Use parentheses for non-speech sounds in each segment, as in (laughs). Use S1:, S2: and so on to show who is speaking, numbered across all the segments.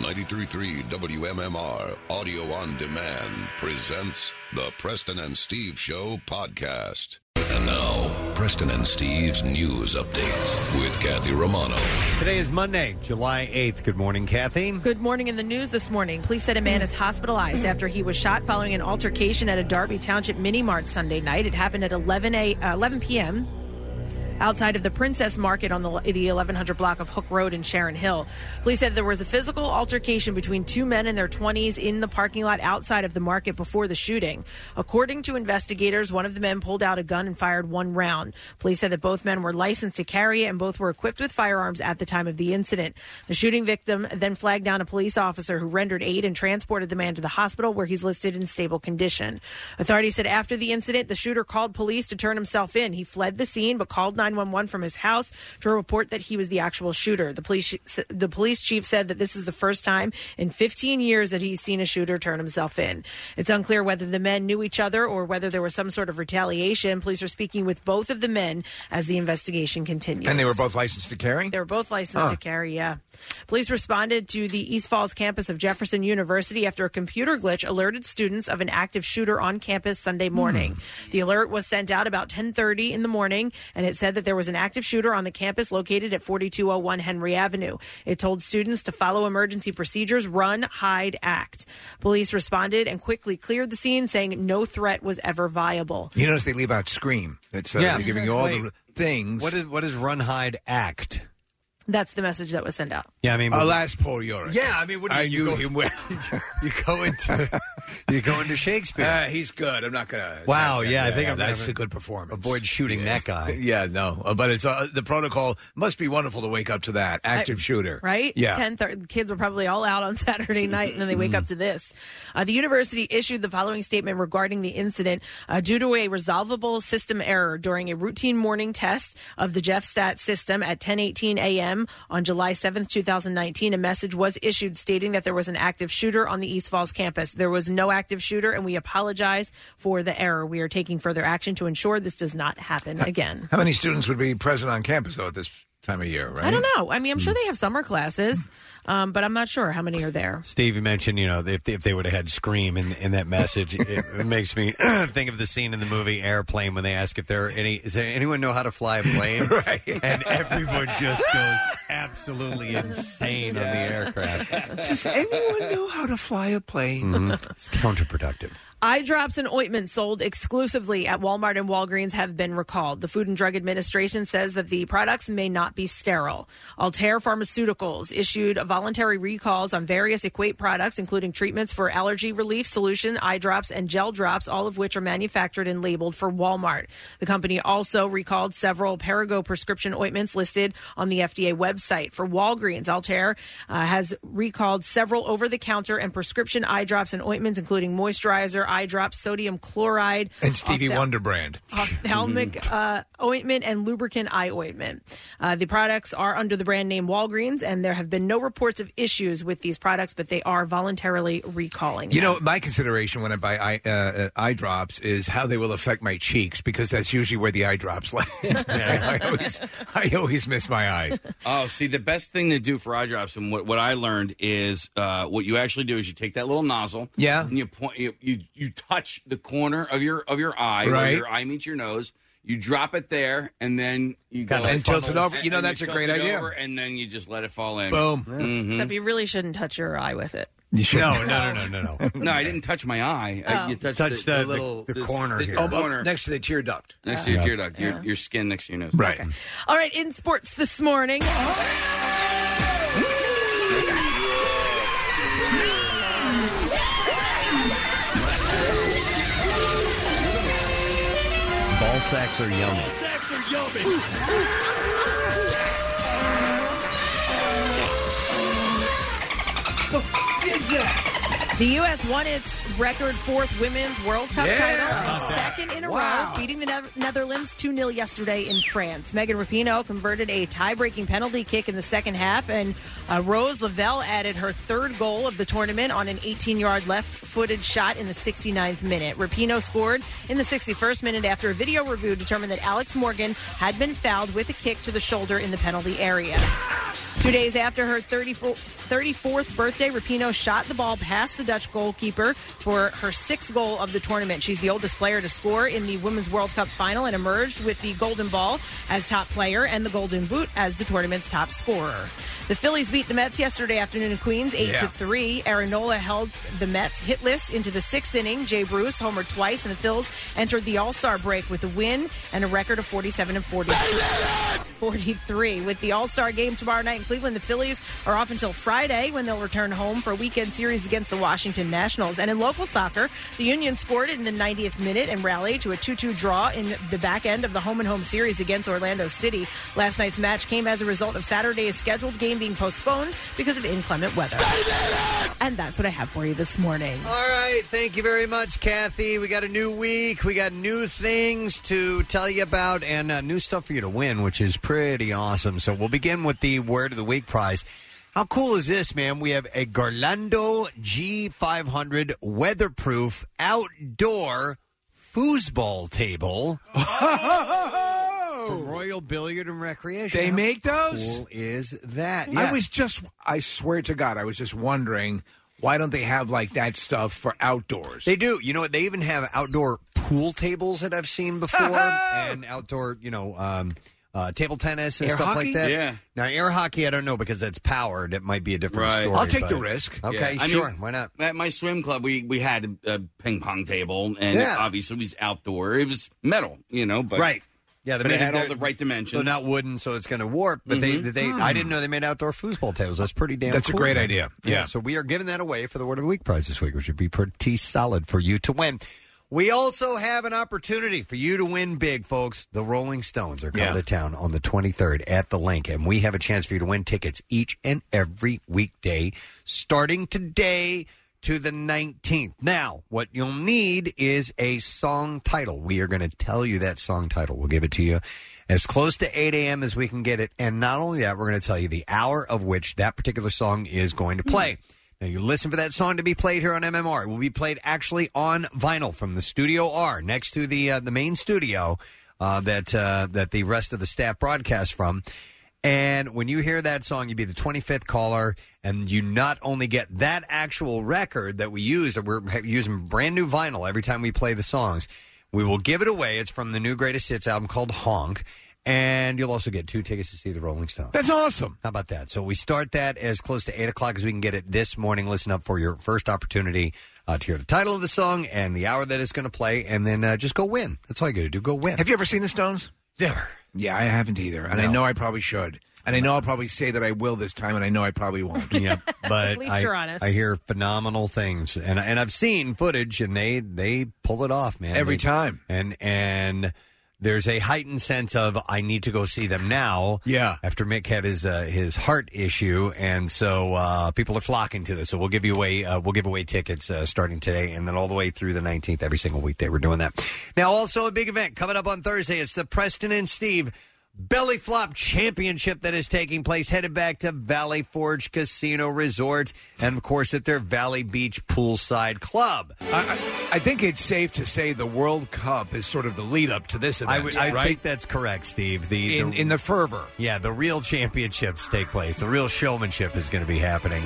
S1: 933 WMMR Audio on Demand presents the Preston and Steve Show podcast. And now, Preston and Steve's news updates with Kathy Romano.
S2: Today is Monday, July 8th. Good morning, Kathy.
S3: Good morning. In the news this morning, police said a man is hospitalized after he was shot following an altercation at a Darby Township mini mart Sunday night. It happened at 11 a, uh, 11 p.m. outside of the Princess Market on the, the 1100 block of Hook Road in Sharon Hill. Police said there was a physical altercation between two men in their 20s in the parking lot outside of the market before the shooting. According to investigators, one of the men pulled out a gun and fired one round. Police said that both men were licensed to carry and both were equipped with firearms at the time of the incident. The shooting victim then flagged down a police officer who rendered aid and transported the man to the hospital where he's listed in stable condition. Authorities said after the incident, the shooter called police to turn himself in. He fled the scene but called 911 from his house to report that he was the actual shooter. The police the police chief said that this is the first time in 15 years that he's seen a shooter turn himself in. It's unclear whether the men knew each other or whether there was some sort of retaliation. Police are speaking with both of the men as the investigation continues.
S4: And they were both licensed to carry?
S3: They were both licensed
S4: Huh.
S3: to carry, yeah. Police responded to the East Falls campus of Jefferson University after a computer glitch alerted students of an active shooter on campus Sunday morning. The alert was sent out about 10:30 in the morning and it said that there was an active shooter on the campus located at 4201 Henry Avenue. It told students to follow emergency procedures, run, hide, act. Police responded and quickly cleared the scene saying no threat was ever viable.
S4: You notice they leave out scream. That's uh,
S2: Yeah.
S4: they're giving you all the
S2: Wait.
S4: things.
S2: What is what is run hide act?
S3: That's the message that was sent out.
S2: Yeah, I mean,
S4: alas, poor Yorick.
S2: Yeah, I mean, what do
S4: I
S2: you-
S4: knew
S2: you go- (laughs)
S4: him well.
S2: you go into you go into Shakespeare.
S4: Uh, he's good. I'm not gonna.
S2: Wow,
S4: attack that
S2: yeah, I
S4: guy.
S2: think I'm gonna
S4: that's
S2: have
S4: a good performance.
S2: avoid shooting that guy.
S4: (laughs) Yeah, no, uh, but it's uh, the protocol must be wonderful to wake up to that active shooter,
S3: right?
S4: Yeah, Mm-hmm.
S3: 10 thir- kids were probably all out on (laughs) Saturday night, and then they wake up to this. Uh, the university issued the following statement regarding the incident uh, due to a resolvable system error during a routine morning test of the JeffStat system at 10:18 a.m. on July 7th, 2019. A message was issued stating that there was an active shooter on the East Falls campus. There was no active shooter, and we apologize for the error. We are taking further action to ensure this does not happen again.
S4: How many students would be present on campus though at this time of year? Right? Hmm.
S3: I don't know. I mean, I'm sure they have summer classes, um, but I'm not sure how many are there.
S2: Steve, you mentioned you know if they, if they would have had scream in in that message, it, it (laughs) makes me (clears throat) think of the scene in the movie Airplane when they ask if there are any does anyone know how to fly a plane,
S4: (laughs) Right.
S2: and everyone just goes absolutely insane on the aircraft.
S4: Does anyone know how to fly a plane?
S2: Mm-hmm. It's counterproductive.
S3: Eye drops and ointments sold exclusively at Walmart and Walgreens have been recalled. The Food and Drug Administration says that the products may not be sterile. Altair Pharmaceuticals issued voluntary recalls on various Equate products, including treatments for allergy relief solution, eye drops, and gel drops, all of which are manufactured and labeled for Walmart. The company also recalled several Perigo prescription ointments listed on the FDA website. For Walgreens, Altair uh, has recalled several over the counter and prescription eye drops and ointments, including moisturizer, eye drops, sodium chloride,
S4: And Stevie
S3: ophthal-
S4: Wonder Brand.
S3: Ophthalmic uh, ointment and lubricant eye ointment. Uh, the products are under the brand name Walgreens, and there have been no reports of issues with these products, but they are voluntarily recalling.
S4: You
S3: them.
S4: know, my consideration when I buy eye, uh, uh, eye drops is how they will affect my cheeks because that's usually where the eye drops land. (laughs) I, always, I always miss my eyes. (laughs)
S5: Oh, see, the best thing to do for eye drops, and what, what I learned is uh, what you actually do is you take that little nozzle,
S4: Yeah.
S5: and you point, you, you you touch the corner of your of your eye,
S4: Right.
S5: where your eye meets your nose. You drop it there, and then you go
S2: Kinda
S4: And tilt it over. You know,
S5: and
S4: that's a
S5: tilt
S4: great
S5: it
S4: idea.
S5: over, and then you just let it fall in.
S4: Boom.
S5: Mm-hmm.
S4: (laughs)
S3: Except you really shouldn't touch your eye with it.
S4: You should.
S2: No, no, no, no, no, no.
S5: (laughs) No, I didn't touch my eye. I, you touched
S2: Touch
S5: the,
S2: the- the-
S5: little
S2: the corner here.
S4: Oh,
S5: Oh,
S4: but
S5: corner next,
S4: next to the tear duct.
S5: to your tear duct, your, your skin next to your nose.
S4: Right.
S3: All right, in sports this morning.
S2: Ball sacks are yummy.
S3: The U.S. won its record fourth Women's World Cup
S4: Yeah.
S3: title, and second in a row, beating the ne- Netherlands 2 0 yesterday in France. Megan Rapinoe converted a tie breaking penalty kick in the second half, and uh, Rose Lavelle added her third goal of the tournament on an 18 yard left footed shot in the 69th minute. Rapinoe scored in the 61st minute after a video review determined that Alex Morgan had been fouled with a kick to the shoulder in the penalty area. Two days after her 34 34th birthday, Rapino shot the ball past the Dutch goalkeeper for her sixth goal of the tournament. She's the oldest player to score in the Women's World Cup final and emerged with the Golden Ball as top player and the Golden Boot as the tournament's top scorer. The Phillies beat the Mets yesterday afternoon in Queens, 8
S6: Yeah.
S3: to 3. Aaronola held the Mets hitless into the sixth inning. Jay Bruce homered twice, and the Phillies entered the All Star break with a win and a record of 47 and 40. 43. With the All Star game tomorrow night in Cleveland, the Phillies are off until Friday when they'll return home for a weekend series against the Washington Nationals. And in local soccer, the Union scored in the 90th minute and rallied to a 2 2 draw in the back end of the home and home series against Orlando City. Last night's match came as a result of Saturday's scheduled game being postponed because of inclement weather. And that's what I have for you this morning.
S2: All right. Thank you very much, Kathy. We got a new week. We got new things to tell you about and uh, new stuff for you to win, which is pretty awesome. So we'll begin with the Word of the Week prize. How cool is this, man? We have a Garlando G500 weatherproof outdoor foosball table. From Royal Billiard and Recreation.
S4: They
S2: How
S4: make those?
S2: cool is that?
S4: I was just, I swear to God, I was just wondering why don't they have like that stuff for outdoors?
S2: They do. You know what? They even have outdoor pool tables that I've seen before,
S4: (laughs)
S2: and outdoor, you know, um, uh, table tennis and
S4: Air
S2: stuff
S4: hockey?
S2: like that.
S4: Yeah.
S2: Now air hockey, I don't know because that's powered. It might be a different
S5: Right.
S2: story.
S5: I'll take
S2: but-
S5: the risk.
S2: Okay,
S5: Yeah. I
S2: sure.
S5: mean-
S2: Why not?
S5: At my swim club, we, we had a ping pong table, and
S2: Yeah.
S5: obviously it was outdoor. It was metal, you know, but
S2: right. Yeah, they
S5: but
S2: made
S5: it had all
S2: they're-
S5: the right dimensions.
S2: They're not wooden, so it's going to warp. But they,
S5: Mhm.
S2: they, I didn't know they made outdoor foosball tables. That's pretty damn.
S4: That's a
S2: cool,
S4: great
S2: man.
S4: idea. Yeah.
S2: So we are giving that away for the word of the week prize this week, which would be pretty solid for you to win. We also have an opportunity for you to win big, folks. The Rolling Stones are coming
S7: Yeah.
S2: to town on the 23rd at the Link, and we have a chance for you to win tickets each and every weekday starting today to the 19th. Now, what you'll need is a song title. We are going to tell you that song title. We'll give it to you as close to 8 a.m. as we can get it. And not only that, we're going to tell you the hour of which that particular song is going to play. Now, you listen for that song to be played here on MMR. It will be played actually on vinyl from the Studio R next to the uh, the main studio uh, that uh, that the rest of the staff broadcasts from. And when you hear that song, you'd be the 25th caller, and you not only get that actual record that we use, that we're ha- using brand new vinyl every time we play the songs, we will give it away. It's from the new greatest hits album called Honk, and you'll also get two tickets to see the Rolling Stones.
S4: That's awesome.
S2: How about that? So we start that as close to eight o'clock as we can get it this morning. Listen up for your first opportunity uh, to hear the title of the song and the hour that it's going to play, and then uh, just go win. That's all you got to do. Go win.
S4: Have you ever seen the Stones?
S2: Never.
S4: Yeah, I haven't either. And I know I probably should. And I know I'll probably say that I will this time, and I know I probably won't.
S2: (laughs)
S3: (laughs)
S2: yeah, but
S3: At least
S2: I,
S3: you're honest.
S2: I hear phenomenal things, and and I've seen footage, and they they pull it off, man,
S4: Every
S2: They-
S4: time.
S2: and and. There's a heightened sense of I need to go see them now.
S4: Yeah.
S2: After Mick had his uh, his heart issue, and so uh, people are flocking to this. So we'll give you away uh, we'll give away tickets uh, starting today, and then all the way through the 19th every single weekday. We're doing that. Now, also a big event coming up on Thursday. It's the Preston and Steve Belly Flop Championship that is taking place, headed back to Valley Forge Casino Resort, and of course at their Valley Beach Poolside Club.
S4: I, I think it's safe to say the World Cup is sort of the lead up to this event,
S2: I would- I
S4: right?
S2: think that's correct, Steve. The,
S4: in,
S2: the
S4: in the fervor.
S2: Yeah, the real championships take place. The real showmanship is going to be happening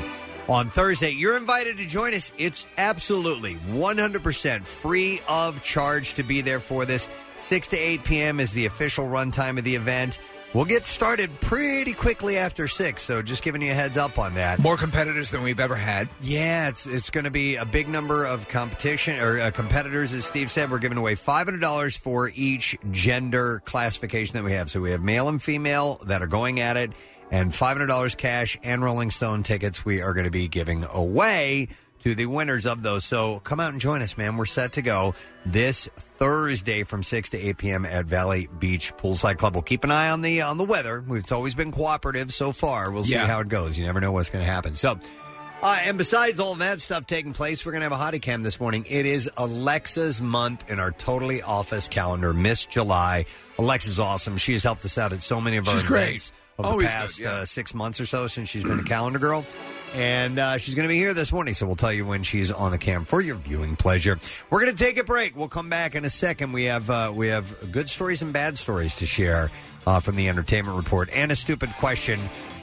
S2: on Thursday. You're invited to join us. It's absolutely 100% free of charge to be there for this. 6 to 8 p.m. is the official run time of the event. We'll get started pretty quickly after 6, so just giving you a heads up on that.
S4: More competitors than we've ever had.
S2: Yeah, it's it's going to be a big number of competition or uh, competitors, as Steve said. We're giving away five hundred dollars for each gender classification that we have. So we have male and female that are going at it, and five hundred dollars cash and Rolling Stone tickets. We are going to be giving away to the winners of those. So come out and join us, man. We're set to go this Thursday from six to eight p.m. at Valley Beach Poolside Club. We'll keep an eye on the on the weather. It's always been cooperative so far. We'll
S4: Yeah.
S2: see how it goes. You never know what's going to happen. So. Uh, and besides all that stuff taking place, we're going to have a hottie cam this morning. It is Alexa's month in our Totally Office calendar, Miss July. Alexa's awesome. She has helped us out at so many of our
S4: She's great.
S2: events over
S4: Always
S2: the
S4: good,
S2: past
S4: yeah.
S2: uh, six months or so since she's been a calendar girl. And uh, she's going to be here this morning, so we'll tell you when she's on the cam for your viewing pleasure. We're going to take a break. We'll come back in a second. We have uh, we have good stories and bad stories to share uh, from the entertainment report, and a stupid question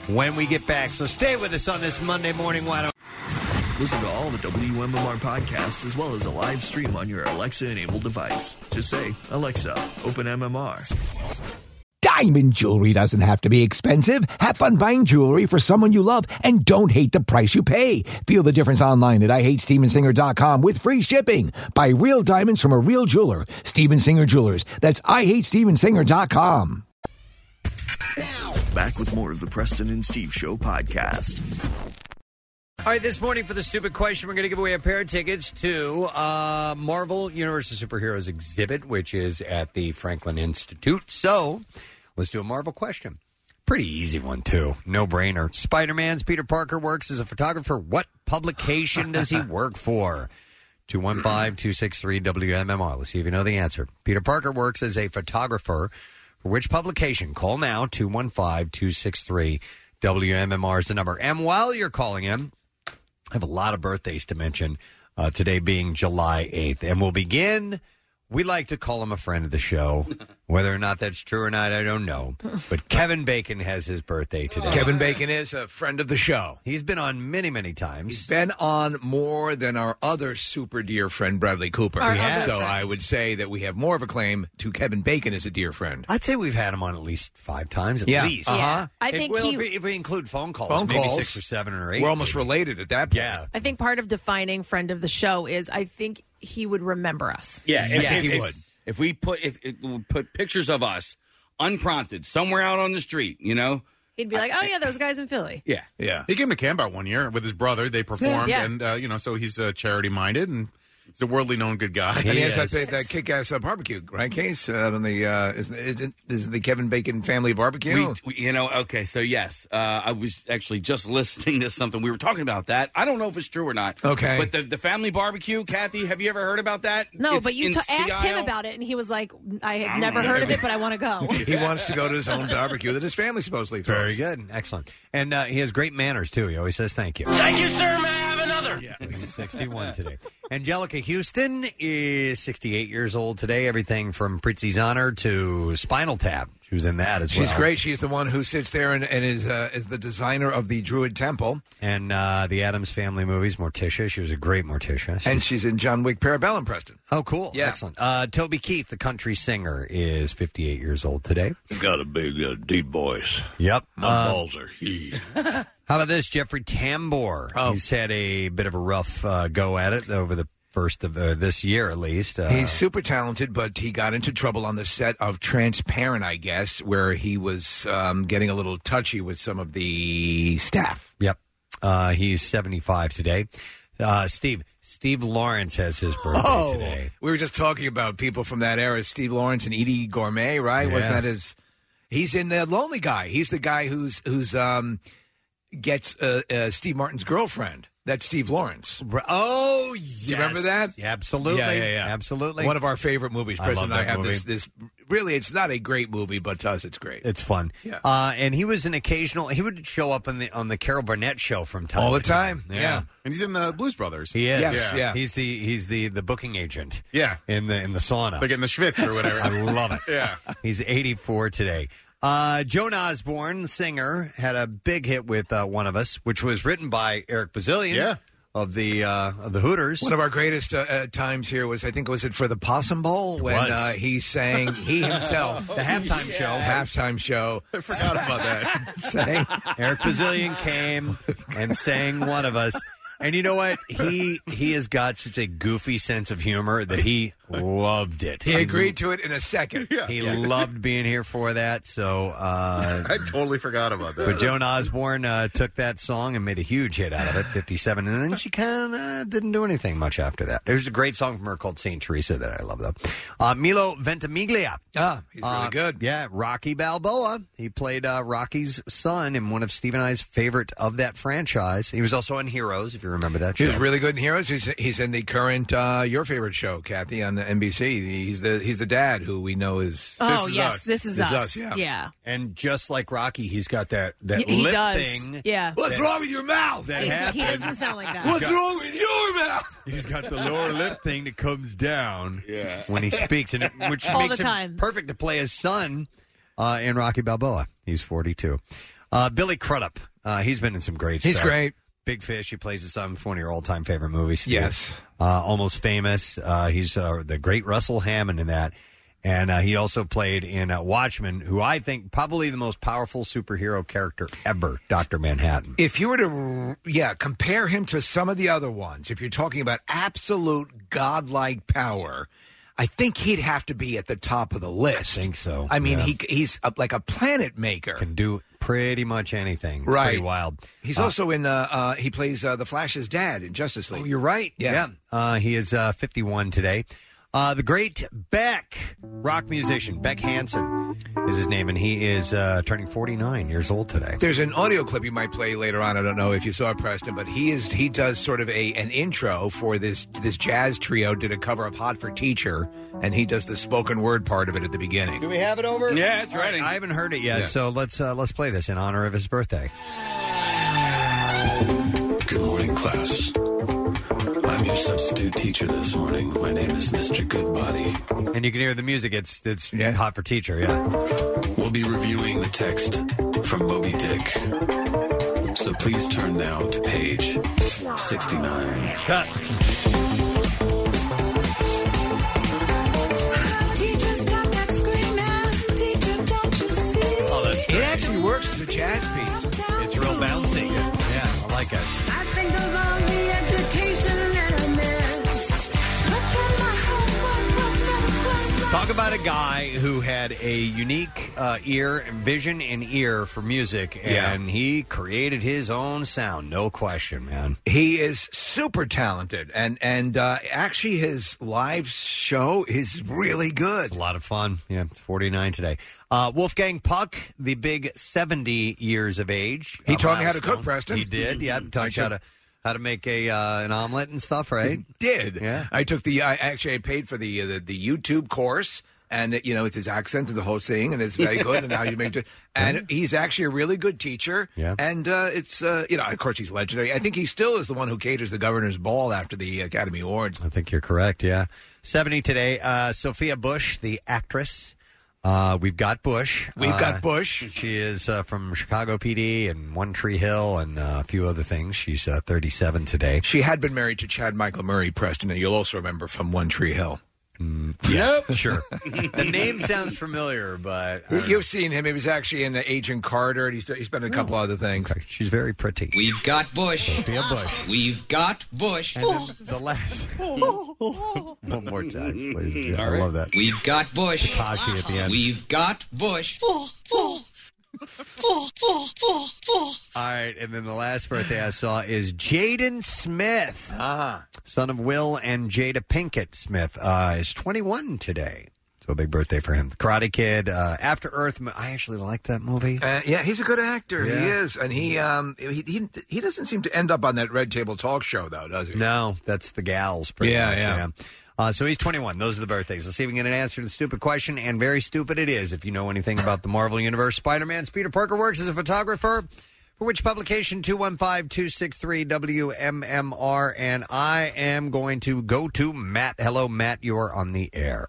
S2: when we get back. So stay with us on this Monday morning. Why don't
S6: Listen to all the WMMR podcasts as well as a live stream on your Alexa enabled device. Just say, Alexa, open MMR.
S7: Diamond jewelry doesn't have to be expensive. Have fun buying jewelry for someone you love and don't hate the price you pay. Feel the difference online at IHateStevensinger.com with free shipping. Buy real diamonds from a real jeweler. Steven Singer Jewelers. That's IHateStevensinger.com.
S6: Back with more of the Preston and Steve Show podcast.
S2: All right, this morning for the stupid question, we're going to give away a pair of tickets to uh, Marvel Universe of Superheroes exhibit, which is at the Franklin Institute. So let's do a Marvel question. Pretty easy one, too. No brainer. Spider Man's Peter Parker works as a photographer. What publication does he work for? 215 263 WMMR. Let's see if you know the answer. Peter Parker works as a photographer. For which publication? Call now 215 263 WMMR is the number. And while you're calling him, I have a lot of birthdays to mention, uh, today being July 8th. And we'll begin. We like to call him a friend of the
S4: (laughs)
S2: show. Whether or not that's true or not, I don't know. But Kevin Bacon has his birthday today.
S4: Kevin Bacon is a friend of the show.
S2: He's been on many, many times.
S4: He's been on more than our other super dear friend, Bradley Cooper.
S2: Our other
S4: So
S2: friends.
S4: I would say that we have more of a claim to Kevin Bacon as a dear friend.
S2: I'd say we've had him on at least five times, at
S4: Yeah.
S2: least.
S4: Yeah. Uh-huh.
S2: If-
S8: (laughs) I think
S2: well,
S8: he-
S2: if, we, if we include phone calls,
S4: Phone
S2: maybe
S4: calls.
S2: six or seven or eight.
S4: We're almost related at that point.
S2: Yeah.
S3: I think part of defining friend of the show is I think he would remember us.
S5: Yeah, if,
S4: Yeah,
S5: if-
S4: he
S5: if-
S4: would.
S5: If we put if, if we put pictures of us unprompted somewhere out on the street, you know.
S3: He'd be like, "Oh yeah, those guys in Philly."
S5: Yeah,
S4: yeah.
S9: He came to Canberra one year with his brother. They performed,
S3: Yeah.
S9: and uh, you know, so he's uh, charity minded and he's a worldly known good guy.
S4: and he has
S9: (laughs)
S4: that, that, kick ass uh, barbecue, right, Case? Uh, on the, uh, is, is, is the Kevin Bacon family barbecue?
S5: We, we- you know, okay, so yes, uh, I was actually just (laughs) listening to something. We were talking about that. I don't know if it's true or not.
S4: Okay.
S5: but the, the family barbecue, Kathy, have you ever heard about that?
S3: No,
S5: It's
S3: but you
S5: in
S3: t- asked him
S5: Seattle.
S3: about it, and he was like, "I have
S5: I don't
S3: never
S5: know.
S3: heard of it, but I want
S5: (laughs)
S3: to go."
S4: (laughs) he wants to go to
S2: (laughs)
S4: his own barbecue that his family supposedly throws.
S2: Very good. Excellent. And uh, he has great manners, too. He always says thank you.
S10: sir. May I have another?
S2: He's 61 today. Angelica Houston is 68 years old today. Everything from Pritzi's Honor to Spinal Tap. She was in that as well.
S4: She's great. She's the one who sits there and, and is uh, is the designer of the Druid Temple,
S2: And uh, the Adams Family movies, Morticia. She was a great Morticia. She-
S4: and she's in John Wick Parabellum, Preston.
S2: oh, cool. Excellent. Uh, Toby Keith, the country singer, is 58 years old today.
S11: Got a big, uh, deep voice.
S2: Yep.
S11: My
S2: Uh,
S11: balls are huge.
S2: How about this, Jeffrey Tambor? He's had a bit of a rough uh, go at it over the first of uh, this year, at least. Uh,
S4: He's super talented, but he got into trouble on the set of Transparent, I guess, where he was um, getting a little touchy with some of the staff.
S2: Yep. Uh, he's 75 today. Uh, Steve Steve Lawrence has his birthday
S4: Oh.
S2: today.
S4: we were just talking about people from that era, Steve Lawrence and Edie Gourmet, right? Wasn't
S2: Yeah.
S4: that his? He's in the Lonely Guy. He's the guy who's who's um, gets uh, uh, Steve Martin's girlfriend. That's Steve Lawrence.
S2: Oh,
S4: Do you remember that?
S2: yes. Absolutely.
S4: Yeah, yeah, yeah.
S2: Absolutely.
S4: One of our favorite movies.
S2: I
S4: President
S2: love
S4: and I
S2: that
S4: have
S2: movie.
S4: this. This really, it's not a great movie, but to us, it's great.
S2: It's fun.
S4: Yeah.
S2: Uh, and he was an occasional. He would show up on the on the Carol Burnett show from time
S4: All
S2: to
S4: the time. Yeah.
S9: and he's in the Blues Brothers.
S2: He is.
S9: Yes, Yeah. yeah.
S2: He's the he's the the booking agent.
S9: Yeah.
S2: In the in the sauna.
S9: They're getting the schwitz or whatever.
S2: (laughs) I love it.
S9: Yeah.
S2: (laughs) He's 84 today. Uh, Joan Osborne, singer, had a big hit with uh, one of us, which was written by Eric Bazillion.
S4: Yeah.
S2: Of the uh, of the Hooters.
S4: One of our greatest uh, uh, times here was, I think, was it for the Possum Bowl when
S2: was.
S4: Uh, he sang he himself
S2: The halftime show.
S4: halftime show.
S9: I (laughs) forgot about
S4: (laughs)
S9: that.
S4: Sang,
S2: Eric Bazillion came and sang one of us. And you know what? He he has got such a goofy sense of humor that he loved it.
S4: he agreed to it in a second.
S2: He (laughs) loved being here for that. So, uh,
S9: I totally forgot about that.
S2: but Joan Osborne uh, took that song and made a huge hit out of it, 57. And then she kind of uh, didn't do anything much after that. There's a great song from her called St. Teresa that I love, though. Uh, Milo Ventimiglia.
S4: Ah, he's really
S2: Uh,
S4: good.
S2: Yeah, Rocky Balboa. He played uh, Rocky's son in one of Steve and I's favorite of that franchise. He was also in Heroes, if you remember that
S4: He
S2: show.
S4: was really good in Heroes. He's, he's in the current uh, your favorite show, Kathy, on the NBC. He's the he's the dad who we know is.
S3: oh yes, this is us.
S4: yeah.
S2: and just like Rocky, he's got that that
S3: he
S2: lip
S3: does.
S2: thing.
S3: Yeah,
S4: What's wrong with your mouth?
S2: That
S3: he, he
S2: happened.
S3: doesn't sound like that.
S4: What's wrong with your mouth?
S2: He's got the lower lip thing that comes down when he speaks, and it, which
S3: All
S2: makes
S3: the time.
S2: him perfect to play his son uh, in Rocky Balboa. He's 42. Uh, Billy Crudup. Uh, he's been in some great
S4: He's
S2: stuff.
S4: great.
S2: Big Fish. He plays his son. It's one of your all-time favorite movies. too.
S4: Yes.
S2: Uh, Almost Famous. Uh, he's uh, the great Russell Hammond in that. And uh, he also played in uh, Watchmen, who I think probably the most powerful superhero character ever, Dr. Manhattan.
S4: If you were to, yeah, compare him to some of the other ones, if you're talking about absolute godlike power, I think he'd have to be at the top of the list. I think
S2: so.
S4: I mean,
S2: yeah.
S4: he he's a, like a planet maker.
S2: Can do pretty much anything. It's
S4: right.
S2: Pretty wild.
S4: He's
S2: Uh,
S4: also in, uh, uh, he plays uh, the Flash's dad in Justice League. Oh,
S2: you're right.
S4: Yeah.
S2: Uh, he is uh, 51 today. Uh, the great Beck, rock musician, Beck Hansen is his name, and he is uh, turning 49 years old today.
S4: There's an audio clip you might play later on. I don't know if you saw it, Preston, but he is he does sort of a an intro for this this jazz trio. Did a cover of "Hot for Teacher," and he does the spoken word part of it at the beginning.
S2: we have it over?
S5: Yeah, it's ready.
S2: I haven't heard it yet,
S4: Yeah.
S2: so let's uh, let's play this in honor of his birthday.
S8: Good morning, class. I'm your substitute teacher this morning. My name is Mr. Goodbody.
S2: And you can hear the music. It's it's hot for teacher. Yeah.
S8: We'll be reviewing the text from Moby Dick. So please turn now to page 69.
S4: It actually works as a jazz piece.
S2: It's real bouncy. Yeah, I like it.
S12: I think of all the education that I missed. Look at my homework, what's not right?
S2: Talk about a guy who had a unique uh, ear, vision, and ear for music, and he created his own sound. No question, man.
S4: He is super talented, and and uh, actually his live show is really good.
S2: A lot of fun. Yeah, it's 49 today. Uh, Wolfgang Puck, the big 70 years of age.
S4: He
S2: uh,
S4: taught me how to
S2: milestone.
S4: cook, Preston.
S2: He did. Yeah,
S4: I
S2: taught you how to
S4: took-
S2: how to make a uh, an omelet and stuff, right?
S4: Did
S2: Yeah.
S4: I took the I actually I paid for the uh, the, the YouTube course. And you know it's his accent and the whole thing, and it's
S2: (laughs)
S4: very good. And how you make it, and he's actually a really good teacher.
S2: Yeah.
S4: And uh, it's uh, you know, of course, he's legendary. I think he still is the one who caters the governor's ball after the Academy Awards.
S2: I think you're correct. Yeah, 70 today. Uh, Sophia Bush, the actress. Uh, we've got Bush.
S4: We've
S2: Uh,
S4: got Bush.
S2: She is uh, from Chicago PD and One Tree Hill and uh, a few other things. She's uh, 37 today.
S4: She had been married to Chad Michael Murray Preston, and you'll also remember from One Tree Hill.
S2: Mm, Yeah, sure. the name sounds familiar, but I don't Oh.
S4: You've seen him. He was actually in uh, Agent Carter, and he's, he's been in a couple other things.
S2: She's very pretty.
S13: We've got Bush.
S2: Bush.
S13: We've got Bush.
S2: the last. One more
S13: (laughs)
S2: time, please. Yeah, I
S13: All right.
S2: love that.
S13: We've got Bush.
S2: Takashi at the end.
S13: We've got Bush.
S2: All right, and then the last birthday I saw is Jaden Smith,
S4: Uh-huh.
S2: ah. son of Will and Jada Pinkett Smith, uh, is 21 today. So a big birthday for him. The Karate Kid, uh, After Earth. I actually like that movie.
S4: Uh, yeah, he's a good actor. He
S2: Yeah.
S4: is, and he um he, he he doesn't seem to end up on that red table talk show though, does he?
S2: No, that's the gals. Pretty
S4: Yeah,
S2: much,
S4: yeah.
S2: Uh, so he's 21. Those are the birthdays. Let's see if we can get an answer to the stupid question, and very stupid it is. If you know anything about the Marvel Universe, Spider Man's Peter Parker works as a photographer. For which publication? 215 263 WMMR. And I am going to go to Matt. Hello, Matt. You are on the air.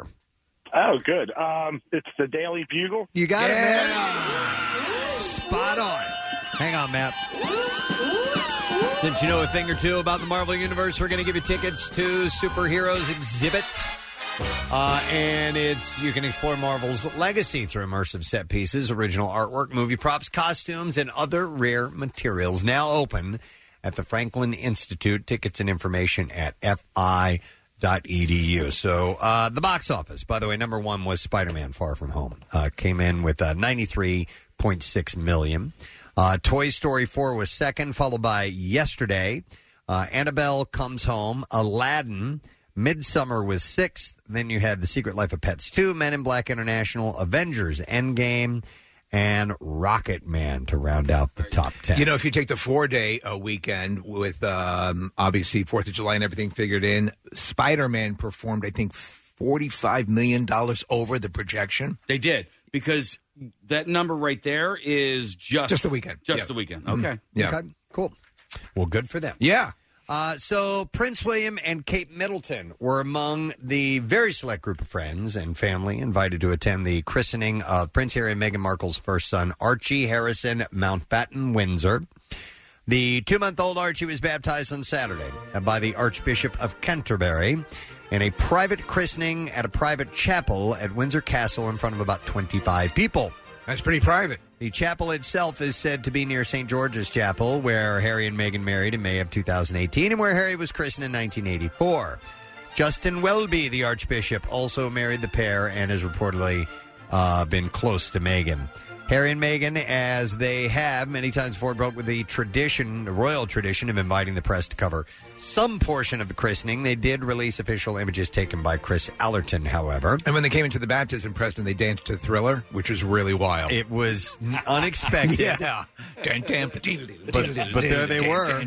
S14: Oh, good. Um, it's the Daily Bugle.
S2: You got it, man. Spot on. Hang on, Matt. Since you know a thing or two about the Marvel Universe, we're going to give you tickets to Superheroes Exhibit. Uh, and it's you can explore Marvel's legacy through immersive set pieces, original artwork, movie props, costumes, and other rare materials. Now open at the Franklin Institute. Tickets and information at fi.edu. E So uh, the box office, by the way, number one was Spider-Man: Far From Home. Uh, came in with uh, 93.6 million. Uh, Toy Story 4 was second, followed by Yesterday. Uh, Annabelle Comes Home, Aladdin, Midsummer was sixth. Then you had The Secret Life of Pets 2, Men in Black International, Avengers Endgame, and Rocket Man to round out the top 10.
S4: You know, if you take the four day uh, weekend with um, obviously Fourth of July and everything figured in, Spider Man performed I think forty five million dollars over the projection.
S5: (laughs) They did because that number right there is just
S4: Just the weekend.
S5: Just
S4: Yeah.
S5: the weekend.
S4: Mhm.
S5: Okay.
S4: Yeah.
S2: Okay, cool. Well, good for them.
S4: Yeah.
S2: Uh, so Prince William and Kate Middleton were among the very select group of friends and family invited to attend the christening of Prince Harry and Meghan Markle's first son, Archie Harrison Mountbatten Windsor. The two month old Archie was baptized on Saturday by the Archbishop of Canterbury in a private christening at a private chapel at Windsor Castle in front of about 25 people.
S4: That's pretty private.
S2: The chapel itself is said to be near St. George's Chapel, where Harry and Meghan married in May of 2018 and where Harry was christened in 1984. Justin Welby, the Archbishop, also married the pair and has reportedly uh, been close to Meghan. Harry and Meghan, as they have many times before, broke with the tradition, the royal tradition of inviting the press to cover some portion of the christening. They did release official images taken by Chris Allerton, however.
S4: And when they came into the baptism, Preston, they danced to Thriller, which was really wild.
S2: It was unexpected.
S4: yeah.
S2: but, but there they were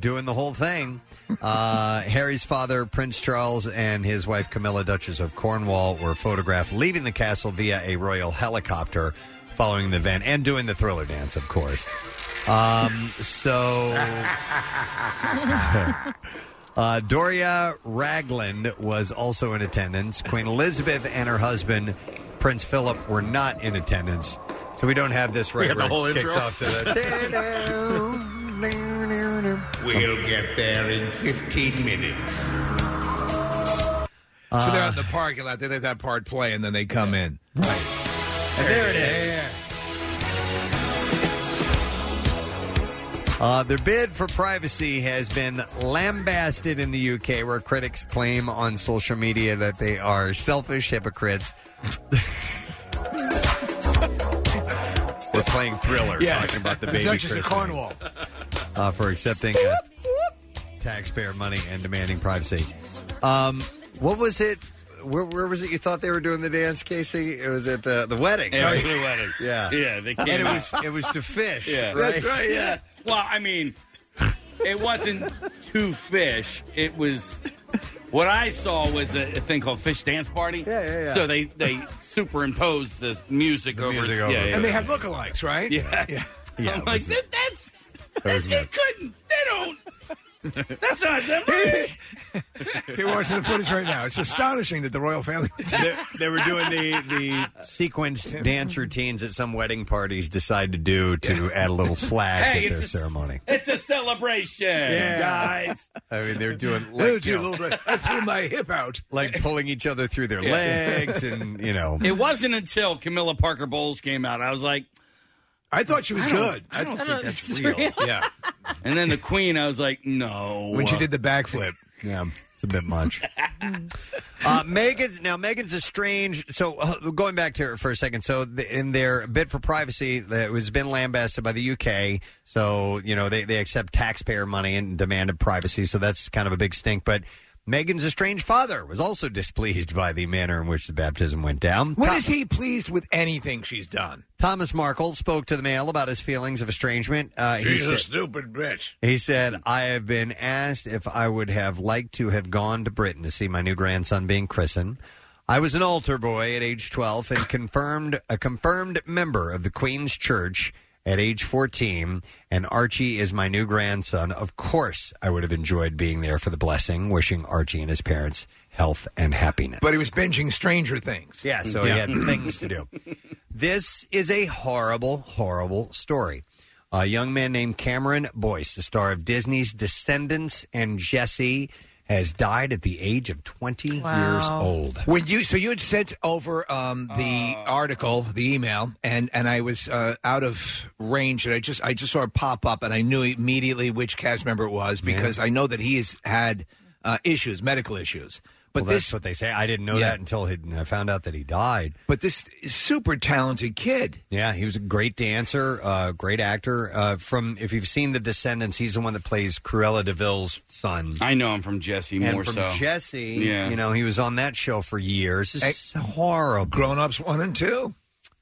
S2: doing the whole thing. Uh, Harry's father, Prince Charles, and his wife, Camilla, Duchess of Cornwall, were photographed leaving the castle via a royal helicopter following the event and doing the thriller dance, of course. Um, so. (laughs) Uh, Doria Ragland was also in attendance. Queen Elizabeth and her husband, Prince Philip, were not in attendance. So we don't have this right.
S9: We got the
S2: where it
S9: whole
S2: kicks
S9: intro.
S2: off to
S9: (laughs)
S2: the.
S15: We'll get there in 15 minutes.
S4: So they're out in the parking lot. They let that part play, and then they come in.
S2: And there it is. Uh, their bid for privacy has been lambasted in the UK, where critics claim on social media that they are selfish hypocrites. (laughs) We're playing Thriller, talking about the baby
S4: Duchess of
S2: christening,
S4: Cornwall.
S2: uh, for accepting uh, taxpayer money and demanding privacy. Um, what was it? Where, where was it you thought they were doing the dance, Casey? It was at the, the wedding.
S5: Yeah,
S2: right?
S5: it was the wedding.
S2: Yeah.
S5: Yeah, they
S2: and
S5: came
S2: it
S5: out.
S2: was it was to fish.
S5: Yeah,
S2: right?
S5: Well, I mean, it wasn't two fish. It was what I saw was a, a thing called fish dance party. Yeah, yeah,
S4: yeah.
S5: So they they superimposed the music over.
S4: Music over.
S5: Yeah, yeah,
S4: and they
S5: yeah.
S4: had lookalikes, right?
S5: Yeah.
S4: yeah.
S5: I'm like, "That- that's
S4: That was
S5: they couldn't. They don't. That's not them. right?"
S4: You're watching the footage right now. It's astonishing that the royal family.
S2: (laughs) they, they were doing the the sequenced dance routines that some wedding parties decide to do to add a (laughs) little flash
S5: Hey,
S2: at
S5: it's
S2: their
S5: a-
S2: ceremony.
S5: It's a celebration,
S2: Yeah.
S5: guys.
S2: I mean, they're doing
S4: They
S2: like,
S4: would
S2: you
S4: do a
S2: know,
S4: little bit. I threw my hip out.
S2: like pulling each other through their
S5: Yeah.
S2: legs, and you
S4: Oh,
S2: know,
S5: It wasn't until Camilla Parker Bowles came out, I was like,
S4: I thought she was good.
S5: I don't,
S4: I
S5: think
S4: don't-
S5: that's
S4: it's
S5: real.
S4: real. Yeah.
S5: And then the Queen, I was like, no.
S4: When she did the backflip.
S2: Yeah, it's a bit much. uh, Megan's now Megan's estranged. So uh, going back to her for a second. So th in their bid for privacy, that was been lambasted by the UK. So you know they they accept taxpayer money and demanded privacy. So that's kind of a big stink, but. Megan's estranged father was also displeased by the manner in which the baptism went down.
S4: When is he pleased with anything she's done?
S2: Thomas Markle spoke to the Mail about his feelings of estrangement. Uh, he
S11: He's a
S2: said-
S11: stupid bitch.
S2: he said, I have been asked if I would have liked to have gone to Britain to see my new grandson being christened. I was an altar boy at age 12 and confirmed a confirmed member of the Queen's Church at age 14 and Archie is my new grandson. Of course, I would have enjoyed being there for the blessing, wishing Archie and his parents health and happiness.
S4: But he was binging Stranger Things.
S2: Yeah, so he had things to do. This is a horrible, horrible story. A young man named Cameron Boyce, the star of Disney's Descendants and Jesse, has died at the age of 20 years old.
S4: When you so you had sent over um, the
S11: Uh.
S4: article, the email, and and I was uh, out of range, and I just I just saw it pop up, and I knew immediately which cast member it was because I know that he has had uh, issues, medical issues. But
S2: Well, that's
S4: this,
S2: what they say. I didn't know
S4: Yeah.
S2: that until he, uh, I found out that he died.
S4: But this super talented kid.
S2: Yeah, he was a great dancer, uh, great actor. Uh, from if you've seen The Descendants, he's the one that plays Cruella Deville's son.
S5: I know him from Jesse
S2: and
S5: more
S2: from
S5: so.
S2: Jesse,
S5: Yeah.
S2: you know, he was on that show for years. It's
S4: Hey,
S2: horrible.
S4: Grown ups one and two.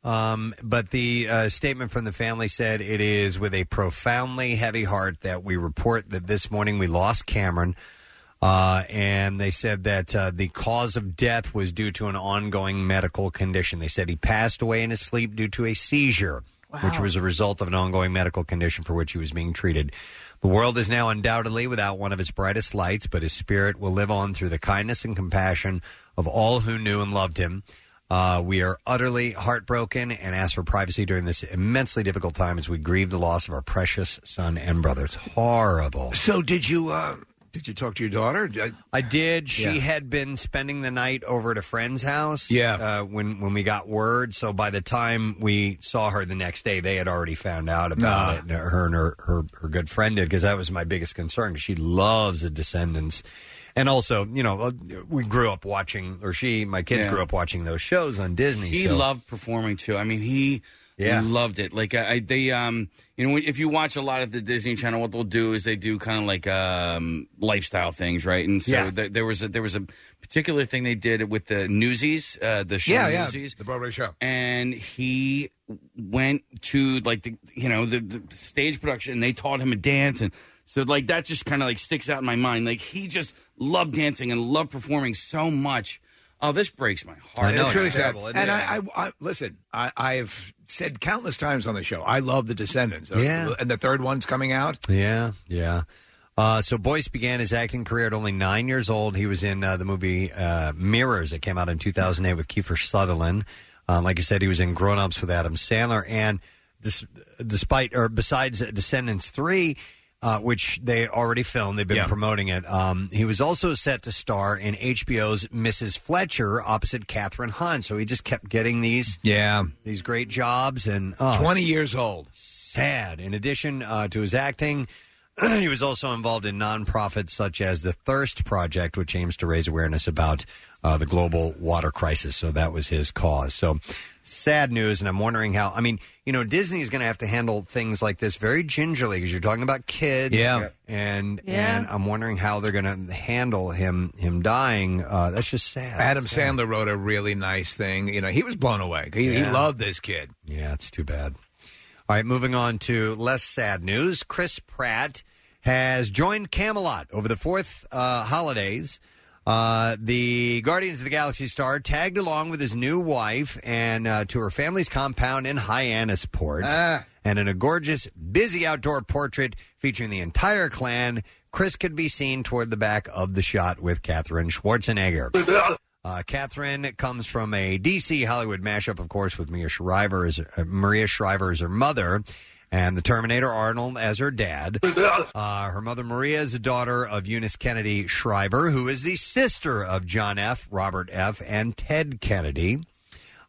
S2: Um, but the uh, statement from the family said it is with a profoundly heavy heart that we report that this morning we lost Cameron. Uh, and they said that uh, the cause of death was due to an ongoing medical condition. They said he passed away in his sleep due to a seizure which
S12: Wow.
S2: was a result of an ongoing medical condition for which he was being treated. The world is now undoubtedly without one of its brightest lights, but his spirit will live on through the kindness and compassion of all who knew and loved him. Uh, we are utterly heartbroken and ask for privacy during this immensely difficult time as we grieve the loss of our precious son and brother. It's horrible.
S4: So did you uh, did you talk to your daughter? Uh,
S2: I did. She
S4: Yeah.
S2: had been spending the night over at a friend's house.
S4: Yeah.
S2: Uh, when when we got word, so by the time we saw her the next day, they had already found out about
S4: Ah.
S2: it. And her and her her, her good friend did because that was my biggest concern. She loves the Descendants, and also you know uh, we grew up watching, or she, my kids
S5: Yeah.
S2: grew up watching those shows on Disney.
S5: He
S2: so-
S5: loved performing too. I mean, he
S2: Yeah.
S5: loved it. Like I, I- they, um, you know, if you watch a lot of the Disney Channel, what they'll do is they do kind of like um, lifestyle things, right? And so
S4: Yeah.
S5: th- there was a, there was a particular thing they did with the Newsies, uh, the show
S4: yeah, yeah,
S5: Newsies,
S4: the Broadway show.
S5: and he went to like the you know the, the stage production and they taught him a dance and so like that just kind of like sticks out in my mind like he just loved dancing and loved performing so much oh this breaks my heart
S4: it's really sad. And I, I, I listen. I, I've said countless times on the show. I love the Descendants.
S2: Yeah.
S4: and the third one's coming out.
S2: Yeah, yeah. Uh, so Boyce began his acting career at only nine years old. He was in uh, the movie uh, Mirrors that came out in 2008 with Kiefer Sutherland. Uh, like you said, he was in Grown Ups with Adam Sandler, and this, despite or besides Descendants three, uh, which they already filmed, they've been promoting it. Um, he was also set to star in HBO's Mrs. Fletcher opposite Katherine Hahn. So he just kept getting these
S4: Yeah,
S2: these great jobs and oh,
S4: twenty years old.
S2: sad. In addition uh, to his acting, (clears throat) he was also involved in nonprofits such as the Thirst Project, which aims to raise awareness about uh, the global water crisis. So that was his cause. So sad news, and I'm wondering how. I mean, you know, Disney's going to have to handle things like this very gingerly because you're talking about kids.
S4: Yeah.
S2: and
S4: Yeah.
S2: and I'm wondering how they're going to handle him him dying. Uh, that's just sad.
S4: Adam Sandler wrote a really nice thing. You know, he was blown away. He, he
S2: Yeah.
S4: loved this kid.
S2: Yeah, it's too bad. All right, moving on to less sad news. Chris Pratt has joined Camelot over the fourth uh, holidays. Uh, the Guardians of the Galaxy star tagged along with his new wife and uh, to her family's compound in Hyannisport.
S4: Ah.
S2: And in a gorgeous, busy outdoor portrait featuring the entire clan, Chris could be seen toward the back of the shot with Katherine Schwarzenegger. Uh, Catherine comes from a DC Hollywood mashup, of course, with Mia Shriver as uh, Maria Shriver as her mother, and the Terminator Arnold as her dad. Uh, her mother Maria is a daughter of Eunice Kennedy Shriver, who is the sister of John F. Robert F. and Ted Kennedy.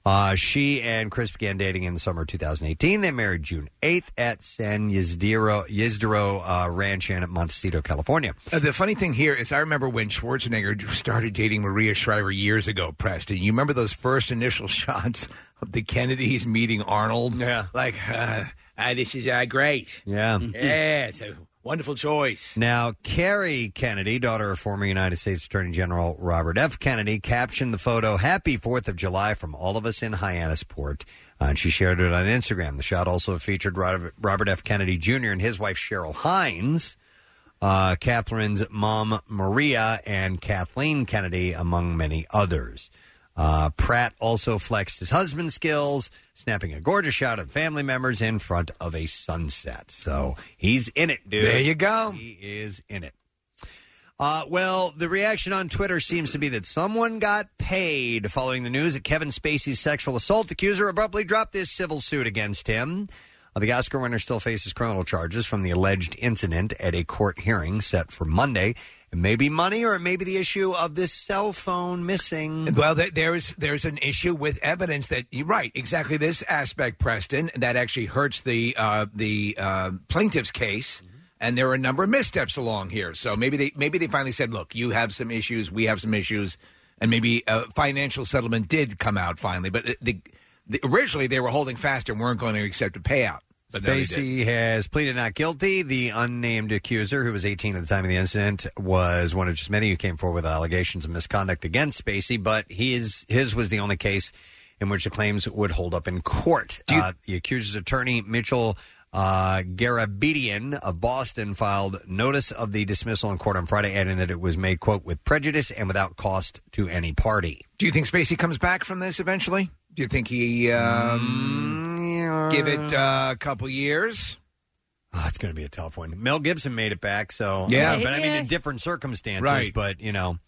S2: Uh, she and Chris began dating in the summer of 2018. They married June 8th at San Ysidro, Ysidro uh, Ranch in Montecito, California.
S4: Uh, the funny thing here is, I remember when Schwarzenegger started dating Maria Shriver years ago, Preston. You remember those first initial (laughs) shots of the Kennedys meeting Arnold? Yeah. Like, uh, uh, this is uh, great.
S2: Yeah.
S4: Yeah, it's a wonderful choice.
S2: Now, Carrie Kennedy, daughter of former United States Attorney General Robert F. Kennedy, captioned the photo, Happy Fourth of July from all of us in Hyannisport. Uh, and she shared it on Instagram. The shot also featured Robert Robert F. Kennedy Jr. and his wife, Cheryl Hines, uh, Catherine's mom, Maria, and Kathleen Kennedy, among many others. Uh, Pratt also flexed his husband's skills, snapping a gorgeous shot of family members in front of a sunset. So he's in it, dude.
S4: There you go.
S2: He is in it. Uh, well, the reaction on Twitter seems to be that someone got paid following the news that Kevin Spacey's sexual assault accuser abruptly dropped his civil suit against him. Uh, the Oscar winner still faces criminal charges from the alleged incident at a court hearing set for Monday. It may be money or it may be the issue of this cell phone missing.
S4: Well, there- there's there's an issue with evidence that you're right. Exactly this aspect, Preston, that actually hurts the uh, the uh, plaintiff's case. And there are a number of missteps along here. So maybe they maybe they finally said, "Look, you have some issues, we have some issues," and maybe a financial settlement did come out finally. But the, the, originally they were holding fast and weren't going to accept a payout. But now they did.
S2: Spacey has pleaded not guilty. The unnamed accuser, who was 18 at the time of the incident, was one of just many who came forward with allegations of misconduct against Spacey, but his, his was the only case in which the claims would hold up in court. uh, the accuser's attorney, Mitchell uh, Garabedian of Boston, filed notice of the dismissal in court on Friday, adding that it was made, quote, with prejudice and without cost to any party.
S4: Do you think Spacey comes back from this eventually? Do you think he? Um,
S2: Mm,
S4: Give it uh, a couple years.
S2: Oh, it's going to be a tough one. Mel Gibson made it back, so
S4: Yeah.
S2: Uh, but I mean
S4: Yeah.
S2: in different circumstances.
S4: Right.
S2: But you know,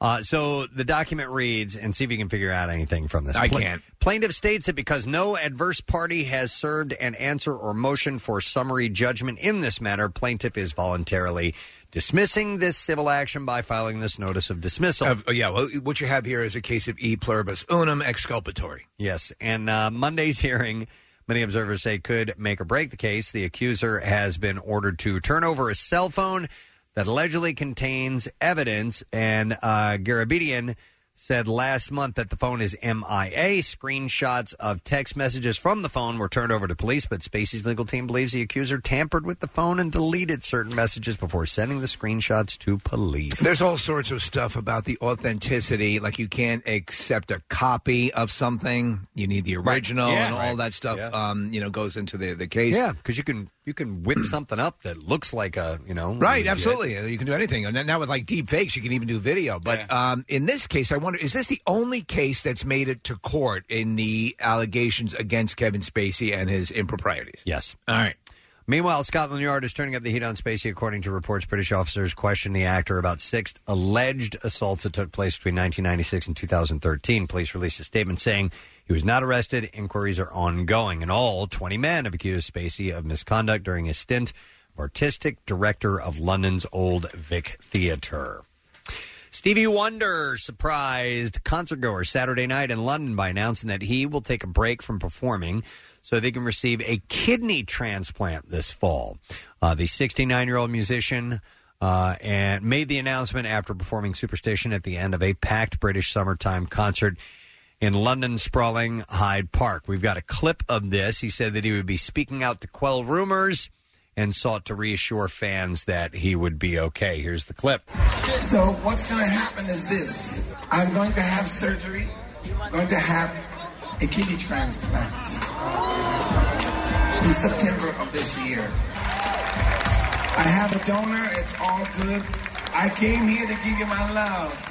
S2: uh, so the document reads, and see if you can figure out anything from this.
S4: I
S2: Pla-
S4: can't.
S2: Plaintiff states that because no adverse party has served an answer or motion for summary judgment in this matter, plaintiff is voluntarily dismissing this civil action by filing this notice of dismissal.
S4: Of- oh, yeah, well, what you have here is a case of e pluribus unum exculpatory.
S2: Yes, and uh, Monday's hearing, many observers say, could make or break the case. The accuser has been ordered to turn over a cell phone that allegedly contains evidence, and uh, Garabedian said last month that the phone is MIA. Screenshots of text messages from the phone were turned over to police, but Spacey's legal team believes the accuser tampered with the phone and deleted certain messages before sending the screenshots to police.
S4: There's all sorts of stuff about the authenticity. Like you can't accept a copy of something. You need the original,
S2: Yeah.
S4: and all
S2: Right.
S4: that stuff.
S2: Yeah.
S4: Um, you know, goes into the the case.
S2: Yeah, because you can you can whip something up that looks like a you know
S4: Right,
S2: legit-
S4: absolutely. You can do anything. And now with like deep fakes, you can even do video. But um, in this case, I wonder is this the only case that's made it to court in the allegations against Kevin Spacey and his improprieties?
S2: Yes.
S4: All right.
S2: Meanwhile, Scotland Yard is turning up the heat on Spacey. According to reports, British officers questioned the actor about six alleged assaults that took place between 1996 and 2013. Police released a statement saying he was not arrested. Inquiries are ongoing. In all, 20 men have accused Spacey of misconduct during his stint of artistic director of London's Old Vic Theatre. Stevie Wonder surprised concertgoers Saturday night in London by announcing that he will take a break from performing so they can receive a kidney transplant this fall. Uh, the 69 year old musician uh, and made the announcement after performing Superstition at the end of a packed British summertime concert in London's sprawling Hyde Park. We've got a clip of this. He said that he would be speaking out to quell rumors and sought to reassure fans that he would be okay. Here's the clip.
S16: So what's going to happen is this: I'm going to have surgery. I'm going to have a kidney transplant in September of this year. I have a donor. It's all good. I came here to give you my love.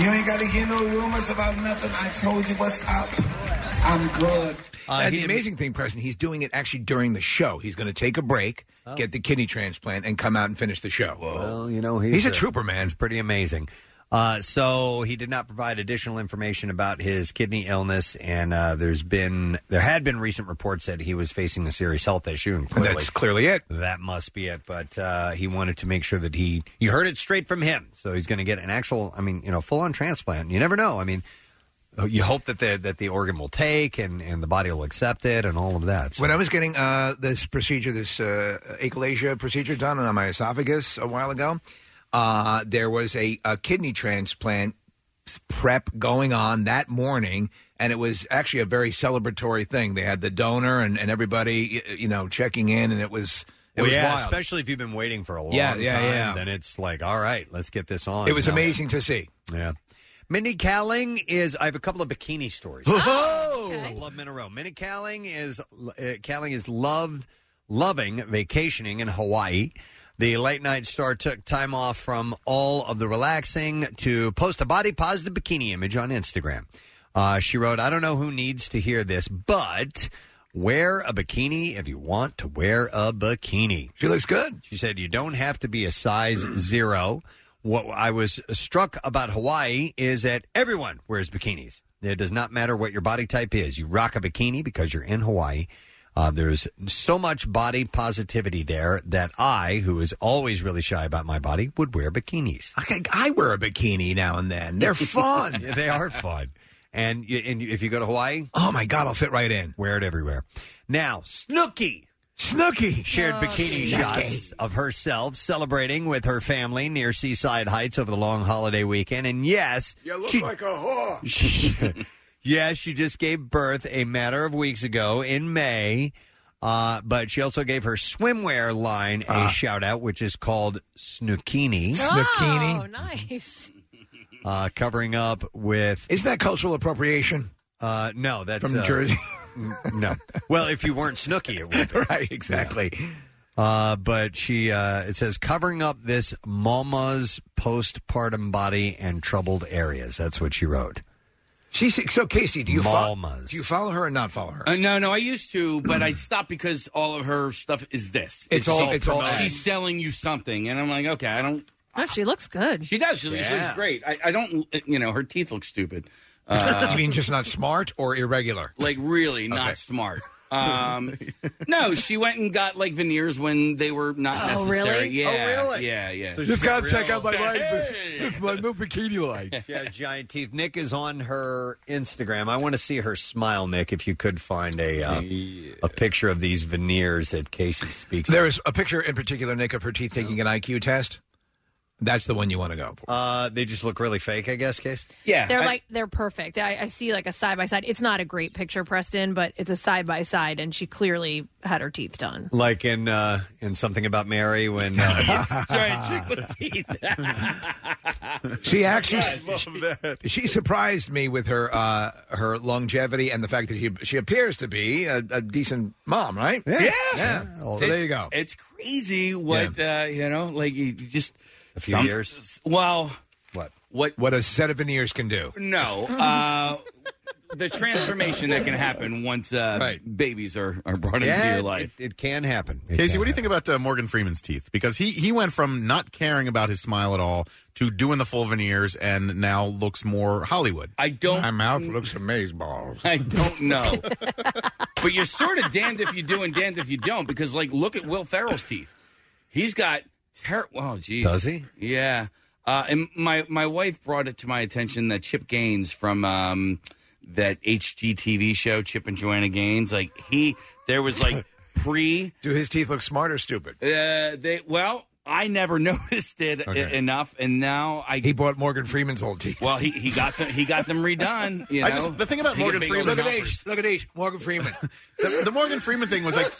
S16: You ain't got to hear no rumors about nothing. I told you what's up.
S2: Uh,
S16: I'm good.
S4: and the amazing thing, Preston, he's doing it actually during the show. He's going to take a break, get the kidney transplant, and come out and finish the show.
S2: Oh. Well, you know,
S4: he's, a, trooper, man. It's
S2: pretty amazing. Uh, so he did not provide additional information about his kidney illness, and uh, there's been there had been recent reports that he was facing a serious health issue, and clearly
S4: That's clearly it.
S2: that must be it. But uh, he wanted to make sure that he you heard it straight from him, so he's going to get an actual, I mean, you know, full on transplant. You never know. I mean, you hope that the that the organ will take and and the body will accept it and all of that. So-
S4: When I was getting uh, this procedure, this uh, achalasia procedure done on my esophagus a while ago, uh, there was a, a kidney transplant prep going on that morning, and it was actually a very celebratory thing. They had the donor and, and everybody, y- you know, checking in, and it was it
S2: Well,
S4: was
S2: yeah,
S4: wild.
S2: especially if you've been waiting for a long
S4: Yeah,
S2: time.
S4: yeah, yeah.
S2: Then it's like, all right, let's get this on.
S4: It was
S2: now.
S4: amazing to see.
S2: Yeah. Mindy Cowling is. I have a couple of bikini stories.
S4: Oh,
S2: I love them in a row. Mindy Cowling is. Uh, Cowling is loved, loving vacationing in Hawaii. The late night star took time off from all of the relaxing to post a body positive bikini image on Instagram. Uh, she wrote, "I don't know who needs to hear this, but." Wear a bikini if you want to wear a bikini.
S4: She looks good.
S2: She said, You don't have to be a size zero. What I was struck about Hawaii is that everyone wears bikinis. It does not matter what your body type is. You rock a bikini because you're in Hawaii. Uh, there's so much body positivity there that I, who is always really shy about my body, would wear bikinis.
S4: I, I wear a bikini now and
S2: (laughs)
S4: then. They're fun.
S2: they are fun. And, you, and you- if you go to Hawaii,
S4: oh my God, I'll fit right in.
S2: Wear it everywhere. Now, Snooky.
S4: Snooky
S2: shared
S4: Oh,
S2: bikini
S4: Snooki.
S2: shots of herself celebrating with her family near Seaside Heights over the long holiday weekend. And yes,
S4: You look like a whore.
S2: (laughs) yes, she just gave birth a matter of weeks ago in May. Uh, but she also gave her swimwear line a
S4: Ah.
S2: shout out, which is called Snookini.
S3: Oh, nice.
S4: Oh.
S2: Uh, covering up with.
S4: Is that cultural appropriation?
S2: Uh, no, that's.
S4: From New
S2: uh,
S4: Jersey?
S2: n- (laughs) no. Well, if you weren't Snooky, it would be.
S4: (laughs) right, exactly.
S2: Uh, but she, uh, it says, covering up this mama's postpartum body and troubled areas. That's what she wrote.
S4: She's so Casey. Do you follow?
S2: Mamas.
S4: Do you follow her or not follow her?
S5: Uh, no, no, I used to, but I stopped because all of her stuff is this.
S4: It's all-
S5: she-
S4: it's all-
S5: She's selling you something, and I'm like, okay, I don't.
S3: No, she looks good.
S5: She does. She, she
S4: Yeah.
S5: looks great. I, I don't. You know, her teeth look stupid.
S4: (laughs) you mean just not smart or irregular?
S5: like really not smart. Um, no, she went and got like veneers when they were not
S4: Oh,
S5: necessary.
S4: really?
S5: Yeah,
S4: Oh, really?
S5: yeah, yeah.
S4: So she's You've got gotta real- check out my
S5: Hey!
S4: It's my new bikini
S2: (laughs)
S4: line.
S2: She has giant teeth. Nick is on her Instagram. I want to see her smile, Nick. If you could find a uh, a picture of these veneers that Casey speaks.
S4: There is a picture in particular, Nick, of her teeth taking an IQ test. That's the one you want to go for.
S2: Uh, they just look really fake, I guess, Case.
S4: Yeah,
S3: They're like they're perfect. I, I see like a side by side. It's not a great picture, Preston, but it's a side by side, and she clearly had her teeth done.
S2: Like in uh, in something about Mary (laughs) when uh,
S5: Giant chick with teeth.
S4: (laughs) She actually, she, she surprised me with her uh, her longevity and the fact that she she appears to be a, a decent mom, right?
S5: Yeah.
S4: So there you go.
S5: It's crazy what uh, you know, like you just a
S4: few years?
S5: Well,
S2: what
S5: what
S4: what a set of veneers can do.
S5: no, uh, the transformation that can happen once uh, babies are are brought into
S9: Yeah,
S5: your
S9: it-
S5: life.
S2: It can happen.
S9: Casey, what do you think about uh, Morgan Freeman's teeth? Because he he went from not caring about his smile at all to doing the full veneers, and now looks more Hollywood.
S5: I don't.
S9: My
S4: mouth looks amazed balls.
S2: (laughs)
S5: I don't know. but you're sort of damned if you do and damned if you don't because, like, look at Will Ferrell's teeth. He's got ter Oh, geez.
S2: Does he?
S5: Yeah. Uh, and my my wife brought it to my attention that Chip Gaines from um, that HGTV show, Chip and Joanna Gaines, like he there was like pre.
S4: Do his teeth look smart or stupid?
S5: Uh, they well, I never (laughs) noticed it e-
S4: Okay.
S5: enough, and now I
S4: He bought Morgan Freeman's whole teeth.
S5: well he, he got them, he got them redone. You know?
S9: I just the thing about
S5: He got
S9: Morgan
S5: big
S9: Freeman.
S5: old numbers.
S4: these. Look at these. Morgan Freeman.
S9: the, the Morgan Freeman thing was like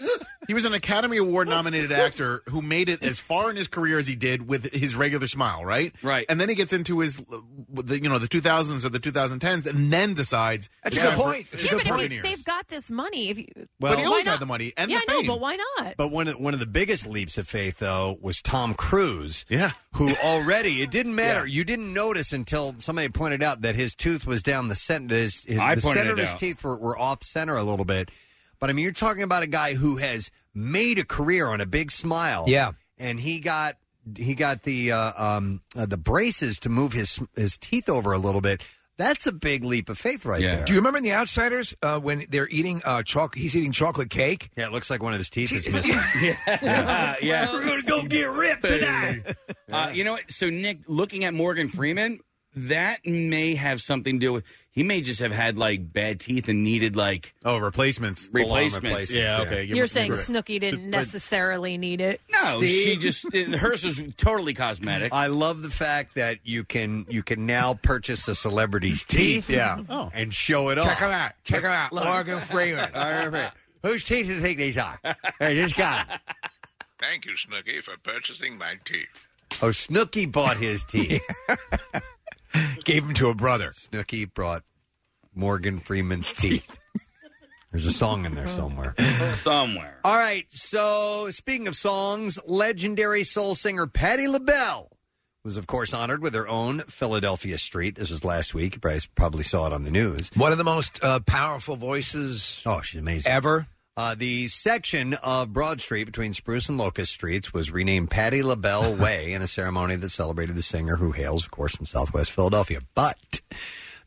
S9: he was an Academy Award nominated actor who made it as far in his career as he did with his regular smile, right? Right. And then he gets into his, uh, the, you know, the 2000s or the 2010s, and then decides
S4: That's
S9: it's
S4: a good
S9: time for-
S4: point.
S9: it's
S3: yeah,
S9: time
S3: but
S9: for
S3: if you,
S9: veneers.
S3: they've got this money, if you
S2: Well- But he
S3: why
S2: always
S3: not?
S2: had the money and the
S3: yeah, I know,
S2: fame.
S3: but why not?
S2: But one of, one of the biggest leaps of faith, though, was Tom Cruise.
S9: Yeah.
S2: Who already, it
S5: (laughs)
S2: didn't matter. You didn't notice until somebody pointed out that his tooth was down the center. His, his,
S5: I
S2: the
S5: pointed
S2: center
S5: it
S2: of his
S5: out.
S2: teeth were, were off center a little bit. But I mean, you're talking about a guy who has made a career on a big smile.
S4: Yeah.
S2: And he got. He got the uh, um, uh, the braces to move his his teeth over a little bit. That's a big leap of faith, right there.
S4: Do you remember in The Outsiders uh, when they're eating uh, chocolate? He's eating chocolate cake.
S2: Yeah, it looks like one of his teeth
S4: (laughs)
S2: is missing.
S5: yeah. Uh, yeah.
S2: We're gonna go get ripped tonight.
S5: Uh, you know what? So Nick, looking at Morgan Freeman, that may have something to do with. He may just have had like bad teeth and needed like
S9: oh replacements,
S5: replacements.
S9: replacements, yeah, okay,
S3: You're, saying Snooki didn't necessarily need it.
S5: No, she just it- hers was totally cosmetic.
S2: I love the fact that you can you can now purchase a celebrity's teeth,
S4: Yeah.
S2: and show it off.
S4: Check 'em out. Check 'em out.
S2: (laughs)
S4: Morgan Freeman.
S2: All right, all right. Whose teeth do you think these are? Hey, this guy.
S15: Thank you, Snooky, for purchasing my teeth.
S2: Oh, Snooky bought his
S4: (laughs)
S2: teeth.
S4: Gave him to a brother.
S2: Snooky brought Morgan Freeman's teeth. There's a song in there somewhere.
S5: somewhere.
S2: All right. So, speaking of songs, legendary soul singer Patti LaBelle was, of course, honored with her own Philadelphia street. This was last week. You guys probably saw it on the news.
S4: One of the most uh, powerful voices.
S2: Oh, she's amazing.
S4: Ever.
S2: Uh, the section of Broad Street between Spruce and Locust (laughs) Streets was renamed Patti LaBelle (laughs) Way in a ceremony that celebrated the singer who hails, of course, from Southwest Philadelphia. But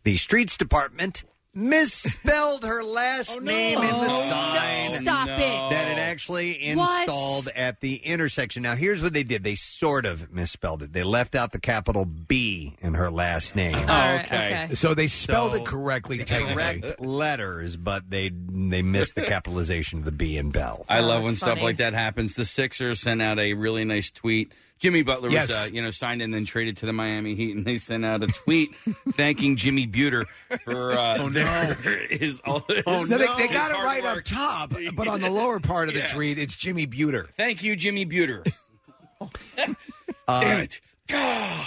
S2: the streets department misspelled her
S12: Oh,
S2: last name in the sign.
S12: Stop it.
S2: That it actually
S12: What?
S2: installed at the intersection. Now, here's what they did. They sort of misspelled it. They left out the capital B in her last name.
S4: okay. So they spelled
S2: So
S4: it correctly.
S2: the
S4: technically.
S2: correct letters, but they they missed the capitalization of the B in Bell.
S3: Oh,
S5: I love when stuff like that happens. The Sixers sent out a really nice tweet. Jimmy Butler
S2: Yes.
S5: was, uh, you know, signed and then traded to the Miami Heat, and they sent out a
S4: (laughs)
S5: tweet thanking Jimmy Buter for uh,
S4: Oh, no. Oh,
S5: their- (laughs) his, all his,
S4: No, they, they
S5: his
S4: got it
S5: Oh, hard
S4: right
S5: work.
S4: up top, but on the lower part of the tweet, it's Jimmy Buter.
S5: Thank you, Jimmy Buter.
S2: Uh,
S5: Damn it.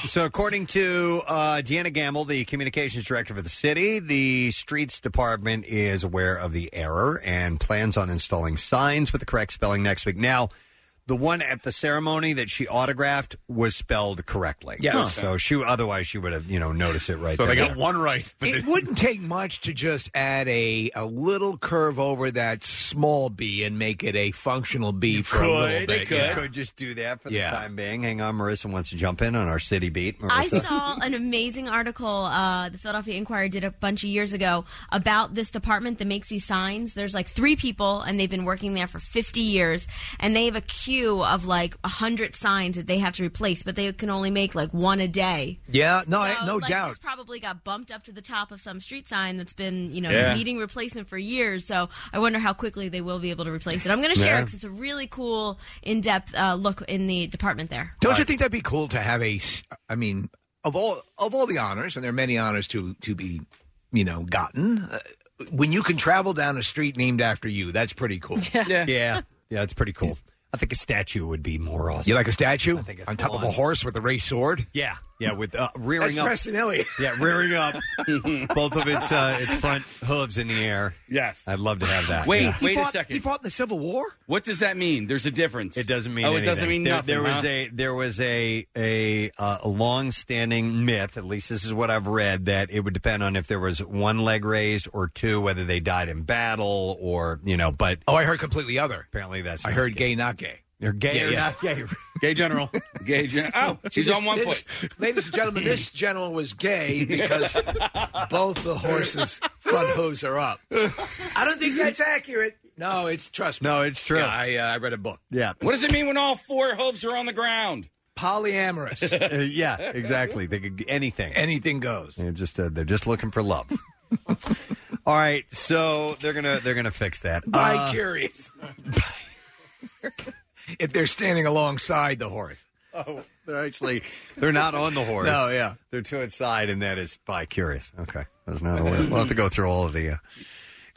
S2: so, according to uh, Deanna Gamble, the communications director for the city, the streets department is aware of the error and plans on installing signs with the correct spelling next week. Now, the one at the ceremony that she autographed was spelled correctly.
S4: Yes. Huh.
S2: So she otherwise she would have you know noticed it (laughs) right.
S4: So
S2: there
S4: they
S2: and
S4: got
S2: there.
S9: one right.
S4: It wouldn't take much to just add a a little curve over that small B and make it a functional B for a little bit.
S2: you
S4: yeah.
S2: could just do that for
S4: Yeah.
S2: the time being. Hang on, Marissa wants to jump in on our city beat. Marissa.
S17: I saw an amazing article uh, the Philadelphia Inquirer did a bunch of years ago about this department that makes these signs. There's like three people, and they've been working there for 50 years, and they have a queue of like 100 signs that they have to replace, but they can only make like one a day.
S4: Yeah, no, I,
S17: So,
S4: no
S17: like,
S4: doubt.
S17: This probably got bumped up to the top of some street sign that's been, you know,
S4: Yeah.
S17: needing replacement for years. So I wonder how quickly they will be able to replace it. I'm going to share
S4: Yeah.
S17: it 'cause it's a really cool, in-depth uh, look in the department there.
S4: Don't you think that'd be cool to have a? s- I mean, of all of all the honors, and there are many honors to to be, you know, gotten. Uh, when you can travel down a street named after you, that's pretty cool.
S2: (laughs) yeah, yeah, it's pretty cool. I think a statue would be more awesome.
S4: You like a statue on top of
S2: full
S4: a
S2: on.
S4: horse with a race sword?
S2: Yeah, yeah, with uh, rearing
S4: That's
S2: up.
S4: Preston Elliott.
S2: Yeah, rearing
S4: (laughs)
S2: up. Both of its uh, its front hooves in the air. Yes, I'd love to have that.
S5: Wait,
S2: yeah.
S5: wait a second. He fought
S4: in the Civil War.
S5: What does that mean? There's a difference. It
S2: doesn't mean
S5: Oh, it doesn't
S2: anything.
S5: mean
S2: there,
S5: nothing.
S2: There was
S5: huh?
S2: a there was a a, uh, a long-standing myth. At least this is what I've read that it would depend on if there was one leg raised or two, whether they died in battle or you know. But
S4: oh, I heard completely other.
S2: Apparently, that's
S4: I
S2: not
S4: heard
S2: gay.
S4: gay, not gay.
S2: You're gay or (laughs) not gay?
S9: Gay
S2: (laughs)
S9: general.
S5: gay general.
S4: (laughs)
S5: Oh,
S4: See,
S5: he's
S4: this-
S5: on one
S4: this- Ladies and
S5: (laughs)
S4: gentlemen, this general was gay because both the horses' front hooves are up. I don't think that's accurate. No, it's trust me.
S2: No, it's true.
S4: Yeah, I uh, I read a book.
S2: Yeah.
S5: What does it mean when all four hooves are on the ground?
S4: Polyamorous.
S2: (laughs) Uh, yeah, exactly. They could anything.
S4: Anything goes.
S2: They're just uh, they're just looking for love. (laughs) All right, so they're gonna they're gonna fix that.
S4: Bi
S2: Uh,
S4: curious. (laughs) if they're standing alongside the horse.
S2: Oh, they're actually they're not on the horse.
S4: No, yeah.
S2: they're to its side, and that is bi curious. Okay, I was not aware.
S4: (laughs)
S2: We'll have to go through all of the uh,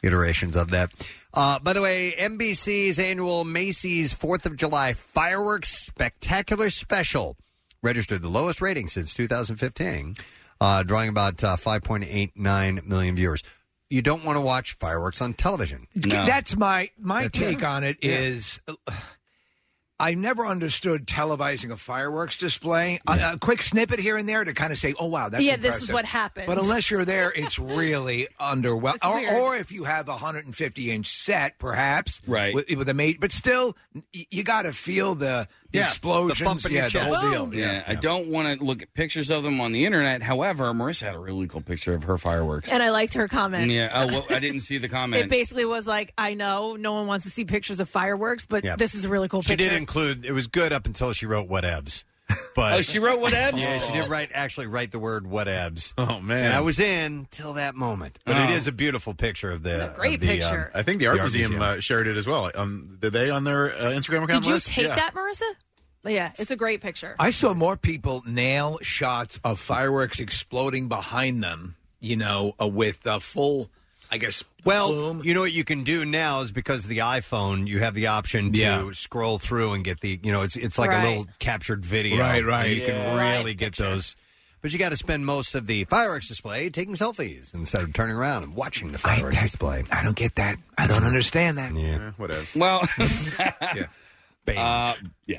S2: iterations of that. Uh, by the way, NBC's annual Macy's Fourth of July fireworks spectacular special registered the lowest rating since 2015, uh, drawing about uh, 5.89 million viewers. You don't want to watch fireworks on television.
S4: That's my my
S2: That's
S4: take
S2: right.
S4: on it
S2: Yeah.
S4: is uh, I never understood televising a fireworks display. A, a quick snippet here and there to kind of say, "Oh wow, that's
S3: Yeah, this is
S4: impressive."
S3: what happened.
S4: But unless you're
S3: (laughs)
S4: there, it's really underwhelming.
S3: It's
S4: Or,
S3: weird.
S4: or if you have a 150 inch set, perhaps right with, with a mate, but still, y- you got to feel the, the explosions. yeah, the whole deal.
S5: Yeah, I don't want to look at pictures of them on the internet. However, Marissa had a really cool picture of her fireworks.
S3: And I liked her comment.
S5: Yeah, oh, well, I didn't
S3: (laughs)
S5: see the
S3: It
S5: comment.
S3: basically was like, I know no one wants to see pictures of fireworks, but
S2: Yeah.
S3: this is a really cool
S2: She
S3: picture.
S2: did include it was good up until she wrote
S9: (laughs)
S2: whatevs. But
S5: Oh, she wrote whatevs?
S2: Yeah, she did write actually write the word whatevs.
S9: Oh man,
S2: and I was in till that moment. But it is a beautiful picture of the
S17: great
S2: of the,
S17: picture.
S2: um,
S9: I think the art
S2: the art
S9: museum,
S2: museum.
S9: Uh, shared it as well. Um, did they on their uh, Instagram account?
S3: Did you
S9: list?
S3: take
S9: Yeah.
S3: that, Marissa? Yeah, it's a great picture.
S4: I saw more people nail shots of fireworks exploding behind them, you know, uh, with a full, I guess,
S2: Well,
S4: plume.
S2: you know what you can do now is because of the iPhone, you have the option to
S4: Yeah.
S2: scroll through and get the you know it's it's like
S4: Right.
S2: a little captured video.
S4: Right,
S2: and
S4: right.
S2: You can
S4: Yeah.
S2: really get those. But you got to spend most of the fireworks display taking selfies instead of turning around and watching the fireworks display.
S4: I don't get that. I don't understand that.
S2: Yeah,
S9: what else?
S5: Well,
S4: Eh, (laughs) yeah.
S5: Uh, yeah.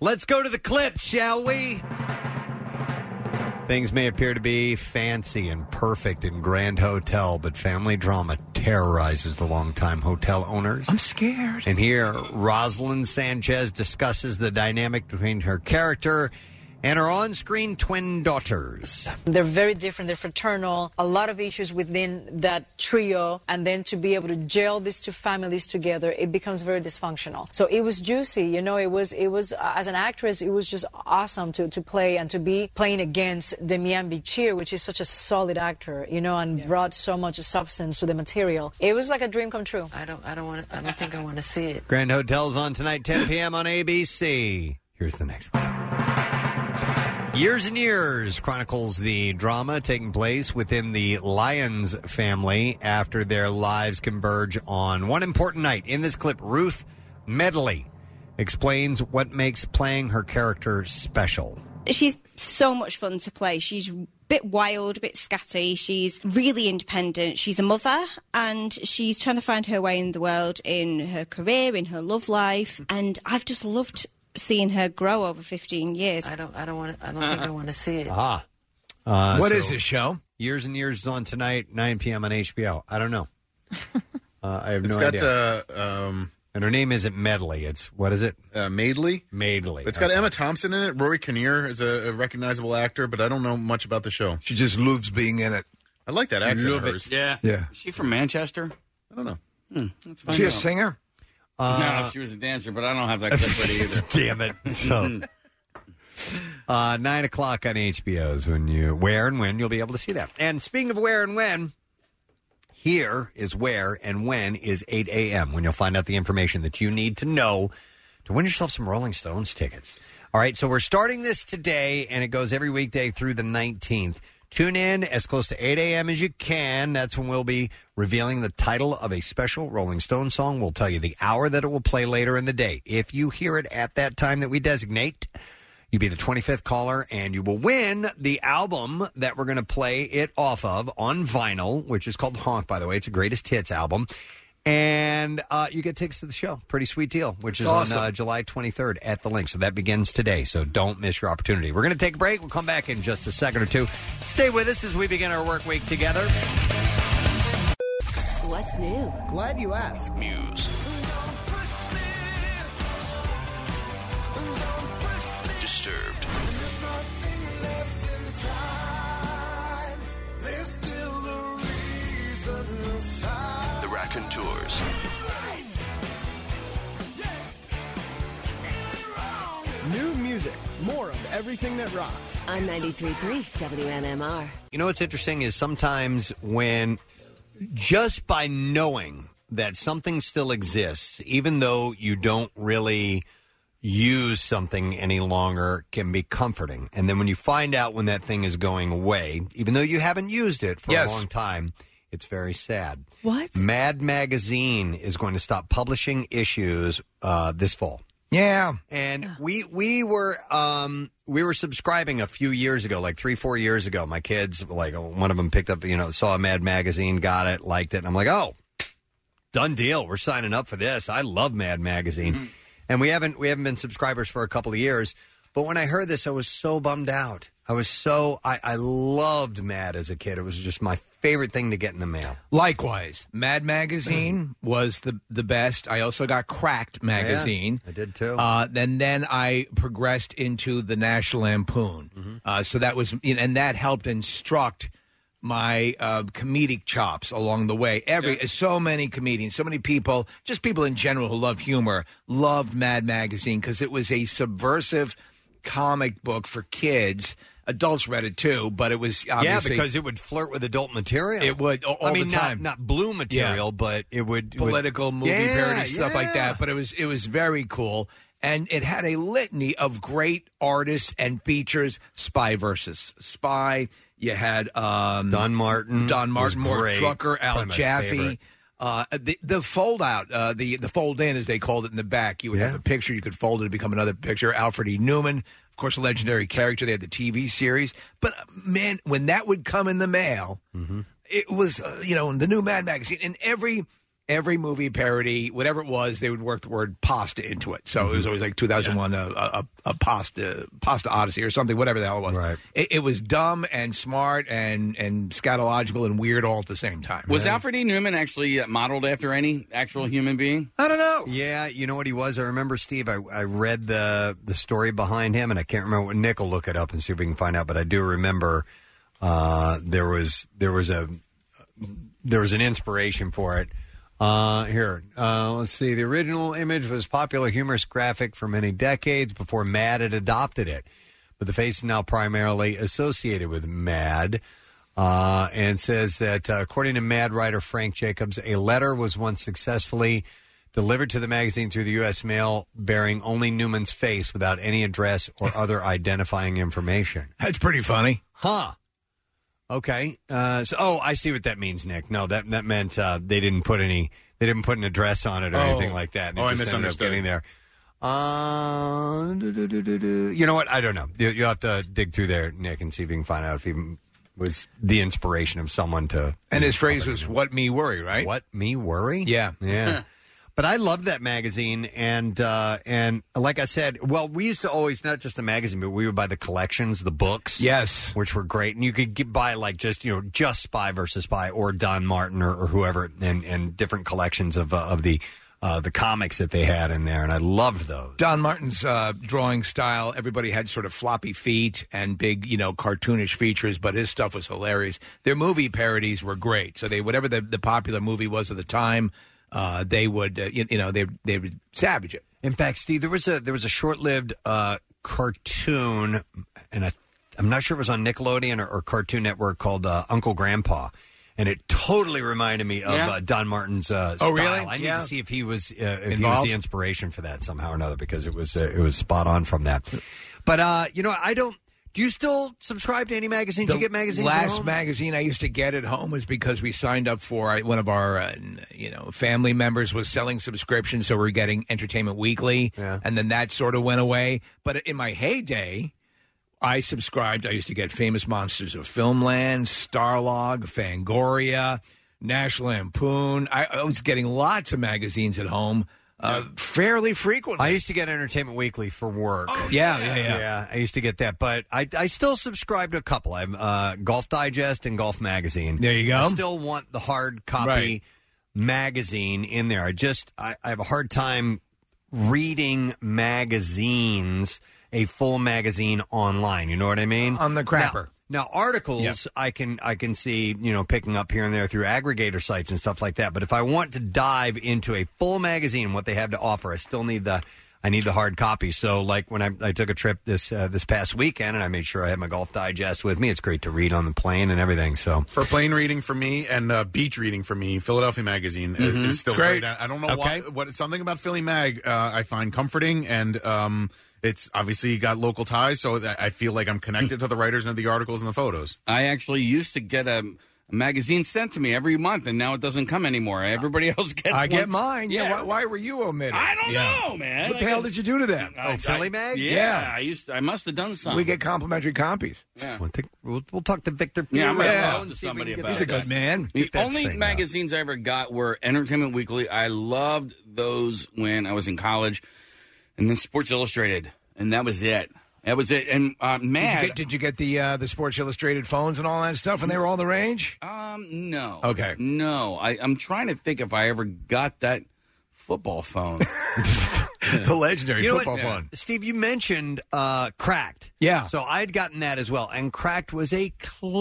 S2: Let's go to the clips, shall we? Things may appear to be fancy and perfect in Grand Hotel, but family drama terrorizes the longtime hotel owners. I'm
S4: scared.
S2: And here, Rosalind Sanchez discusses the dynamic between her character and her on screen twin daughters.
S18: They're very different. They're fraternal. A lot of issues within that trio. And then to be able to gel these two families together, it becomes very dysfunctional. So it was juicy. You know, it was, it was, uh, as an actress, it was just awesome to, to play and to be playing against Demian Bichir, which is such a solid actor, you know, and brought so much substance to the material. It was like a dream come true. I don't, I don't want I don't think I want to see it.
S2: Grand Hotel's on tonight, 10 p.m. on ABC. Here's the next clip. Years and Years chronicles the drama taking place within the Lyons family after their lives converge on one important night. In this clip, Ruth Medley explains what makes playing her character special.
S19: she's so much fun to play. She's bit wild, a bit scatty. She's really independent. She's a mother and she's trying to find her way in the world in her career, in her love life. And I've just loved seeing her grow over 15 years. I don't I don't want I don't think I want to see it.
S2: Ah. Uh, What is this show? Years and Years is on tonight, 9 p.m. on HBO. I don't
S9: (laughs)
S2: know. Uh, I have
S9: It's
S2: no
S9: got,
S2: idea. um, and her name isn't Medley. It's what is it?
S9: Uh, Madeley.
S2: Madeley.
S9: It's got Emma Thompson in it. Rory Kinnear is a, a recognizable actor, but I don't know much about the show. She just loves being in it. I like that accent. of hers.
S5: Yeah.
S9: Yeah.
S5: Is she from Manchester?
S9: I don't know.
S5: Hmm, let's find
S9: She a
S5: out.
S9: singer?
S5: no, she was a dancer, but I don't have that clip ready either. Hmm.
S2: Damn it.
S5: (laughs)
S2: So, uh, 9 o'clock on HBO is when you, where and when you'll be able to see that. And speaking of where and when, here is where and when is 8 a.m. when you'll find out the information that you need to know to win yourself some Rolling Stones tickets. All right, so we're starting this today, and it goes every weekday through the 19th. Tune in as close to 8 a.m. as you can. That's when we'll be revealing the title of a special Rolling Stone song. We'll tell you the hour that it will play later in the day. If you hear it at that time that we designate, You'll be the 25th caller, and you will win the album that we're going to play it off of on vinyl, which is called Honk, by the way. It's a greatest hits album. And uh, you get tickets to the show. Pretty sweet deal,
S7: That's
S2: which is
S7: awesome.
S2: on uh, July 23rd at the link. So that begins today. So don't miss your opportunity. We're going to take a break. We'll come back in just a second or two. Stay with us as we begin our work week together.
S20: What's new? Glad you asked. News.
S8: Disturbed. The Raconteurs.
S20: New music. More of everything that rocks. On 93.3 WNMR.
S2: You know what's interesting is sometimes when just by knowing that something still exists, even though you don't really use something any longer, can be comforting. And then when you find out when that thing is going away, even though you haven't used it for
S12: Yes.
S2: a long time, it's very sad.
S3: What?
S2: Mad Magazine is going to stop publishing issues uh, this fall.
S7: Yeah.
S2: And we we were um we were subscribing a few years ago, like three four years ago. My kids like one of them picked up you know saw a Mad magazine, got it, liked it, and I'm like, oh, done deal. We're signing up for this. I love Mad magazine,
S4: Mm-hmm.
S2: and we haven't we haven't been subscribers for a couple of years. But when I heard this, I was so bummed out. I was so I, I loved Mad as a kid. It was just my favorite thing to get in the mail.
S4: Likewise,
S2: (clears throat)
S4: Mad Magazine was the the best. I also got Cracked Magazine.
S2: I did too.
S4: Uh, and then I progressed into the National Lampoon.
S2: Mm-hmm.
S4: Uh, so that was, and that helped instruct my uh, comedic chops along the way. Every so many comedians, so many people, just people in general who love humor, loved Mad Magazine because it was a subversive comic book for kids. Adults read it too, but it was obviously
S2: yeah, because it would flirt with adult material.
S4: It would a- all
S2: I mean,
S4: the
S2: not-
S4: time.
S2: not blue material, but it would
S4: political movie
S2: Yeah,
S4: parody stuff like
S2: yeah.
S4: that. But it was it was very cool, and it had a litany of great artists and features. Spy versus Spy. You had um,
S2: Don Martin
S4: Don
S2: was
S4: Martin, Mark
S2: great.
S4: Drucker, Al
S2: Probably my favorite.
S4: Jaffe. Uh, the the fold out, uh, the the fold in, as they called it in the back. You would have a picture, you could fold it to become another picture. Alfred E. Newman, of course, a legendary character. They had the TV series, but uh, man, when that would come in the mail, it was uh, you know in the new Mad magazine, and every every movie parody, whatever it was, they would work the word pasta into it. So it was always like 2001, uh a, a, a pasta pasta odyssey or something, whatever the hell it was. Right. It, it was dumb and smart and and scatological and weird all at the same time.
S5: Was Alfred E. Newman actually uh, modeled after any actual human being?
S4: I don't know.
S2: Yeah, you know what he was. I remember Steve. I, I read the the story behind him, and I can't remember. what Nick will look it up and see if we can find out. But I do remember uh, there was there was a there was an inspiration for it. Uh, here, uh, let's see. The original image was popular humorous graphic for many decades before Mad had adopted it, but the face is now primarily associated with Mad. Uh, and says that uh, according to Mad writer Frank Jacobs, a letter was once successfully delivered to the magazine through the U.S. mail, bearing only Newman's face without any address or
S9: (laughs)
S2: other identifying information.
S4: That's pretty funny,
S2: huh? Okay. Uh, so, oh, I see what that means, Nick. No, that that meant uh, they didn't put any, they didn't put an address on it or
S9: Oh.
S2: anything like that. And it
S9: Oh, I
S2: just ended up
S9: misunderstood.
S2: Getting there. Uh, do, do, do, do, do. you know what? I don't know. You, you'll have to dig through there, Nick, and see if you can find out if he was the inspiration of someone to.
S4: And his phrase was "What me worry," right?
S2: What me worry?
S4: Yeah,
S2: Yeah. But I love that magazine, and uh, and like I said, well, we used to always not just the magazine, but we would buy the collections, the books, yes, which were great, and you could get, buy like just you know just Spy versus Spy or Don Martin or, or whoever, and and different collections of uh, of the uh, the comics that they had in there, and I loved those.
S4: Don Martin's uh, drawing style. Everybody had sort of floppy feet and big, you know, cartoonish features, but his stuff was hilarious. Their movie parodies were great. So they, whatever the, the popular movie was at the time, uh, they would, uh, you, you know, they they would savage it.
S2: In fact, Steve, there was a there was a short lived uh, cartoon, and I, I'm not sure it was on Nickelodeon or, or Cartoon Network called uh, Uncle Grandpa, and it totally reminded me of
S4: Yeah.
S2: uh, Don Martin's uh,
S4: Oh,
S2: style.
S4: really?
S2: I need
S4: Yeah.
S2: to see if he was uh, if he was
S4: Involved?
S2: the inspiration for that somehow or another because it was uh, it was spot on from that. But uh, you know, I don't. Do you still subscribe to any magazines? you get magazines? at
S4: Last
S2: home?
S4: magazine I used to get at home was because we signed up for I- one of our, uh, n- you know, family members was selling subscriptions, so we are getting Entertainment Weekly, and then that sort of went away. But in my heyday, I subscribed. I used to get Famous Monsters of Filmland, Starlog, Fangoria, National Lampoon. I, I was getting lots of magazines at home. Uh, fairly frequently.
S2: I used to get Entertainment Weekly for work.
S4: Oh, yeah, yeah, yeah.
S2: I used to get that, but I, I still subscribe to a couple. I'm uh, Golf Digest and Golf Magazine.
S4: There you go.
S2: I still want the hard copy
S4: Right.
S2: magazine in there. I just I, I have a hard time reading magazines, a full magazine online. You know what I mean?
S4: On the crapper.
S2: Now, now articles I can I can see you know picking up here and there through aggregator sites and stuff like that. But if I want to dive into a full magazine, what they have to offer, I still need the I need the hard copy. So like when I, I took a trip this uh, this past weekend and I made sure I had my Golf Digest with me. It's great to read on the plane and everything. So
S9: For plane reading for me and uh, beach reading for me, Philadelphia Magazine uh, is-
S2: Mhm.
S9: is still
S2: It's great.
S9: great. I, I don't know
S2: Okay.
S9: why. What something about Philly Mag uh, I find comforting, and um, it's obviously got local ties, so that I feel like I'm
S2: Hmm.
S9: connected to the writers and the articles and the photos.
S5: I actually used to get a, a magazine sent to me every month, and now it doesn't come anymore. Everybody (laughs) else gets.
S4: I get
S5: one.
S4: mine. Yeah. Why, why were you omitted? I
S5: don't know, man.
S4: What the hell did you do to them?
S2: Oh,
S5: I- I- Yeah, I used. I must have done
S4: Yeah.
S5: something.
S4: Oh, We get complimentary copies.
S5: Yeah.
S2: We'll, we'll talk to Victor.
S5: Yeah, I'm gonna
S4: Yeah.
S5: talk to somebody about
S4: He's a good
S5: that.
S4: man.
S5: The only magazines I ever got were Entertainment Weekly. I loved those when I was in college, and then Sports Illustrated, and that was it. That was it. And uh,
S4: Did you
S5: Mad.
S4: get, did you get the uh, the Sports Illustrated phones and all that stuff when they were all the rage?
S5: um, no.
S4: Okay.
S5: No, I, I'm trying to think if I ever got that football phone.
S4: (laughs) the legendary
S2: You know what, Steve, you mentioned uh, Cracked.
S5: Yeah.
S2: So I'd gotten that as well. And Cracked was a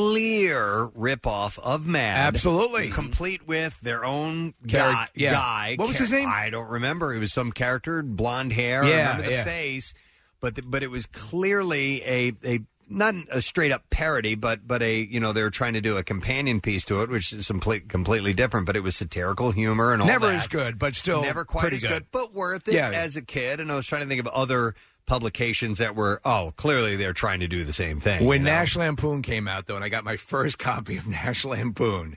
S2: clear ripoff of Mad.
S4: Absolutely.
S2: Complete with their own
S4: Charac-
S2: guy.
S4: yeah.
S2: guy
S4: What was his name?
S2: I don't remember. It was some character, blonde hair. I
S4: Yeah,
S2: remember the
S4: yeah.
S2: face. But, the, but it was clearly a. a not a straight up parody, but but a you know they were trying to do a companion piece to it, which is complete, completely different. But it was satirical humor and all
S4: Never
S2: that.
S4: as good, but still
S2: never quite
S4: pretty
S2: as
S4: good.
S2: good. but worth it
S4: Yeah.
S2: as a kid. And I was trying to think of other publications that were oh, clearly they're trying to do the same thing.
S4: When
S2: you know?
S4: National Lampoon came out, though, and I got my first (laughs) copy of National Lampoon,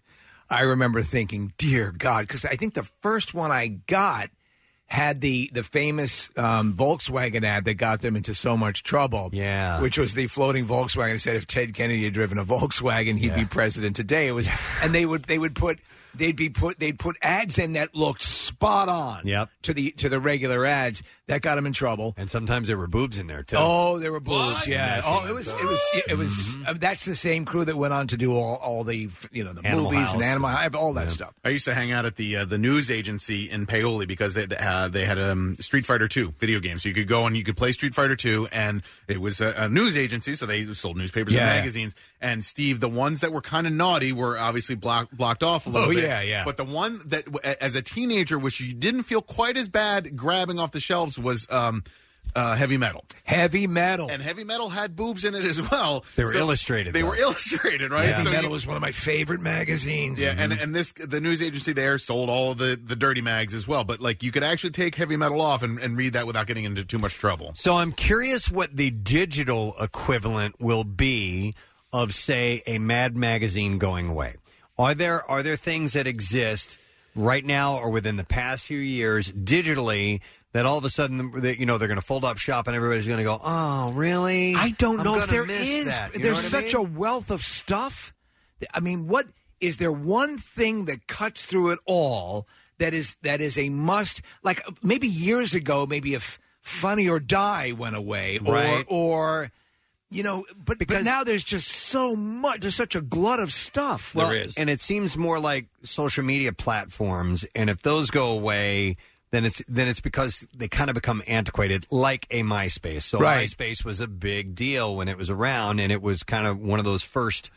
S4: I remember thinking, "Dear God," because I think the first one I got had the the famous um, Volkswagen ad that got them into so much trouble. Yeah, which was the floating Volkswagen. It said, "If Ted Kennedy had driven a Volkswagen, he'd be president today." It was, and they would they would put they'd be put they'd put ads in that looked spot on.
S2: Yep.
S4: To the to the regular ads that got them in trouble,
S2: and sometimes there were boobs in there too.
S4: Oh, there were boobs. Yeah.
S2: National
S4: Oh, it was. It was. It was.
S9: Mm-hmm.
S4: uh, that's the same crew that went on to do all, all the you know the
S9: Animal
S4: movies and
S9: House.
S4: Animal House, all that stuff.
S9: I used to hang out at the uh, the news agency in Paoli because they uh, they had um, Street Fighter Two video game, so you could go and you could play Street Fighter Two, and it was a, a news agency, so they sold newspapers
S4: Yeah.
S9: and magazines. And Steve, the ones that were kind of naughty were obviously blocked blocked off a little
S4: Oh,
S9: bit.
S4: yeah, yeah.
S9: But the one that w- a- as a teenager, which you didn't feel quite as bad grabbing off the shelves, was um, uh, heavy metal.
S4: Heavy metal.
S9: And heavy metal had boobs in it as well.
S2: They were illustrated,
S9: They
S2: though.
S9: were illustrated, right?
S4: Heavy
S9: So
S4: Metal
S9: you-
S4: was one of my favorite magazines.
S9: yeah, and and this the news agency there sold all the the dirty mags as well. But like you could actually take heavy metal off and, and read that without getting into too much trouble.
S2: So I'm curious what the digital equivalent will be of, say, a Mad magazine going away. Are there are there things that exist right now or within the past few years digitally that all of a sudden, the- you know, they're going to fold up shop and everybody's going to go, oh, really?
S4: I don't
S2: I'm
S4: know if
S2: gonna
S4: there
S2: miss
S4: is.
S2: that." You know
S4: There's
S2: what I
S4: such
S2: mean?
S4: a wealth of stuff. I mean, what is there one thing that cuts through it all that is that is a must? Like uh, maybe years ago, maybe if Funny or Die went away,
S2: Right.
S4: or or you know, but but now there's just so much. There's such a glut of stuff.
S2: Well, And it seems more like social media platforms, and if those go away, then it's then it's because they kind of become antiquated, like a MySpace. So
S4: Right.
S2: MySpace was a big deal when it was around, and it was kind of one of those first,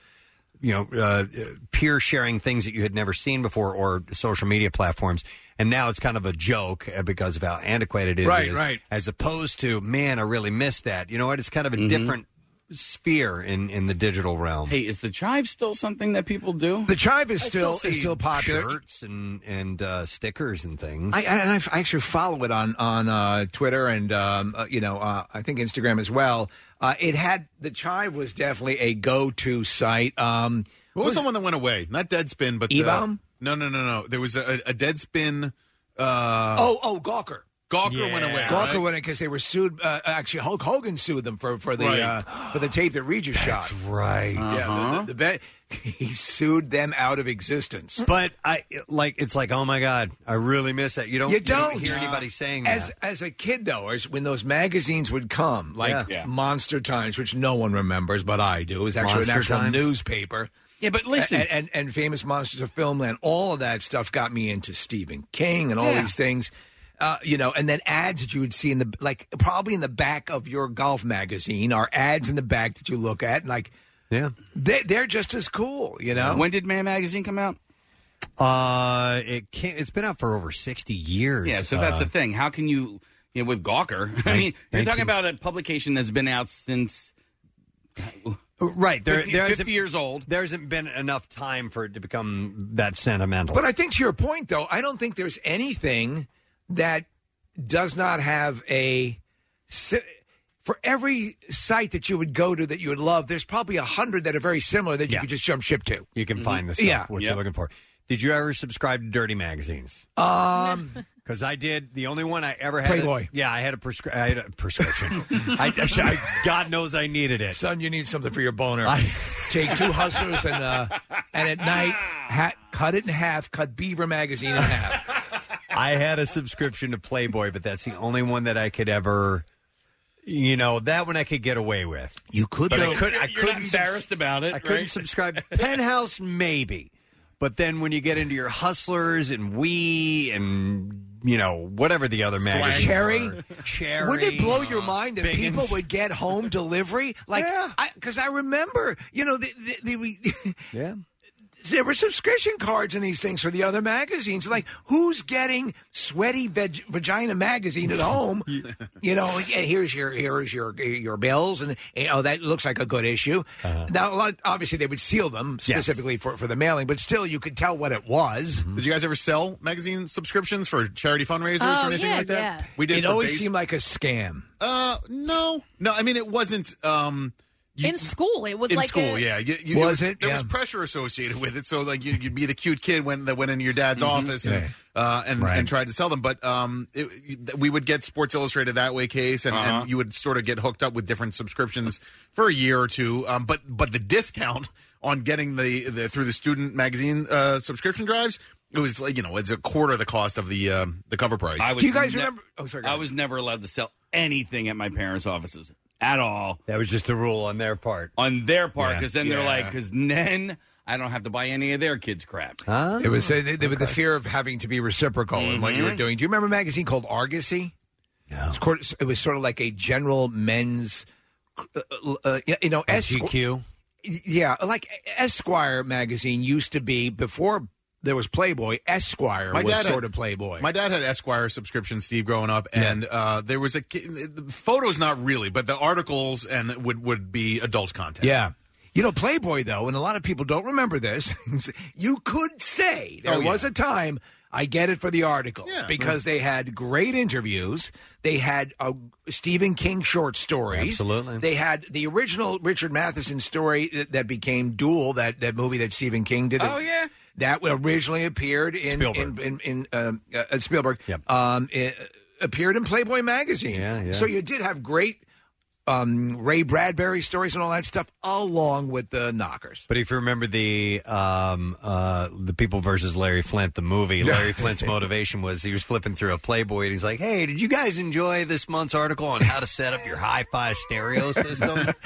S2: you know, uh, peer sharing things that you had never seen before, or social media platforms. And now it's kind of a joke uh, because of how antiquated it is.
S4: Right, right.
S2: As opposed to, man, I really missed that. You know what? It's kind
S4: Mm-hmm.
S2: of a different sphere in in the digital realm.
S5: Hey, is the chive still something that people do?
S4: The chive is
S2: I
S4: still, is
S2: see
S4: still popular.
S2: Shirts and and uh, stickers and things.
S4: I, I- and I f- I actually follow it on on uh, Twitter and um, uh, you know uh, I think Instagram as well. Uh, it had the Chive was definitely a go to site. Um,
S9: What was the one that went away? Not Deadspin, but the-
S4: Ebom?
S9: No, no, no, no. There was a, a Deadspin. Uh,
S4: oh oh Gawker.
S9: Gawker went away.
S4: Gawker
S9: right?
S4: went away because they were sued. Uh, actually, Hulk Hogan sued them for for the
S9: Right.
S4: uh, for the tape that Regis shot.
S2: right. Uh-huh.
S4: Yeah. The, the, the bet he sued them out of existence.
S2: But I like it's like oh my god, I really miss that. You don't
S4: you
S2: you
S4: don't,
S2: hear anybody saying
S4: as,
S2: that.
S4: As a kid, though, as when those magazines would come, like
S2: Yeah. Yeah.
S4: Monster Times, which no one remembers, but I do. It was actually an
S5: Monster
S4: actual
S5: Times?
S4: newspaper.
S5: Yeah, but listen-
S4: and, and and famous monsters of filmland, all of that stuff got me into Stephen King and all
S5: Yeah.
S4: these things. Uh, you know, and then ads that you would see in the like probably in the back of your golf magazine are ads in the back that you look at, and like
S2: yeah,
S4: they they're just as cool. You know,
S5: When did Man Magazine come out?
S2: Uh, it can't. It's been out for over sixty years.
S5: Yeah, so that's
S2: Uh,
S5: the thing. How can you, you know, with Gawker? (laughs) I
S2: Nin-
S5: mean, you're talking
S2: 19
S5: about a publication that's been out since
S2: uh, right. There,
S5: 50
S2: there hasn't-
S5: 50 years old.
S2: There hasn't been enough time for it to become that sentimental.
S4: But I think to your point, though, I don't think there's anything that does not have a. si- For every site that you would go to that you would love, there's probably a hundred that are very similar that you could just jump ship to.
S2: you can find the stuff
S4: Mm, Yeah.
S2: what you're looking for. Did you ever subscribe to dirty magazines?
S4: Um, (laughs)
S2: Because I did the only one I ever had.
S4: Playboy.
S2: yeah, I had a, prescri- I had a
S4: (laughs)
S2: prescription. I, I- God knows I needed it.
S4: Son, you need something for your boner. Take two hustlers and uh, and at night ha- cut it in half, cut Beaver magazine in half.
S2: I had a subscription to Playboy, but that's the only one that I could ever. You know that one I could get away with.
S4: You could,
S2: but I
S5: You're-
S2: could. I
S5: you're not
S2: couldn't. subs-
S5: embarrassed about
S4: (laughs)
S5: it.
S2: I couldn't
S5: right?
S2: subscribe. Penthouse maybe, but then when you get into your hustlers and we and you know whatever the other magazines,
S4: Cherry,
S2: were. Cherry.
S4: Wouldn't it blow
S9: uh,
S4: your mind that
S2: Biggins.
S4: people would get
S9: (laughs)
S4: home delivery? Like, because I, remember, you know, the, the, the, we, (laughs)
S2: yeah.
S4: There were subscription cards in these things for the other magazines. Like, who's getting sweaty veg- vagina magazine at
S9: (laughs)
S4: home? you know, yeah, here's your here's your your bills, and eh, oh, that looks like a good issue.
S9: Uh-huh.
S4: Now, a lot obviously they would seal them specifically for, for the mailing, but still you could tell what it was.
S9: Did you guys ever sell magazine subscriptions for charity fundraisers
S4: Oh,
S9: or anything
S4: yeah,
S9: like that?
S4: yeah.
S9: We did.
S4: It
S9: for
S4: always
S9: base-
S4: seemed like a scam.
S9: Uh, no, no. I mean, it wasn't. Um, you-
S3: in school, it was
S9: in
S3: like
S9: school,
S3: a,
S9: yeah. You, you,
S4: Was
S9: there
S4: it?
S9: There
S4: Yeah.
S9: was pressure associated with it, so like you, you'd be the cute kid when that went into your dad's office and uh, and, and tried to sell them. But um, it, you- we would get Sports Illustrated that way case, and,
S5: Uh-huh.
S9: and you would sort of get hooked up with different subscriptions for a year or two. Um, but but the discount on getting the, the through the student magazine uh, subscription drives. It was like you know, it's a quarter the cost of the um, the cover price.
S5: I was ne-
S4: Oh, sorry.
S5: I was never allowed to sell anything at my parents' offices at all
S2: That was just a rule on their part.
S5: on their part
S2: Yeah.
S5: because then they're
S2: Yeah.
S5: like, because then I don't have to buy any of their kids' crap.
S4: It was uh, the, the, the fear of having to be reciprocal in what you were
S5: Mhm.
S4: doing. Do you remember a magazine called Argosy? No. It's called, it was sort of like a general men's, uh, uh, you know,
S2: GQ.
S4: Yeah, like Esquire magazine used to be before there was Playboy. Esquire was sort of Playboy.
S9: My dad had Esquire subscription, Steve, growing up, and uh, there was a ki- the photos, not really, but the articles and would would be adult content.
S4: Yeah. You know, Playboy, though, and a lot of people don't remember this, (laughs) you could say there
S9: Oh, yeah.
S4: was a time I get it for the articles because they had great interviews. They had uh, Stephen King short stories.
S2: Absolutely.
S4: They had the original Richard Matheson story that, that became Duel, that, that movie that Stephen King did.
S5: Oh, yeah.
S4: That originally appeared in
S2: Spielberg.
S4: in in, in um, uh, Spielberg. Yep. Um, uh, appeared in Playboy magazine.
S2: Yeah, yeah.
S4: So you did have great um, Ray Bradbury stories and all that stuff, along with the knockers.
S2: But if you remember the um, uh, the People versus Larry Flint, the
S4: (laughs)
S2: movie, Larry Flint's motivation was he was flipping through a Playboy and he's like, "Hey, did you guys enjoy this month's article on how to set up your hi-fi stereo system?"
S4: (laughs)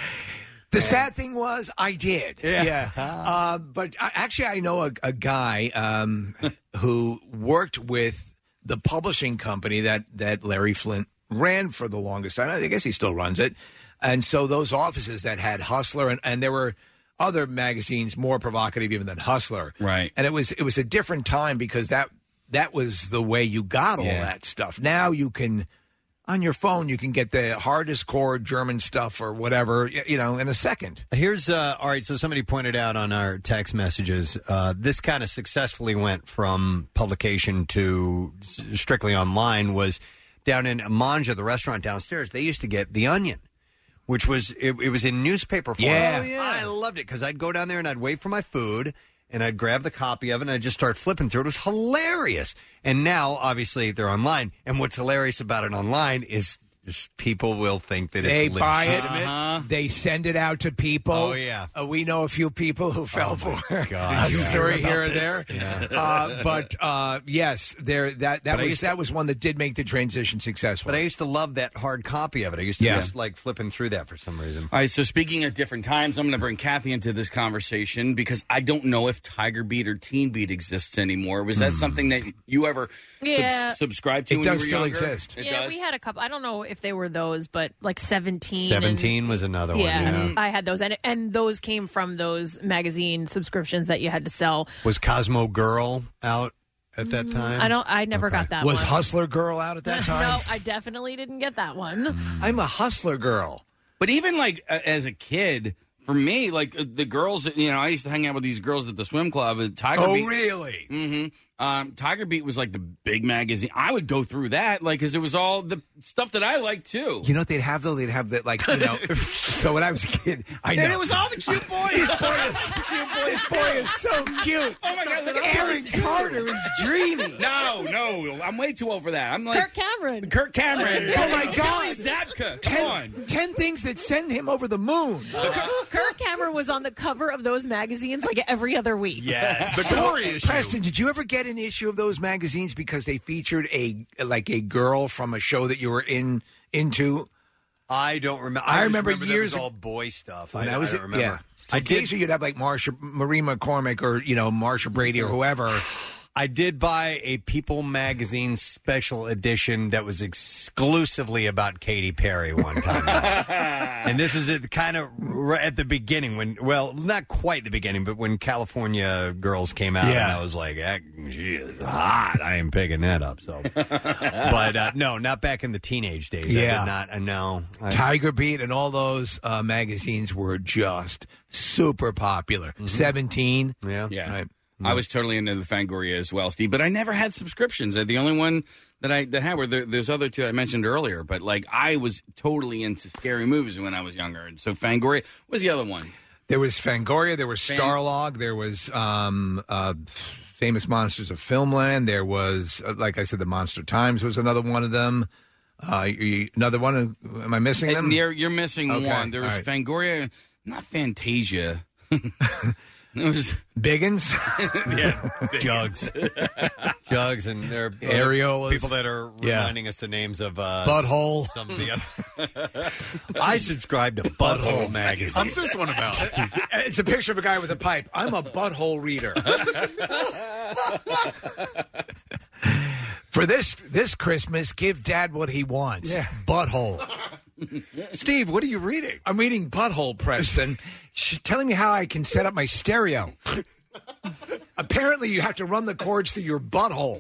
S4: The sad thing was, I did.
S2: Yeah. (laughs)
S4: Uh, but I, actually, I know a, a guy um, (laughs) who worked with the publishing company that, that Larry Flint ran for the longest time. I guess he still runs it. And so those offices that had Hustler, and, and there were other magazines more provocative even than Hustler.
S5: Right.
S4: And it was it was a different time because that that was the way you got all
S5: Yeah.
S4: that stuff. Now you can on your phone you can get the hardest core German stuff or whatever, y- you know, in a second.
S2: Here's uh, all right. So somebody pointed out on our text messages uh, this kind of successfully went from publication to s- strictly online. Was down in Manja, the restaurant downstairs. They used to get the Onion, which was it, it was in newspaper form.
S12: Yeah.
S2: I loved it because I'd go down there and I'd wait for my food. And I'd grab the copy of it and I'd just start flipping through it. It was hilarious. And now, obviously, they're online. And what's hilarious about it online is, is people will think that
S4: They
S2: it's
S4: buy it. Uh-huh.
S2: legitimate.
S4: They send it out to people.
S2: Oh, yeah. Oh,
S4: Uh, we know a few people who fell for it.
S2: God.
S4: (laughs) a
S2: Yeah.
S4: story
S2: About
S4: here or
S2: this.
S4: there.
S2: Yeah.
S4: Uh, but uh, yes, there
S2: But
S4: that that
S2: I
S4: was
S2: used to-
S4: that was one that did make the transition successful.
S2: But I used to love that hard copy of it. I used to
S5: Yeah.
S2: just like flipping through that for some reason.
S5: All right, so speaking at different times, I'm going to bring Kathy into this conversation because I don't know if Tiger Beat or Teen Beat exists anymore. Was that something that you ever subs-
S3: Yeah.
S5: subscribed to?
S4: It
S5: when
S4: does
S5: you were
S4: still
S5: younger?
S4: exist.
S5: It
S3: yeah,
S5: does?
S3: we had a couple. I don't know if they were those, but like 17. and-
S2: 17 was another
S3: yeah,
S2: one. Yeah.
S3: I had those. And, and those came from those magazine subscriptions that you had to sell.
S2: Was Cosmo Girl out at that time?
S3: Mm, I don't. I never got that
S4: was
S3: one. (laughs)
S4: Hustler Girl out at that time?
S3: no, I definitely didn't get that one.
S4: I'm a hustler girl.
S5: But even like uh, as a kid, for me, like uh, the girls, that- you know, I used to hang out with these girls at the swim club. and Tiger
S4: Oh,
S5: Beat,
S4: really?
S5: Mm-hmm. Um, Tiger Beat was like the big magazine. I would go through that, like, because it was all the stuff that I liked too.
S4: You know what they'd have though? They'd have that like
S5: (laughs)
S4: you know. so when I was a kid, I know
S5: And it was all the cute boys.
S4: This (laughs) boy is, this boy is so cute.
S5: Oh my god, look
S4: Aaron Carter is dreamy.
S5: No, no, I'm way too old for that. I'm like
S4: Kirk
S3: Cameron.
S5: Kirk Cameron.
S4: Oh my
S5: Billy
S4: God.
S5: Zabka. Come on.
S2: Mm.
S4: Ten, ten things that send him over the moon.
S3: Kirk Cameron was on the cover of those magazines like every other week.
S4: So, Preston, did you ever get an issue of those magazines because they featured a like a girl from a show that you were in into?
S2: I don't remember.
S4: I,
S2: just
S4: remember,
S2: that
S4: years
S2: was all
S4: ago.
S2: boy stuff.
S4: When
S2: I,
S4: I was
S2: I don't remember.
S4: Yeah.
S2: I
S4: I did. You'd have like Marsha, Marie McCormick, or you know Marsha Brady, or whoever.
S2: I did buy a People magazine special edition that was exclusively about Katy Perry one
S4: (laughs)
S2: time. and this was at kind of right at the beginning when, well, not quite the beginning, but when California Girls came out, and
S4: Yeah.
S2: I was like, "Eh, she is hot. I am picking that up.
S4: (laughs)
S2: So, (laughs) but uh, no, not back in the teenage days. I
S4: Yeah.
S2: did not. Uh, no, I-
S4: Tiger Beat and all those uh, magazines were just super popular. Seventeen,
S2: Mm-hmm. yeah,
S5: Yeah. I was totally into the Fangoria as well, Steve, but I never had subscriptions. Uh, The only one that I that had were the, those other two I mentioned earlier. But like, I was totally into scary movies when I was younger, and so Fangoria was the other one.
S4: There was Fangoria, there was
S5: Fan-
S4: Starlog, there was um, uh, Famous Monsters of Filmland, there was, uh, like I said, the Monster Times was another one of them. Uh, you- another one? Am I missing
S5: And
S4: them?
S5: you're, you're missing
S4: Okay,
S5: one. There was
S4: all right.
S5: Fangoria, not Fantasia. (laughs)
S4: (laughs)
S5: it was
S4: Biggins.
S5: (laughs)
S4: (laughs)
S5: yeah,
S2: Jugs, (laughs) Jugs, and there are other
S4: Areolas.
S2: people that are
S4: Yeah.
S2: reminding us the names of uh,
S4: Butthole.
S2: Some of the other. (laughs) I subscribe to Butthole magazine.
S4: (laughs)
S9: What's this one about?
S4: it's a picture of a guy with a pipe. I'm a butthole
S9: (laughs)
S4: reader. For this this Christmas, give Dad what he wants. Butthole. Steve, what are you reading? I'm reading Butthole, (laughs) Preston. She's telling me how I can set up my stereo. Apparently, you have to run the cords through your (laughs) butthole.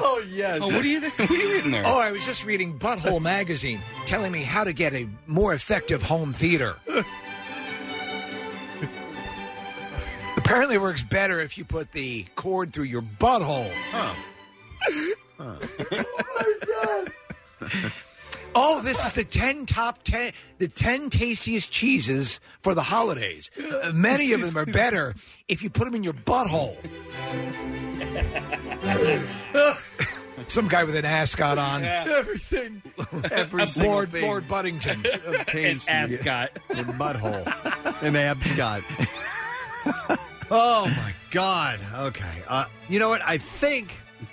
S2: Oh yes.
S5: Oh, what are you? What are you reading there?
S4: Oh, I was just reading Butthole magazine, telling me how to get a more effective home (laughs) theater. Apparently, it works better if you put the cord through your butthole.
S12: Huh.
S4: Oh, this is the ten top ten, the ten tastiest cheeses for the holidays. Uh, many of them are better if you put them in your butthole. Some guy with an ascot on.
S7: Everything.
S4: Every
S2: single
S4: Lord,
S2: thing.
S4: Lord Buddington.
S2: An
S5: ascot.
S2: An mudhole. An abscot. oh, my God. Okay. Uh, you know what? I think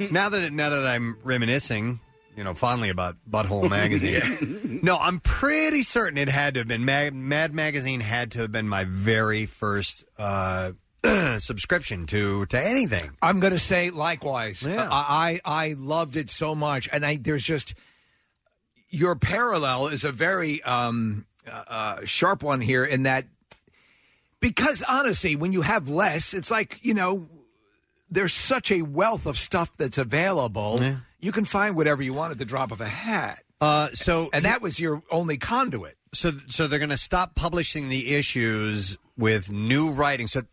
S2: now that now that I'm reminiscing, you know, fondly about Butthole Magazine. No, I'm pretty certain it had to have been Mad, Mad Magazine had to have been my very first uh, (clears throat) subscription to to anything.
S4: I'm going to say likewise.
S2: Yeah.
S4: I, I I loved it so much, and I there's just your parallel is a very um, uh, uh, sharp one here in that because honestly, when you have less, it's like you know there's such a wealth of stuff that's available. You can find whatever you want at the drop of a hat.
S2: Uh, so
S4: and that was your only conduit.
S2: So so they're going to stop publishing the issues with new writing. So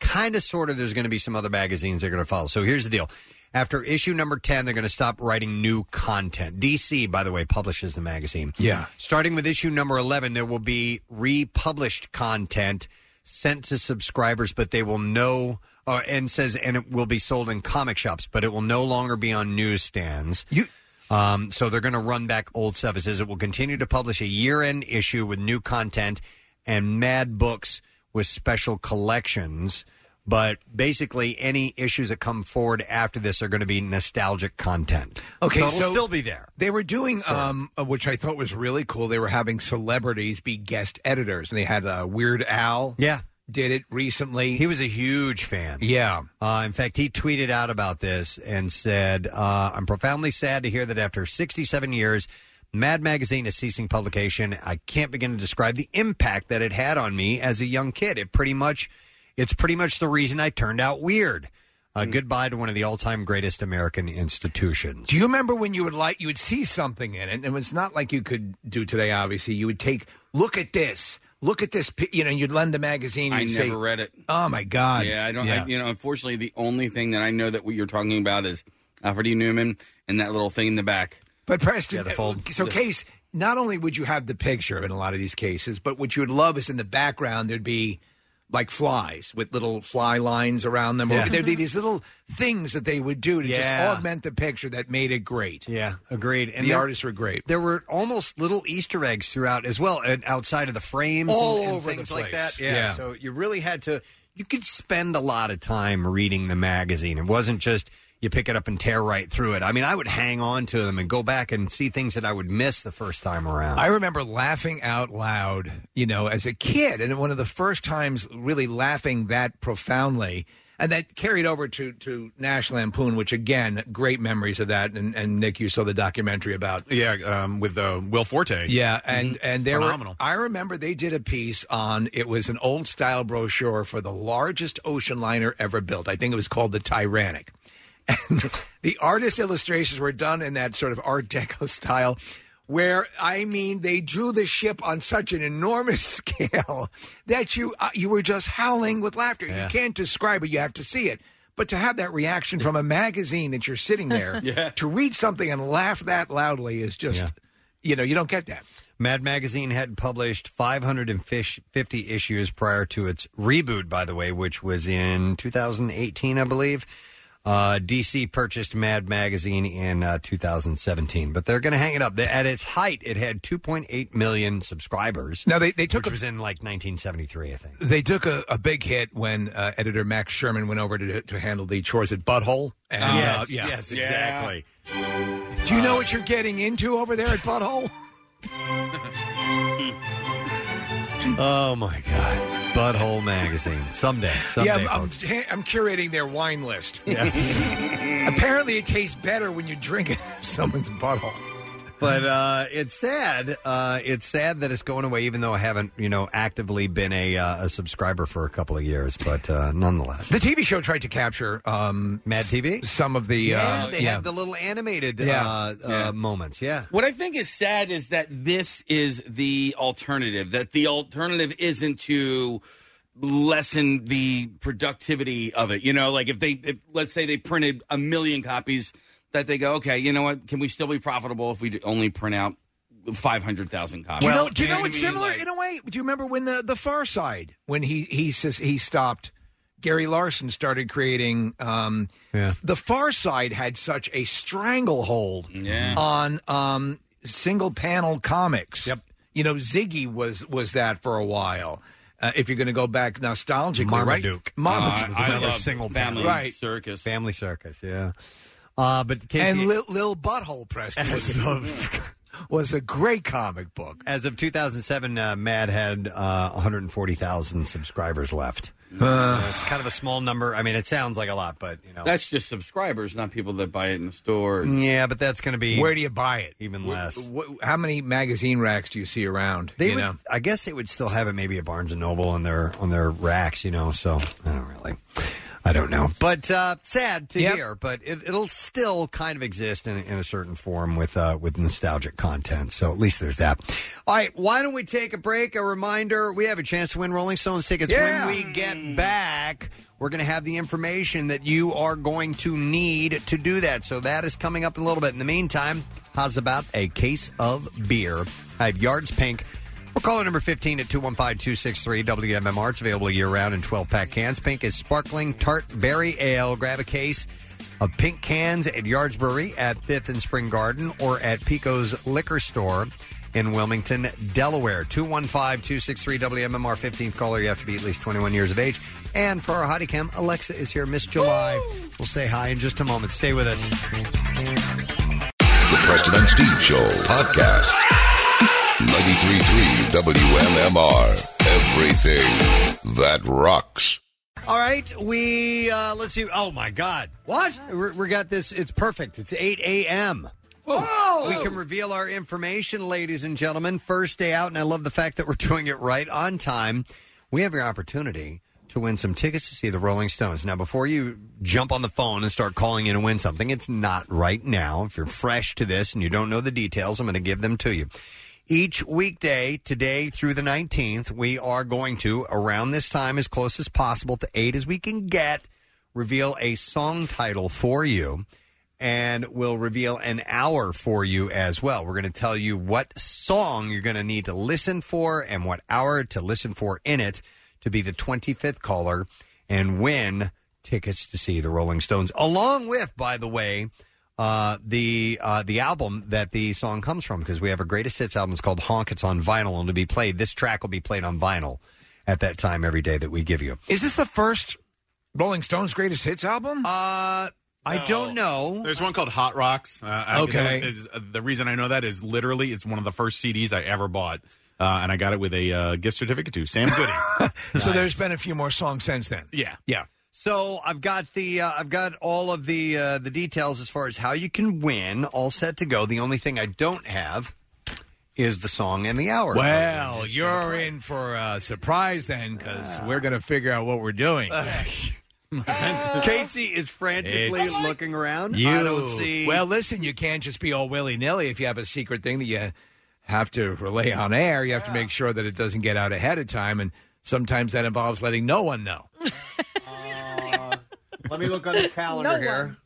S2: kind of sort of there's going to be some other magazines they're going to follow. So here's the deal. After issue number 10, they're going to stop writing new content. DC, by the way, publishes the magazine.
S4: Yeah.
S2: Starting with issue number 11, there will be republished content sent to subscribers, but they will know, uh, and says, and it will be sold in comic shops, but it will no longer be on newsstands.
S4: You.
S2: Um, so they're going to run back old stuff. It says it will continue to publish a year end issue with new content and Mad Books with special collections. But basically, any issues that come forward after this are going to be nostalgic content.
S4: Okay,
S2: so it'll
S4: so-
S2: still be there.
S4: They were doing, um, uh, which I thought was really cool. They were having celebrities be guest editors, and they had uh, Weird Al.
S2: Yeah.
S4: did it recently.
S2: He was a huge fan.
S4: Yeah.
S2: Uh, in fact, he tweeted out about this and said, uh, I'm profoundly sad to hear that after 67 years, Mad Magazine is ceasing publication. I can't begin to describe the impact that it had on me as a young kid. It pretty much, it's pretty much the reason I turned out weird.
S4: Hmm.
S2: Uh, Goodbye to one of the all-time greatest American institutions.
S4: Do you remember when you would like you would see something in it, and it's not like you could do today. Obviously, you would take look at this, look at this. pi-" You know, you'd lend the magazine.
S5: I
S4: you'd
S5: never
S4: say,
S5: read it.
S4: Oh my god!
S5: Yeah, I don't. I, you know, unfortunately, the only thing that I know that what you're talking about is Alfred E. Newman and that little thing in the back.
S4: But Preston, uh,
S5: Yeah, the fold.
S4: so case not only would you have the picture in a lot of these cases, but what you would love is in the background there'd be like flies with little fly lines around them.
S2: Yeah.
S4: Or there'd be these little things that they would do to just
S2: Yeah.
S4: augment the picture that made it great.
S2: Yeah, agreed.
S4: the
S2: there-
S4: artists were great.
S2: There were almost little Easter eggs throughout as well, and outside of the frames,
S4: All
S2: and, and
S4: over the
S2: things like
S4: place.
S2: that. Yeah,
S4: Yeah.
S2: So you really had to. You could spend a lot of time reading the magazine. It wasn't just you pick it up and tear right through it. I mean, I would hang on to them and go back and see things that I would miss the first time around.
S4: I remember laughing out loud, you know, as a kid, and one of the first times really laughing that profoundly. And that carried over to, to Nash Lampoon, which again, great memories of that. And, and Nick, you saw the documentary about
S9: yeah, um, with uh, Will Forte. Mm-hmm.
S4: Yeah, and and there
S9: phenomenal.
S4: were. I remember they did a piece on. It was an old style brochure for the largest ocean liner ever built. I think it was called the Tyrannic. And the artist illustrations were done in that sort of Art Deco (laughs) style, where I mean they drew the ship on such an enormous (laughs) scale that you uh, you were just howling with laughter. You can't describe it. You have to see it. But to have that reaction from a magazine that you're sitting there to read something and laugh that loudly is just, you know, you don't get that.
S2: Mad Magazine had published 550 issues prior to its reboot, by the way, which was in 2018, I believe. Uh, DC purchased Mad Magazine in uh, 2017, but they're going to hang it up. They- At its height, it had 2.8 million subscribers.
S4: Now they, they took
S2: which was in like 1973, I think.
S4: They took a, a big hit when uh, editor Max Sherman went over to, to handle the chores at Butthole. And, uh,
S2: yes,
S4: yeah.
S2: yes, exactly.
S4: Do you know what you're getting into over there at Butthole?
S2: (laughs) Oh my God, Butthole Magazine. Someday,
S4: yeah,
S2: someday.
S4: I'm, I'm,
S2: folks.
S4: I'm curating their wine list. (laughs) Apparently, it tastes better when you drink it out of someone's butthole.
S2: but uh, it's sad. Uh, it's sad that it's going away, even though I haven't, you know, actively been a, uh, a subscriber for a couple of years. But uh, nonetheless,
S4: The TV show tried to capture um,
S2: Mad TV.
S4: Some of the
S2: yeah,
S4: uh,
S2: they
S4: yeah.
S2: had the little animated
S4: Yeah.
S2: Uh,
S5: Yeah.
S2: Uh, moments. Yeah,
S5: What I think is sad is that this is the alternative. That the alternative isn't to lessen the productivity of it. You know, like if they, if, let's say they printed a million copies, that they go, okay, you know what? Can we still be profitable if we d- only print out five hundred thousand copies?
S4: Do you know, do you know
S5: what
S4: it's
S5: I mean?
S4: similar
S5: Like-
S4: in a way? Do you remember when the, the Far Side when he he says he stopped Gary Larson started creating. Um, The Far Side had such a stranglehold
S5: Yeah.
S4: on um, single panel comics. Yep. You know, Ziggy was was that for a while. Uh, if you're going to go back nostalgically,
S2: Marmaduke.
S4: right? Marmaduke.
S2: Uh, I- I love family
S4: right?
S5: circus,
S2: family circus, yeah. Uh, but Casey,
S4: and Lil, Lil Butthole Preston was,
S2: As of-
S4: was a great comic book.
S2: as of 2007, uh, Mad had uh, 140,000 subscribers left. Uh, it's kind of a small number. I mean, it sounds like a lot, but you know,
S5: That's just subscribers, not people that buy it in the store.
S2: yeah, but that's going to be
S4: Where do you buy it?
S2: Even
S4: Wh-
S2: less.
S4: wh- how many magazine racks do you see around?
S2: They
S4: you
S2: would,
S4: know?
S2: I guess they would still have it maybe at Barnes and Noble on their on their racks, you know. So I don't really, I don't know. But uh, sad to
S4: Yep.
S2: hear. But it, it'll still kind of exist in, in a certain form with uh, with nostalgic content. So at least there's that. All right, why don't we take a break? A reminder: we have a chance to win Rolling Stones tickets
S12: Yeah.
S2: when we get back. We're going to have the information that you are going to need to do that. So that is coming up in a little bit. In the meantime, how's about a case of beer? I have Yards Pink. We're calling number 15 at 215-263-WMMR. It's available year-round in 12-pack cans. Pink is sparkling tart berry ale. Grab a case of pink cans at Yards Brewery at 5th and Spring Garden or at Pico's Liquor Store in Wilmington, Delaware. 215-263-WMMR 15th caller. You have to be at least 21 years of age. And for our hottie cam, Alexa is here, Miss July. We'll say hi in just a moment. Stay with us.
S1: The Preston and Steve Show podcast. 93.3 WMMR. Everything that rocks.
S2: All right, we uh let's see. Oh my God, what? We're, we got this. It's perfect. It's eight a.m. Whoa. We can reveal our information, ladies and gentlemen. First day out, and I love the fact that we're doing it right on time. We have your opportunity to win some tickets to see the Rolling Stones. Now, before you jump on the phone and start calling in and win something, it's not right now. If you're fresh to this and you don't know the details, I'm going to give them to you. Each weekday, today through the 19th, we are going to, around this time, as close as possible to eight as we can get, reveal a song title for you and we'll reveal an hour for you as well. We're going to tell you what song you're going to need to listen for and what hour to listen for in it to be the 25th caller and win tickets to see the Rolling Stones, along with, by the way, uh, the uh, the album that the song comes from because we have a greatest hits album. It's called Honk. It's on vinyl and to be played. This track will be played on vinyl at that time every day that we give you.
S4: Is this the first Rolling Stones greatest hits album?
S2: Uh, I don't know.
S9: There's one called Hot Rocks. Uh, I-
S4: Okay.
S9: that was- is- uh, the reason I know that is literally it's one of the first CDs I ever bought, uh, and I got it with a uh, gift certificate to Sam Goody.
S4: So there's been a few more songs since then.
S9: Yeah.
S4: (laughs) Yeah.
S2: So I've got the uh, I've got all of the uh, the details as far as how you can win, all set to go. The only thing I don't have is the song and the hour.
S4: Well, you're in for a surprise then, because
S2: Ah.
S4: we're going to figure out what
S2: (laughs)
S4: we're doing.
S2: Casey is frantically
S4: It's-
S2: looking around.
S4: You
S2: I don't
S4: (laughs)
S2: see.
S4: Well, listen, you can't just be all willy nilly if you have a secret thing that you have to relay on air. You have to make sure that it doesn't get out ahead of time, and sometimes that involves letting no one know.
S2: let me look on the calendar
S12: No
S2: here.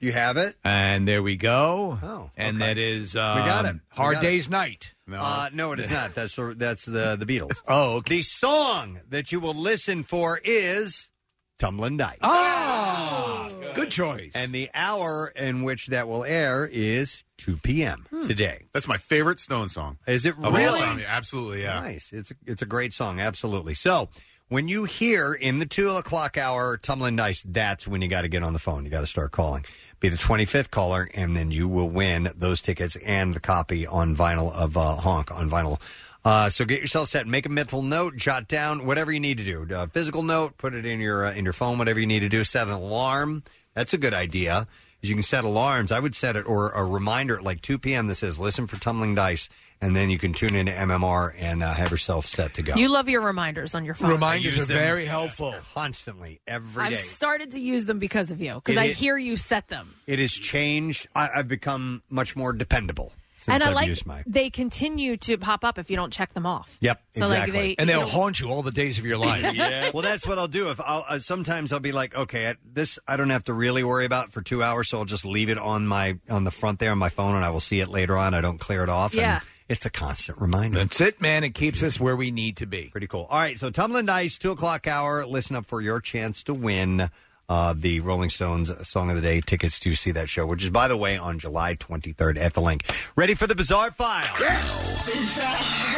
S2: You have it.
S4: And there we go.
S2: Oh,
S4: and that is um,
S2: got it. We
S4: Hard
S2: got it.
S4: Day's Night.
S2: No. Uh, no, (laughs) it is not. That's the, that's the the Beatles.
S4: (laughs) oh,
S2: the song that you will listen for is "Tumbling Dyke."
S4: Oh,
S2: Ah,
S4: good choice.
S2: And the hour in which that will air is 2 p.m. today.
S9: That's my favorite Stone song.
S2: Is it
S9: Of all
S2: really?
S9: time, yeah, absolutely, yeah.
S2: Nice. It's a, it's a great song. Absolutely. So when you hear in the two o'clock hour tumbling dice, that's when you got to get on the phone. You got to start calling. Be the 25th caller, and then you will win those tickets and the copy on vinyl of uh, Honk on vinyl. Uh, so get yourself set. Make a mental note. Jot down whatever you need to do. Uh, physical note. Put it in your uh, in your phone. Whatever you need to do. Set an alarm. That's a good idea. 'cause You can set alarms. I would set it or a reminder at like 2 p.m. that says "Listen for Tumbling Dice," and then you can tune into MMR and uh, have yourself set to go.
S3: You love your reminders on your phone.
S2: Reminders I use are them very
S4: helpful.
S2: Constantly, every
S3: I've
S2: day.
S3: started to use them because of you, because
S2: It
S3: I
S2: is-
S3: hear you set them.
S2: it has changed. I, I've become much more dependable since
S3: and I
S2: I've
S3: like
S2: used my.
S3: they continue to pop up if you don't check them off.
S2: Yep,
S3: So, like,
S2: exactly.
S3: they- And you they'll know-
S4: haunt you all the days of
S3: (laughs)
S4: your life. Yeah.
S2: Well, that's what I'll do. If I'll uh, sometimes I'll be like, okay, I, this I don't have to really worry about for two hours, so I'll just leave it on my on the front there on my phone, and I will see it later on. I don't clear it off.
S12: Yeah.
S2: And It's a constant reminder.
S4: That's it, man. It keeps us where we need to be.
S2: Pretty cool. All right, so Tumbling Dice, 2 o'clock hour. Listen up for your chance to win uh, the Rolling Stones Song of the Day tickets to see that show, which is, by the way, on July 23rd at the link. Ready for the Bizarre File?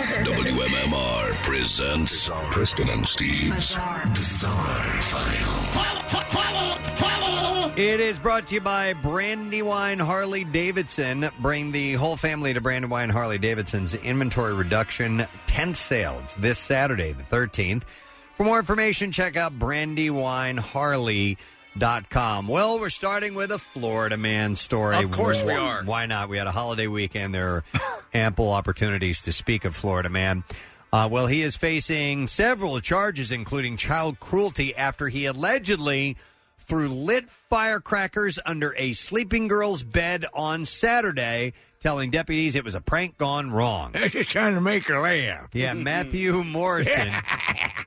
S1: WMMR presents Preston and Steve's Bizarre File.
S2: It is brought to you by Brandywine Harley Davidson. Bring the whole family to Brandywine Harley Davidson's inventory reduction tent sales this Saturday, the 13th. For more information, check out brandywineharley.com. Well, we're starting with a Florida man story.
S4: Of course we
S2: Why-
S4: are.
S2: Why not? We had a holiday weekend. There are ample opportunities to speak of Florida man. Uh, well, he is facing several charges, including child cruelty, after he allegedly threw lit firecrackers under a sleeping girl's bed on Saturday, telling deputies it was a prank gone wrong.
S4: That's just trying to make her laugh. (laughs)
S2: Yeah, Matthew Morrison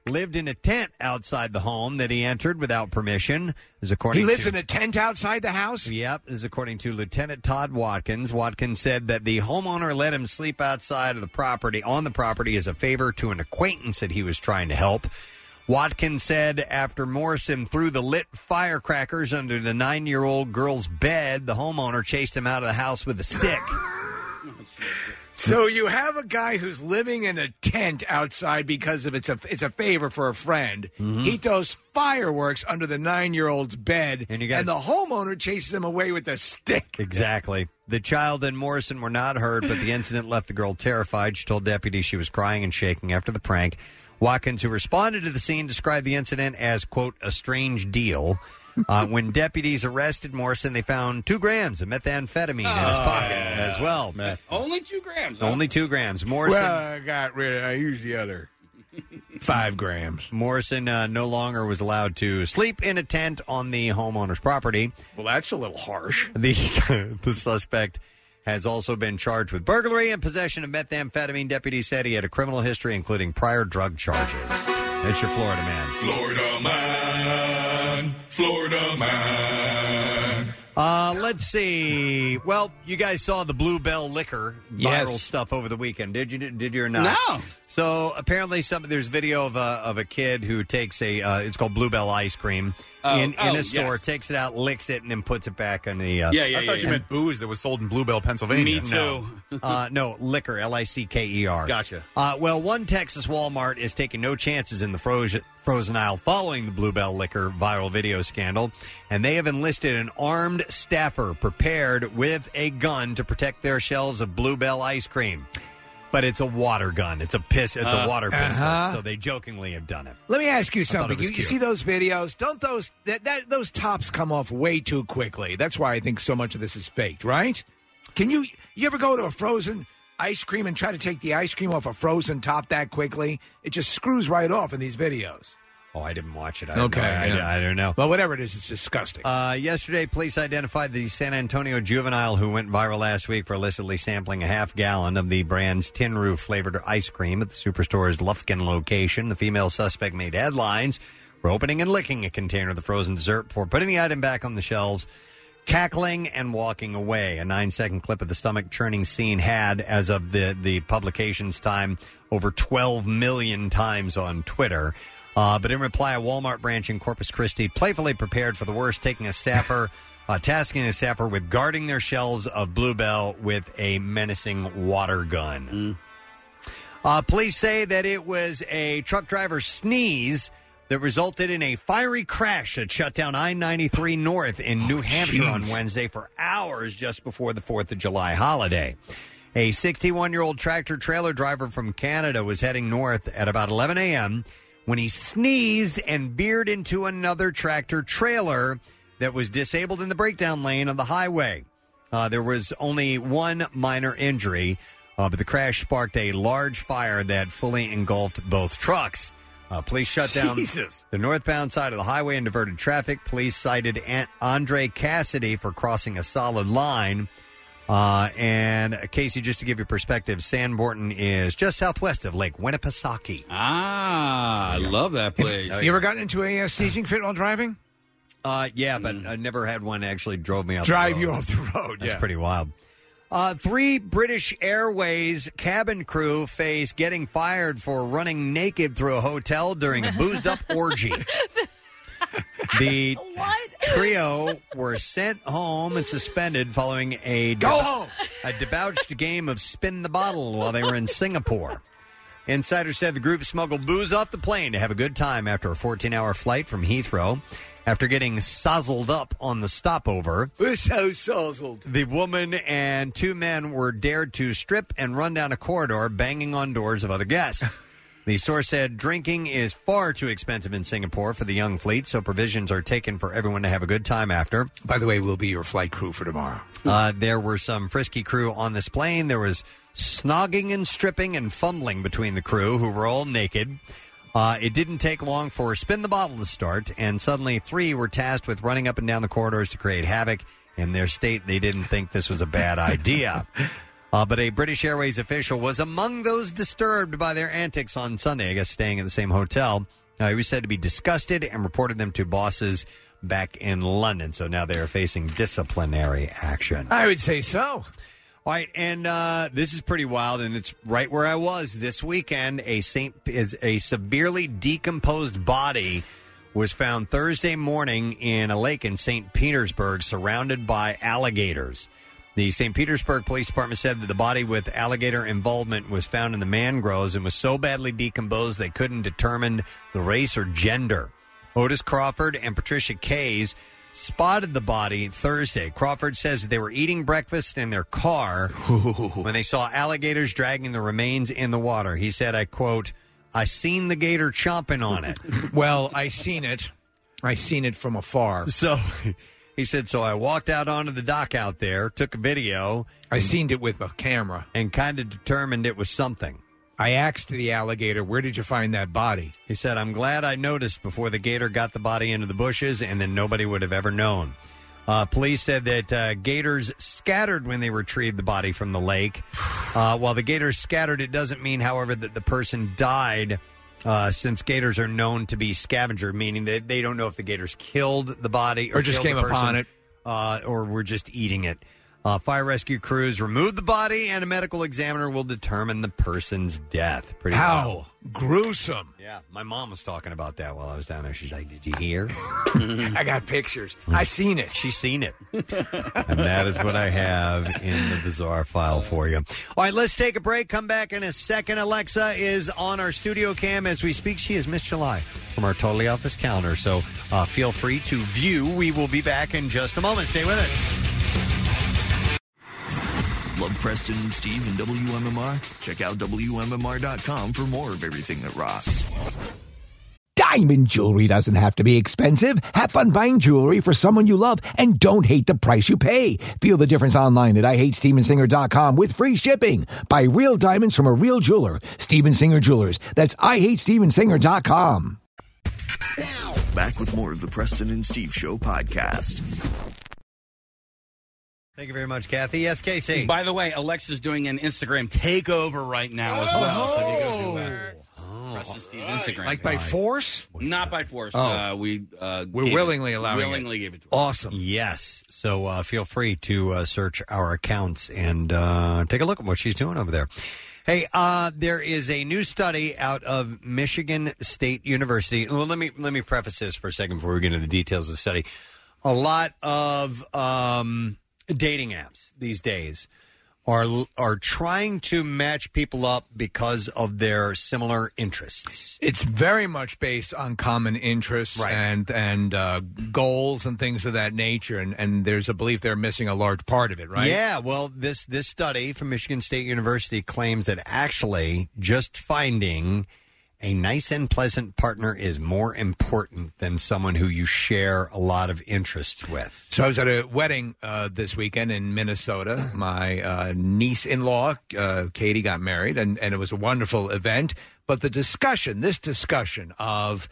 S2: lived in a tent outside the home that he entered without permission. Is according
S4: He lives
S2: to,
S4: in a tent outside the house?
S2: Yep, this is according to Lieutenant Todd Watkins. Watkins said that the homeowner let him sleep outside of the property on the property as a favor to an acquaintance that he was trying to help. Watkins said after Morrison threw the lit firecrackers under the nine year old girl's bed, the homeowner chased him out of the house with a stick.
S4: (laughs) So you have a guy who's living in a tent outside because of it's a it's a favor for a friend. He throws fireworks under the nine year old's bed, and, the homeowner chases him away with a stick.
S2: Exactly. The child and Morrison were not hurt, but the incident left the girl terrified. She told deputies she was crying and shaking after the prank. Watkins, who responded to the scene, described the incident as, quote, a strange deal. Uh, when deputies arrested Morrison, they found two grams of methamphetamine in his pocket as well.
S5: Only two grams. huh?
S2: Only two grams. Morrison.
S4: Well, Uh, I got rid. I used the other five grams.
S2: Morrison uh, no longer was allowed to sleep in a tent on the homeowner's property.
S4: Well, that's a little harsh.
S2: The, (laughs) the suspect has also been charged with burglary and possession of methamphetamine. Deputies said he had a criminal history, including prior drug charges. That's your Florida man.
S12: Florida man, Florida man.
S2: Uh, let's see. Well, you guys saw the Bluebell Liquor viral
S12: Yes.
S2: stuff over the weekend, did you? Did you or not?
S12: No.
S2: So apparently, some there's video of a of a kid who takes a uh, it's called Bluebell ice cream
S9: Oh,
S2: in
S9: oh,
S2: in a store,
S9: yes.
S2: takes it out, licks it, and then puts it back on the. Uh,
S9: I thought you meant booze that was sold in Bluebell, Pennsylvania.
S2: Me No, uh, no liquor, L I C K E R.
S9: Gotcha.
S2: Uh, well, one Texas Walmart is taking no chances in the frozen, frozen aisle following the Bluebell Liquor viral video scandal, and they have enlisted an armed staffer prepared with a gun to protect their shelves of Bluebell ice cream. But it's a water gun. It's a piss. It's
S4: Uh,
S2: a water pistol.
S4: uh-huh.
S2: So they jokingly have done it.
S4: Let me ask you
S2: I thought it
S4: something.
S2: was
S4: You, you
S2: cute.
S4: see those videos? Don't those that, that those tops come off way too quickly? That's why I think so much of this is faked, right? Can you you ever go to a frozen ice cream and try to take the ice cream off a frozen top that quickly? It just screws right off in these videos.
S2: Oh, I didn't watch it. I
S4: okay,
S2: I- I don't know.
S4: Well, whatever it is, it's disgusting.
S2: Uh, yesterday, police identified the San Antonio juvenile who went viral last week for illicitly sampling a half gallon of the brand's Tin Roof flavored ice cream at the superstore's Lufkin location. The female suspect made headlines for opening and licking a container of the frozen dessert before putting the item back on the shelves, cackling and walking away. A nine second clip of the stomach churning scene had, as of the, the publication's time, over 12 million times on Twitter. Uh, but in reply, a Walmart branch in Corpus Christi playfully prepared for the worst, taking a staffer, (laughs) uh, tasking a staffer with guarding their shelves of Bluebell with a menacing water gun. Uh, police say that it was a truck driver's sneeze that resulted in a fiery crash that shut down I 93 North in New Hampshire on
S12: jeez.
S2: Wednesday for hours just before the 4th of July holiday. A 61 year old tractor trailer driver from Canada was heading north at about 11 a.m. when he sneezed and veered into another tractor trailer that was disabled in the breakdown lane on the highway. Uh, there was only one minor injury, uh, but the crash sparked a large fire that fully engulfed both trucks. Uh, police shut down
S4: Jesus.
S2: the northbound side of the highway and diverted traffic. Police cited An- Andre Cassidy for crossing a solid line. Uh, and uh, Casey, just to give you perspective, Sanborn is just southwest of Lake Winnipesaukee.
S5: Ah, I love that place.
S4: you ever gotten into a uh, sneezing fit
S2: (laughs)
S4: while driving?
S2: Uh, yeah, but I never had one actually drove me off.
S4: Mm. Drive
S2: the road.
S4: you off the
S2: (laughs)
S4: road.
S2: That's
S4: yeah.
S2: pretty wild. Uh, three British Airways cabin crew face getting fired for running naked through a hotel during a boozed up
S12: (laughs)
S2: orgy. The trio were sent home and suspended following a
S12: Go home!
S2: a debauched game of spin the bottle while they were in Singapore. Insiders said the group smuggled booze off the plane to have a good time after a 14 hour flight from Heathrow. After getting sozzled up on the stopover,
S4: We're (laughs) so sozzled.
S2: the woman and two men were dared to strip and run down a corridor, banging on doors of other guests. The source said drinking is far too expensive in Singapore for the young fleet, so provisions are taken for everyone to have a good time after.
S4: By the way, we'll be your flight crew for tomorrow.
S2: Uh, there were some frisky crew on this plane. There was snogging and stripping and fumbling between the crew, who were all naked. Uh, it didn't take long for Spin the Bottle to start, and suddenly three were tasked with running up and down the corridors to create havoc. In their state, they didn't think this was a bad (laughs) idea. Uh, but a British Airways official was among those disturbed by their antics on Sunday, I guess staying at the same hotel. Uh, he was said to be disgusted and reported them to bosses back in London. So now they are facing disciplinary action.
S4: I would say so.
S2: All right, and uh, this is pretty wild, and it's right where I was this weekend. A Saint, is a severely decomposed body was found Thursday morning in a lake in Saint Petersburg, surrounded by alligators. The St. Petersburg Police Department said that the body with alligator involvement was found in the mangroves and was so badly decomposed they couldn't determine the race or gender. Otis Crawford and Patricia Kays spotted the body Thursday. Crawford says that they were eating breakfast in their car when they saw alligators dragging the remains in the water. He said, I quote, I seen the gator chomping on it.
S4: Well, I seen it. (laughs) I seen it from afar.
S2: So (laughs) he said, so I walked out onto the dock out there, took a video.
S4: I seen it with a camera.
S2: And kind of determined it was something.
S4: I asked the alligator, "Where did you find that body?"
S2: He said, I'm glad I noticed before the gator got the body into the bushes, and then nobody would have ever known. Uh, police said that uh, gators scattered when they retrieved the body from the lake. Uh, while the gators scattered, it doesn't mean, however, that the person died, uh, since gators are known to be scavenger, meaning that they don't know if the gators killed the body or,
S4: Or just
S2: killed the
S4: came upon
S2: person,
S4: it.
S2: uh, or were just eating it. Uh, fire rescue crews removed the body, and a medical examiner will determine the person's death. Pretty
S4: How
S2: wild.
S4: gruesome!
S2: Yeah, my mom was talking about that while I was down there. She's like, "Did you hear?"
S4: (laughs) I got pictures. I seen it.
S2: She's seen it. and that is what I have in the bizarre file for you. All right, let's take a break. Come back in a second. Alexa is on our studio cam as we speak. She has missed July from our Totally Office calendar, so uh, feel free to view. We will be back in just a moment. Stay with us.
S6: Love Preston and Steve and WMMR? Check out WMMR.com for more of everything that rocks.
S7: Diamond jewelry doesn't have to be expensive. Have fun buying jewelry for someone you love and don't hate the price you pay. Feel the difference online at IHateStevensinger.com with free shipping. Buy real diamonds from a real jeweler. Steven Singer Jewelers. That's IHateStevensinger.com.
S6: Back with more of the Preston and Steve Show podcast.
S2: Thank you very much, Kathy. Yes, Casey.
S5: By the way, Alexa's doing an Instagram takeover right now as well. So if you go to uh,
S2: Oh.
S5: Preston Steve's Instagram,
S4: Like by
S5: page.
S4: force?
S5: Not by force.
S4: Oh.
S5: Uh, we uh,
S4: We're
S5: gave it-
S4: willingly allowing it.
S5: willingly gave it to her.
S4: Awesome.
S2: Yes. So uh, feel free to uh, search our accounts and uh, take a look at what she's doing over there. Hey, uh, there is a new study out of Michigan State University. Well, let me let me preface this for a second before we get into the details of the study. A lot of um, dating apps these days are are trying to match people up because of their similar interests.
S4: It's very much based on common interests and and uh, goals and things of that nature, and, and there's a belief they're missing a large part of it, right?
S2: Yeah. Well, this this study from Michigan State University claims that actually just finding a nice and pleasant partner is more important than someone who you share a lot of interests with.
S4: So I was at a wedding uh, this weekend in Minnesota. My uh, niece-in-law, uh, Katie, got married, and, and it was a wonderful event. But the discussion, this discussion of,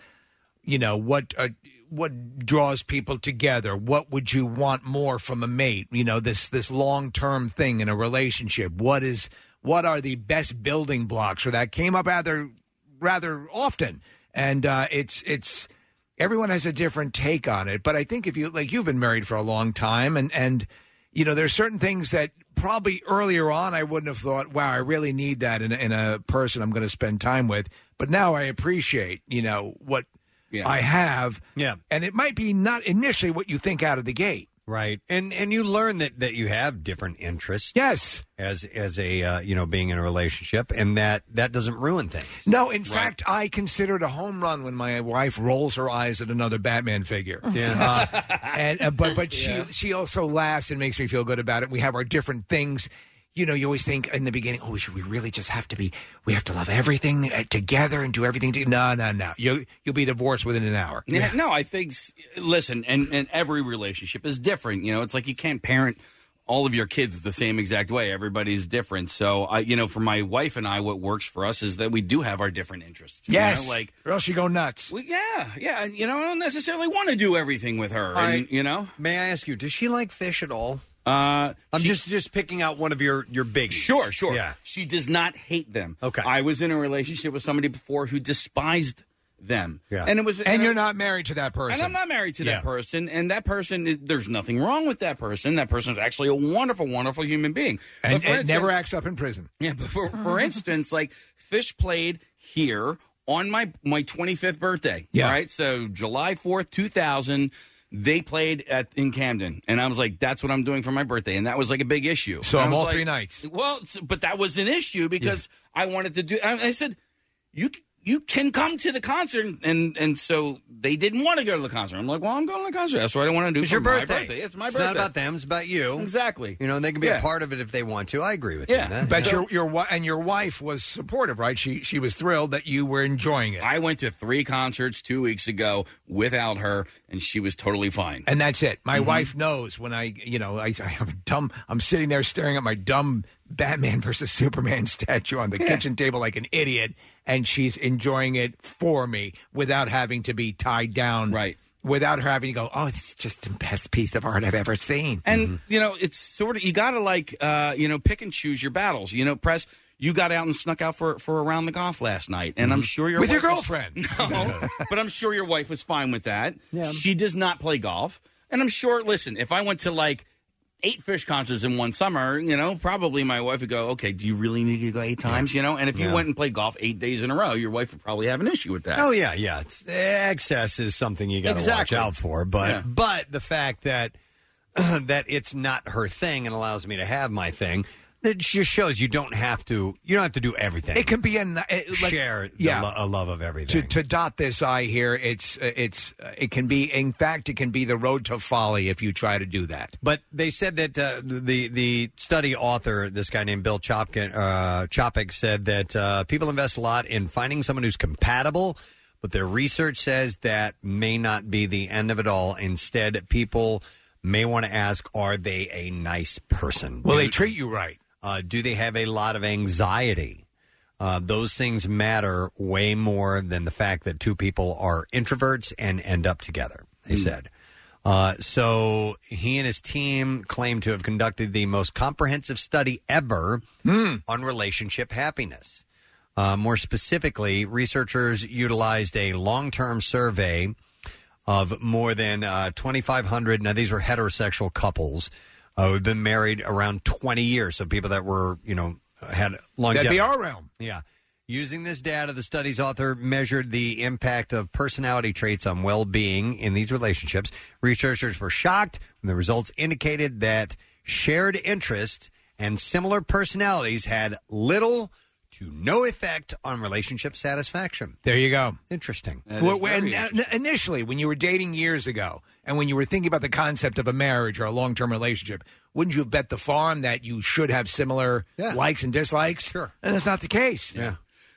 S4: you know, what uh, what draws people together, what would you want more from a mate? You know, this this long-term thing in a relationship. What is what are the best building blocks? Or that came up rather rather often, and uh, it's it's everyone has a different take on it. But I think if you like, you've been married for a long time, and and you know, there's certain things that probably earlier on I wouldn't have thought, wow, I really need that in, a- in a person I'm going to spend time with. But now I appreciate, you know, what I have. Yeah. And it might be not initially what you think out of the gate.
S2: Right, and and you learn that that you have different interests.
S4: Yes,
S2: as as a uh, you know being in a relationship, and that that doesn't ruin things.
S4: No, in fact, I consider it a home run when my wife rolls her eyes at another Batman figure.
S2: Yeah.
S5: (laughs)
S4: Uh, and uh, but but she she also laughs and makes me feel good about it. We have our different things. You know, you always think in the beginning, oh, should we really just have to be? We have to love everything uh, together and do everything. To-. No, no, no. You you'll be divorced within an hour.
S5: Yeah, No, I think. s- Listen, and and every relationship is different. You know, it's like you can't parent all of your kids the same exact way. Everybody's different. So, I, you know, for my wife and I, what works for us is that we do have our different interests. you know?
S4: Yes,
S5: like
S4: or else you go nuts.
S5: Well, yeah, yeah. You know, I don't necessarily want to do everything with her.
S2: All
S5: and,
S2: right.
S5: You know.
S2: May I ask you, does she like fish at all?
S5: Uh,
S2: I'm just just picking out one of your your big.
S5: Sure, sure.
S2: Yeah.
S5: She does not hate them. Okay. I was in a relationship with somebody before who despised them.
S4: Yeah.
S5: And it was
S4: And you're not married to that person.
S5: And I'm not married to
S4: Yeah.
S5: that person. And that person, is, there's nothing wrong with that person. That person is actually a wonderful, wonderful human being. But
S4: And,
S5: for
S4: and never
S5: instance-
S4: acts up in prison.
S5: Yeah, but for,
S4: (laughs)
S5: for instance, like Fish played here on my my 25th birthday.
S4: Yeah.
S5: All right. So July 4th, 2000, they played at in Camden, and I was like, "That's what I'm doing for my birthday," and that was like a big issue.
S4: So
S5: And I
S4: I'm
S5: was
S4: all
S5: like-
S4: three nights.
S5: Well, s- but that was an issue because I wanted to do. I, I said, "You." c- You can come to the concert, and and so they didn't want to go to the concert. I'm like, well, I'm going to the concert. That's what I want to do.
S2: It's
S5: for
S2: your
S5: my
S2: birthday.
S5: It's my
S2: It's
S5: birthday.
S2: not about them. It's about you.
S5: Exactly.
S2: You know, and they can be
S4: Yeah.
S2: a part of it if they want to. I agree with you. That-
S4: but
S2: yeah.
S4: your your wi- and your wife was supportive, right? She she was thrilled that you were enjoying it,
S5: I went to three concerts two weeks ago without her, and she was totally fine.
S4: and that's it. My
S5: Mhm.
S4: wife knows when I you know I, I am dumb. I'm sitting there staring at my dumb Batman versus Superman (laughs) statue on the
S5: Yeah.
S4: kitchen table like an idiot, and she's enjoying it for me without having to be tied down, right? Without her having to go, oh, this is just the best piece of art I've ever seen.
S5: And
S2: Mm-hmm.
S5: you know, it's sort of you got to like uh, you know pick and choose your battles. You know, press. You got out and snuck out for for a round the golf last night, and I'm
S2: Mm-hmm.
S4: Mhm.
S5: sure your
S4: With your
S5: wife was-
S4: girlfriend.
S5: (laughs) no, but I'm sure your wife was fine with that.
S4: Yeah.
S5: She does not play golf, and I'm sure. Listen, if I went to like. Eight fish concerts in one summer, you know, probably my wife would go, okay, do you really need to go eight times, you know? And if you
S2: Yeah.
S5: went and played golf eight days in a row, your wife would probably have an issue with that.
S2: Oh yeah, yeah. It's, excess is something you got to
S5: Exactly.
S2: watch out for. But
S5: Yeah.
S2: but the fact that (clears throat) that it's not her thing and allows me to have my thing, that just shows you don't have to. You don't have to do everything.
S4: It can be a ni- it- like-
S2: share the
S4: yeah.
S2: lo- a love of
S4: to,
S2: everything.
S4: to dot this i here it's uh, it's uh, it can be in fact it can be the road to folly if you try to do that
S2: But they said that uh, the the study author, this guy named Bill Chopkin, uh, Chopik, said that uh, people invest a lot in finding someone who's compatible. But their research says that may not be the end of it all. Instead, people may want to ask, "Are they a nice person?
S4: will
S2: Do-
S4: they treat you right
S2: uh, do they have a lot of anxiety? Uh, those things matter way more than the fact that two people are introverts and end up together,
S21: Hmm.
S4: Hmm.
S2: they said. Uh, so he and his team claim to have conducted the most comprehensive study ever
S4: Hmm.
S2: on relationship happiness. Uh, more specifically, researchers utilized a long term survey of more than uh, 2,500. Now, these were heterosexual couples uh, who've been married around 20 years. So people that were, you know, had longevity.
S4: that'd be our realm
S2: Yeah. Using this data, the study's author measured the impact of personality traits on well being in these relationships. Researchers were shocked when the results indicated that shared interest and similar personalities had little to no effect on relationship satisfaction.
S4: there you go
S2: Interesting.
S4: Well, when- uh, initially when you were dating years ago and when you were thinking about the concept of a marriage or a long-term relationship wouldn't you have bet the farm that you should have similar likes and dislikes sure and that's not the case yeah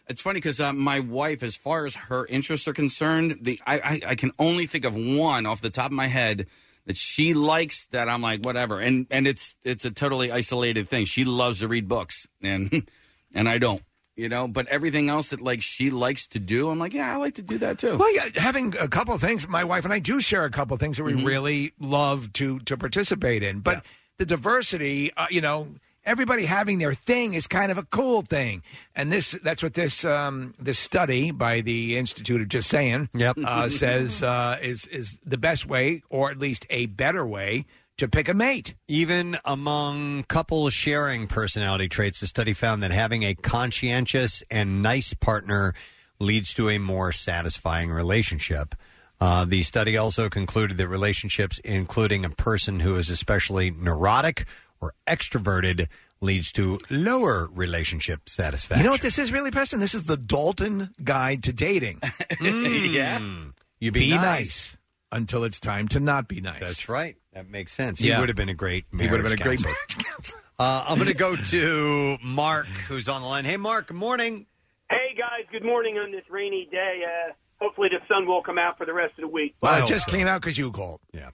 S5: It's funny because uh, my wife, as far as her interests are concerned, the I, I, I can only think of one off the top of my head that she likes. That I'm like whatever, and and it's it's a totally isolated thing. She loves to read books, and (laughs) and I don't, you know. But everything else that like she likes to do, I'm like, yeah, I like to do that too.
S4: Well, yeah, having a couple of things, my wife and I do share a couple of things that we
S2: Mm-hmm.
S4: really love to to participate in. But the diversity, uh, you know, everybody having their thing is kind of a cool thing, and this that's what this um, this study by the Institute of Just Saying
S2: yep. (laughs)
S4: uh, says uh, is is the best way, or at least a better way. to pick a mate.
S2: Even among couple sharing personality traits, the study found that having a conscientious and nice partner leads to a more satisfying relationship. Uh, the study also concluded that relationships, including a person who is especially neurotic or extroverted, leads to lower relationship satisfaction.
S4: You know what this is really, Preston? This is the Dalton Guide to
S5: (laughs)
S4: Dating. Hmm.
S2: Mm. You be,
S4: be nice. until it's time to not be nice.
S2: That's right. That makes sense.
S4: Yeah.
S2: He would have been a great.
S4: He would have been a great
S2: marriage counselor. (laughs) uh, I'm going to go to Mark, who's on the line. Hey, Mark. Good morning.
S22: Hey guys, good morning on this rainy day. Uh, hopefully the sun will come out for the rest of the week.
S4: Well, Uh, it just came out because you called.
S2: Yeah.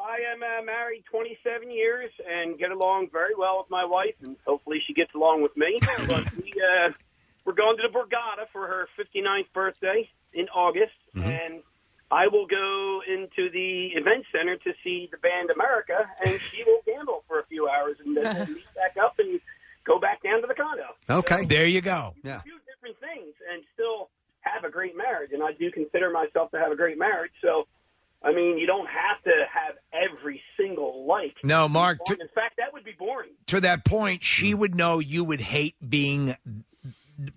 S22: I am uh, married 27 years and get along very well with my wife, and hopefully she gets along with me. but we, uh, we're going to the Borgata for her 59th birthday in August, and I will go into the event center to see the band America, and she will gamble for a few hours and then we'll meet back up and go back down to the condo.
S2: Okay.
S4: There you go.
S2: Yeah.
S22: Two different things, and still have a great marriage, and I do consider myself to have a great marriage. So. I mean, you don't have to have every single like.
S4: No, Mark,
S22: In fact, that would be boring.
S4: To that point, she would know you would hate being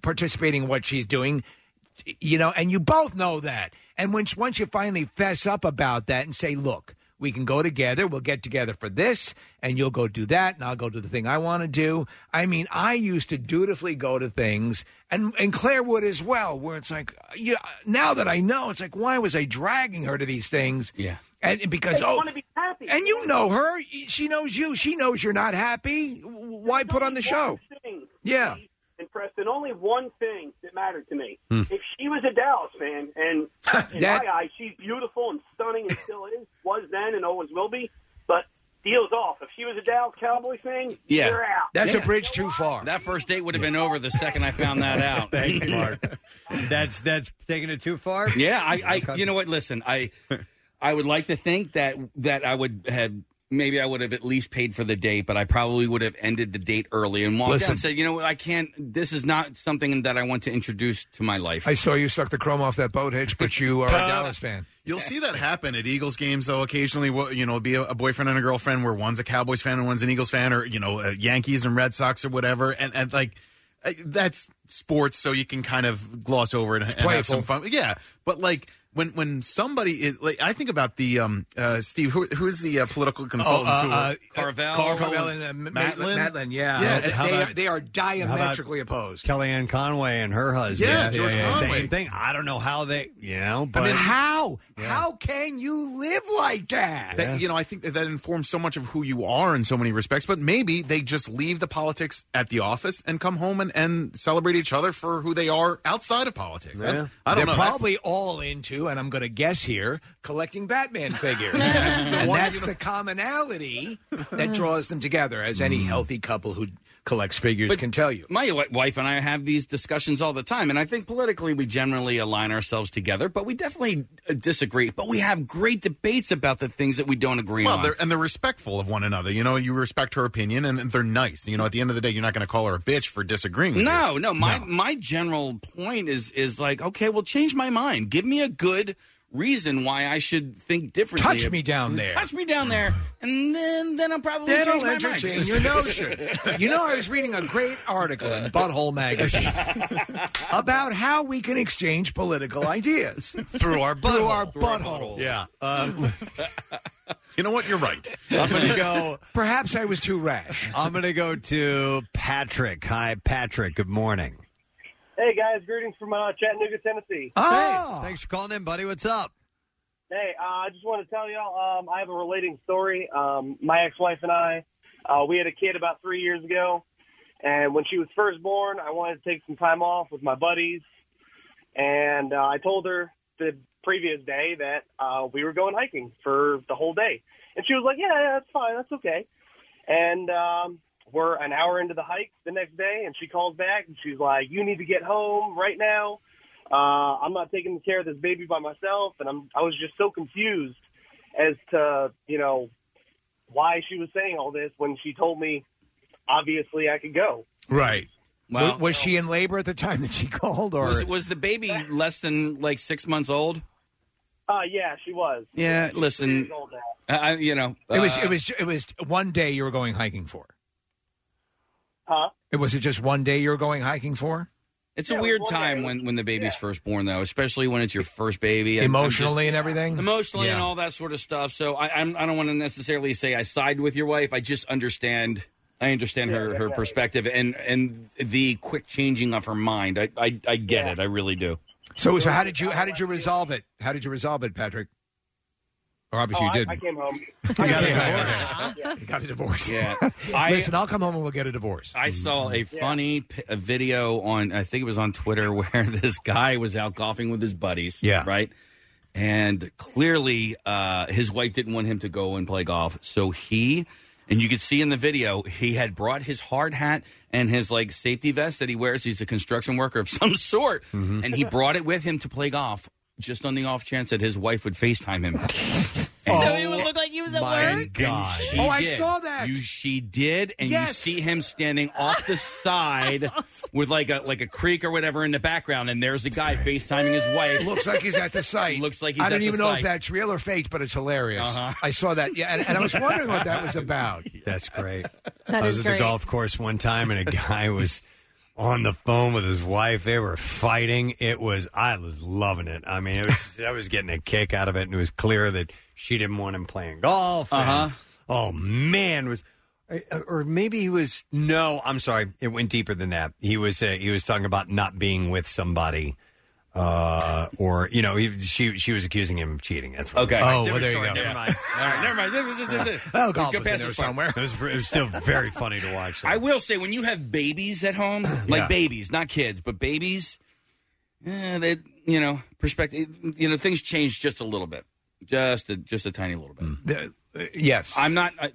S4: participating in what she's doing, you know, and you both know that. And once once you finally fess up about that and say, "Look, we can go together. We'll get together for this, and you'll go do that, and I'll go do the thing I want to do." I mean, I used to dutifully go to things, and and Claire would as well. Where it's like, you now that I know, it's like, why was I dragging her to these things? Yeah, and because
S22: They
S4: oh,
S22: wanna be happy.
S4: and you know her. She knows you. She knows you're not happy. Why put on the show?
S22: Thing,
S4: Yeah.
S22: and Preston, only one thing that mattered to me.
S4: Hmm.
S22: If she was a Dallas fan,
S4: (laughs)
S22: and in
S4: That-
S22: my eyes, she's beautiful and stunning and still is, was then and always will be, but deal's off. If she was a Dallas Cowboys fan,
S5: Yeah.
S22: you're out.
S5: Yeah.
S4: too far.
S5: That first date would have been over the second I found that
S4: (laughs)
S5: out.
S2: Thanks, Mark. that's that's taking it too far.
S5: Yeah,
S4: (laughs)
S5: I, I you know what? Listen, I I would like to think that that I would have maybe I would have at least paid for the date, but I probably would have ended the date early and walked out
S4: Listen.
S5: and said, you know what, I can't. This is not something that I want to introduce to my life.
S4: I saw you suck the chrome off that boat hitch, but you are (laughs) a Dallas fan.
S9: You'll
S4: (laughs)
S9: see that happen at Eagles games, though. Occasionally, wh- you know, be a, a boyfriend and a girlfriend where one's a Cowboys fan and one's an Eagles fan, or you know, uh, Yankees and Red Sox or whatever. And and like uh, that's sports, so you can kind of gloss over it and, and have some fun. Yeah, but like. When when somebody is like I think about the um uh Steve who who is the uh, political consultant
S4: uh,
S9: who were-
S4: uh, Carvel. Carvel and, uh, M-
S9: Matlin
S4: Matlin, yeah. How
S9: yeah
S4: about-
S9: and they-
S4: how about- They are diametrically opposed.
S2: Kellyanne Conway and her husband.
S4: Yeah, George Conway.
S2: Same thing. I don't know how they, you know, but
S4: I mean, how how can you live like that?
S9: That, You know, I think that, that informs so much of who you are in so many respects. But maybe they just leave the politics at the office and come home and, and celebrate each other for who they are outside of politics. I- I, don't
S4: They're
S9: know. That's-
S4: probably all into, and I'm going to guess here, collecting Batman figures.
S9: The
S4: and
S9: one
S4: that's
S9: you
S4: the commonality that draws them together, as any healthy couple who collects figures can tell you.
S5: My wi- wife and I have these discussions all the time, and I think politically we generally align ourselves together, but we definitely uh, disagree. But we have great debates about the things that we don't agree
S9: well,
S5: on.
S9: they're, and they're respectful of one another. You know, you respect her opinion, and, and they're nice. You know, at the end of the day, you're not going to call her a bitch for disagreeing. With
S5: No,
S9: you.
S5: no. My my general point is is like, okay, well, change my mind. Give me a good reason why I should think differently.
S4: Touch me down there.
S5: Touch me down there, and then then I'll probably
S4: That'll
S5: change my
S4: entertain
S5: mind.
S4: your notion. You know, I was reading a great article in Butthole Magazine about how we can exchange political ideas
S2: Through our
S4: Through our
S2: butthole.
S4: buttholes.
S2: Yeah. Um,
S9: (laughs) you know what? You're right.
S2: I'm going to go.
S4: (laughs) Perhaps I was too rash.
S2: I'm going to go to Patrick. Hi, Patrick. Good morning.
S23: Hey guys, greetings from uh, Chattanooga, Tennessee.
S9: Oh.
S2: Hey, thanks for calling in, buddy. What's up?
S23: Hey, uh, I just want to tell y'all, um, I have a relating story. Um, my ex-wife and I, uh, we had a kid about three years ago, and when she was first born, I wanted to take some time off with my buddies, and uh, I told her the previous day that uh, we were going hiking for the whole day, and she was like, "Yeah, yeah, that's fine, that's okay." And um, we're an hour into the hike the next day, and she calls back and she's like, "You need to get home right now." uh, I'm not taking care of this baby by myself, and I'm I was just so confused as to you know why she was saying all this when she told me obviously I could go.
S4: Right.
S5: Well-
S4: was, was she in labor at the time that she called, or
S5: Was, was the baby less than like six months old?
S23: Uh, yeah, she was.
S5: Yeah,
S23: She's
S5: listen.
S23: years old now.
S5: I, I- you know,
S4: It was
S5: uh,
S4: it was it was one day you were going hiking for.
S23: Huh?
S4: It was it just one day you were going hiking for?
S5: It's a weird time when, when the baby's first born, though, especially when it's your first baby. I'm- I'm just-
S4: Emotionally and everything?
S5: Emotionally and
S4: Yeah.
S5: all that sort of stuff. So I, I'm, I don't want to necessarily say I side with your wife. I just understand. I understand her, her perspective and, and the quick changing of her mind. I, I, I get it. I really do.
S4: So so how did you how did you resolve it? How did you resolve it, Patrick? Or obviously
S23: Oh,
S4: you
S23: I-
S4: didn't.
S23: I came home.
S4: You
S23: got a
S4: divorce. You got a (laughs) divorce. (laughs)
S5: Yeah. Uh,
S4: Listen, I'll come home and we'll get a divorce.
S5: I saw a funny p- a video on I think it was on Twitter (laughs) where this guy was out golfing with his buddies. Yeah, right. And clearly, uh, his wife didn't want him to go and play golf, so he and you could see in the video he had brought his hard hat and his like safety vest that he wears. He's a construction worker of (laughs) some sort, and he brought it with him to play golf. Just on the off chance that his wife would FaceTime him.
S3: so he would look like he was
S2: Oh
S3: at
S5: my
S3: work.
S5: God. She
S3: Oh, I
S5: did.
S3: saw that.
S5: You, she did, and
S3: Yes.
S5: you see him standing off the side with like a like a creek or whatever in the background, and there's the guy FaceTiming his wife.
S4: Looks like
S5: (laughs)
S4: he's at the site.
S5: Looks like he's
S4: I
S5: at
S4: don't
S5: the
S4: even know if
S5: site.
S4: that's real or fake, but it's hilarious.
S5: Uh-huh.
S4: I saw that. Yeah, and, and I was wondering what that
S5: (laughs)
S4: was about.
S2: That's great.
S4: (laughs) That
S2: I
S4: is
S2: was at
S4: great.
S2: the golf course one time, and a guy (laughs) was on the phone with his wife. They were fighting. It was I was loving it. I mean, it was, I was getting a kick out of it, and it was clear that she didn't want him playing golf. and-
S5: Uh-huh.
S2: oh man, was. Or maybe he was no. I'm sorry. It went deeper than that. He was uh, he was talking about not being with somebody, uh, or you know, he, she she was accusing him of cheating. That's what it
S5: Okay.
S2: was.
S5: Oh, well,
S2: Different
S5: there you
S2: story.
S5: go.
S2: Never
S5: Yeah.
S2: mind.
S5: All right, never mind. This- this- this-
S2: (laughs)
S5: this-
S2: Oh,
S5: we
S2: golf was
S5: get
S2: in
S5: past
S2: there
S5: this part.
S2: somewhere. It was, it was still very funny to watch.
S5: I will say, when you have babies at home, like
S2: Yeah.
S5: babies, not kids, but babies, eh, that you know, perspective, you know, things change just a little bit, just a, just a tiny little bit.
S4: uh, yes,
S5: I'm not. I,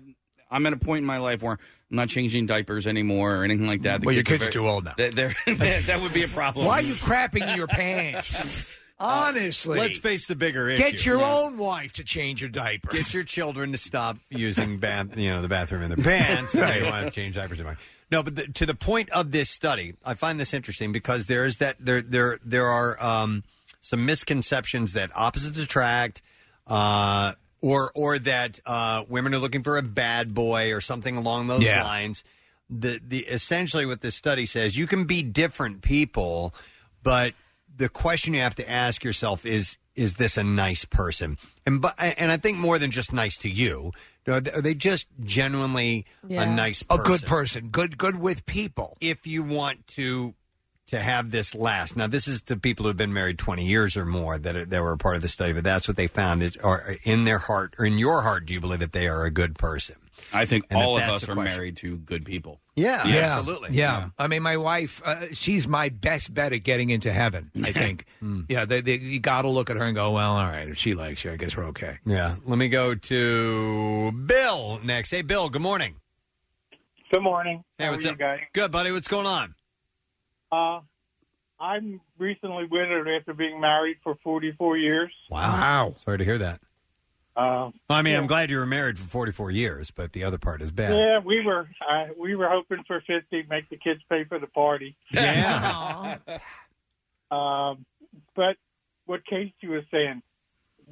S5: I'm at a point in my life where I'm not changing diapers anymore or anything like that.
S4: Well, your
S5: are
S4: kids are
S5: very-
S4: too old now.
S5: They're, (laughs) they're- that- that would be a problem.
S4: Why are you crapping
S5: (laughs)
S4: your pants?
S5: Uh,
S4: Honestly,
S2: Let's face the bigger issue.
S4: Get your own wife to change your diaper.
S2: Get your children to stop using bath, you know, the bathroom in their pants. and
S4: Right.
S2: They want to change diapers. in mind. No, but the, to the point of this study, I find this interesting because there is that there there there are um, some misconceptions that opposites attract, uh, or or that uh, women are looking for a bad boy or something along those
S10: Yeah.
S2: lines. The the essentially what this study says, you can be different people, but the question you have to ask yourself is is this a nice person and but and i think more than just nice to you are they- are they just genuinely a
S4: Yeah.
S2: nice
S4: A
S2: person
S4: good person good good with people
S2: if you want to to have this last now this is to people who've been married 20 years or more that are, that were a part of the study but that's what they found is are in their heart or in your heart do you believe that they are a good person
S5: I think
S2: And
S5: all of
S2: that's
S5: us
S2: the
S5: are
S2: question.
S5: married to good people.
S2: Yeah,
S4: yeah,
S2: absolutely.
S4: Yeah.
S2: Yeah.
S4: I mean, my wife, uh, she's my best bet at getting into heaven. I
S2: (laughs)
S4: think.
S2: Hmm.
S4: Yeah, they, they, you got to look at her and go, well, all right, if she likes you, I guess we're okay.
S2: yeah let me go to bill next hey bill good morning
S13: Good morning.
S2: hey
S13: How
S2: what's
S13: are you
S2: up
S13: guys?
S2: good buddy what's going on
S13: Uh, I'm recently widowed after being married for 44 years.
S2: Wow. Sorry to hear that.
S13: Uh,
S2: I mean, I'm glad you were married for 44 years, but the other part is bad.
S13: yeah, we were uh, we were hoping for 50, make the kids pay for the party.
S2: Yeah.
S13: (laughs) um, but what Casey was saying,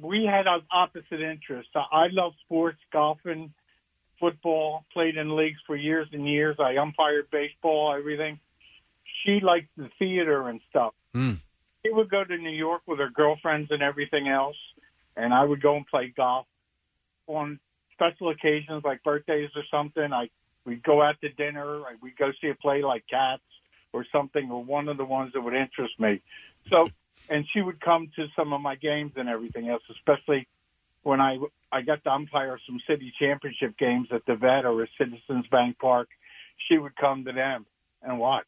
S13: we had an opposite interest. I love sports, golfing, football. Played in leagues for years and years. I umpired baseball, everything. She liked the theater and stuff. She would go to New York with her girlfriends and everything else, and I would go and play golf on special occasions like birthdays or something. I we'd go out to dinner, I- we'd go see a play like Cats or something, or one of the ones that would interest me. So, and she would come to some of my games and everything else, especially when I I got to umpire some city championship games at the Vet or at Citizens Bank Park. She would come to them and watch.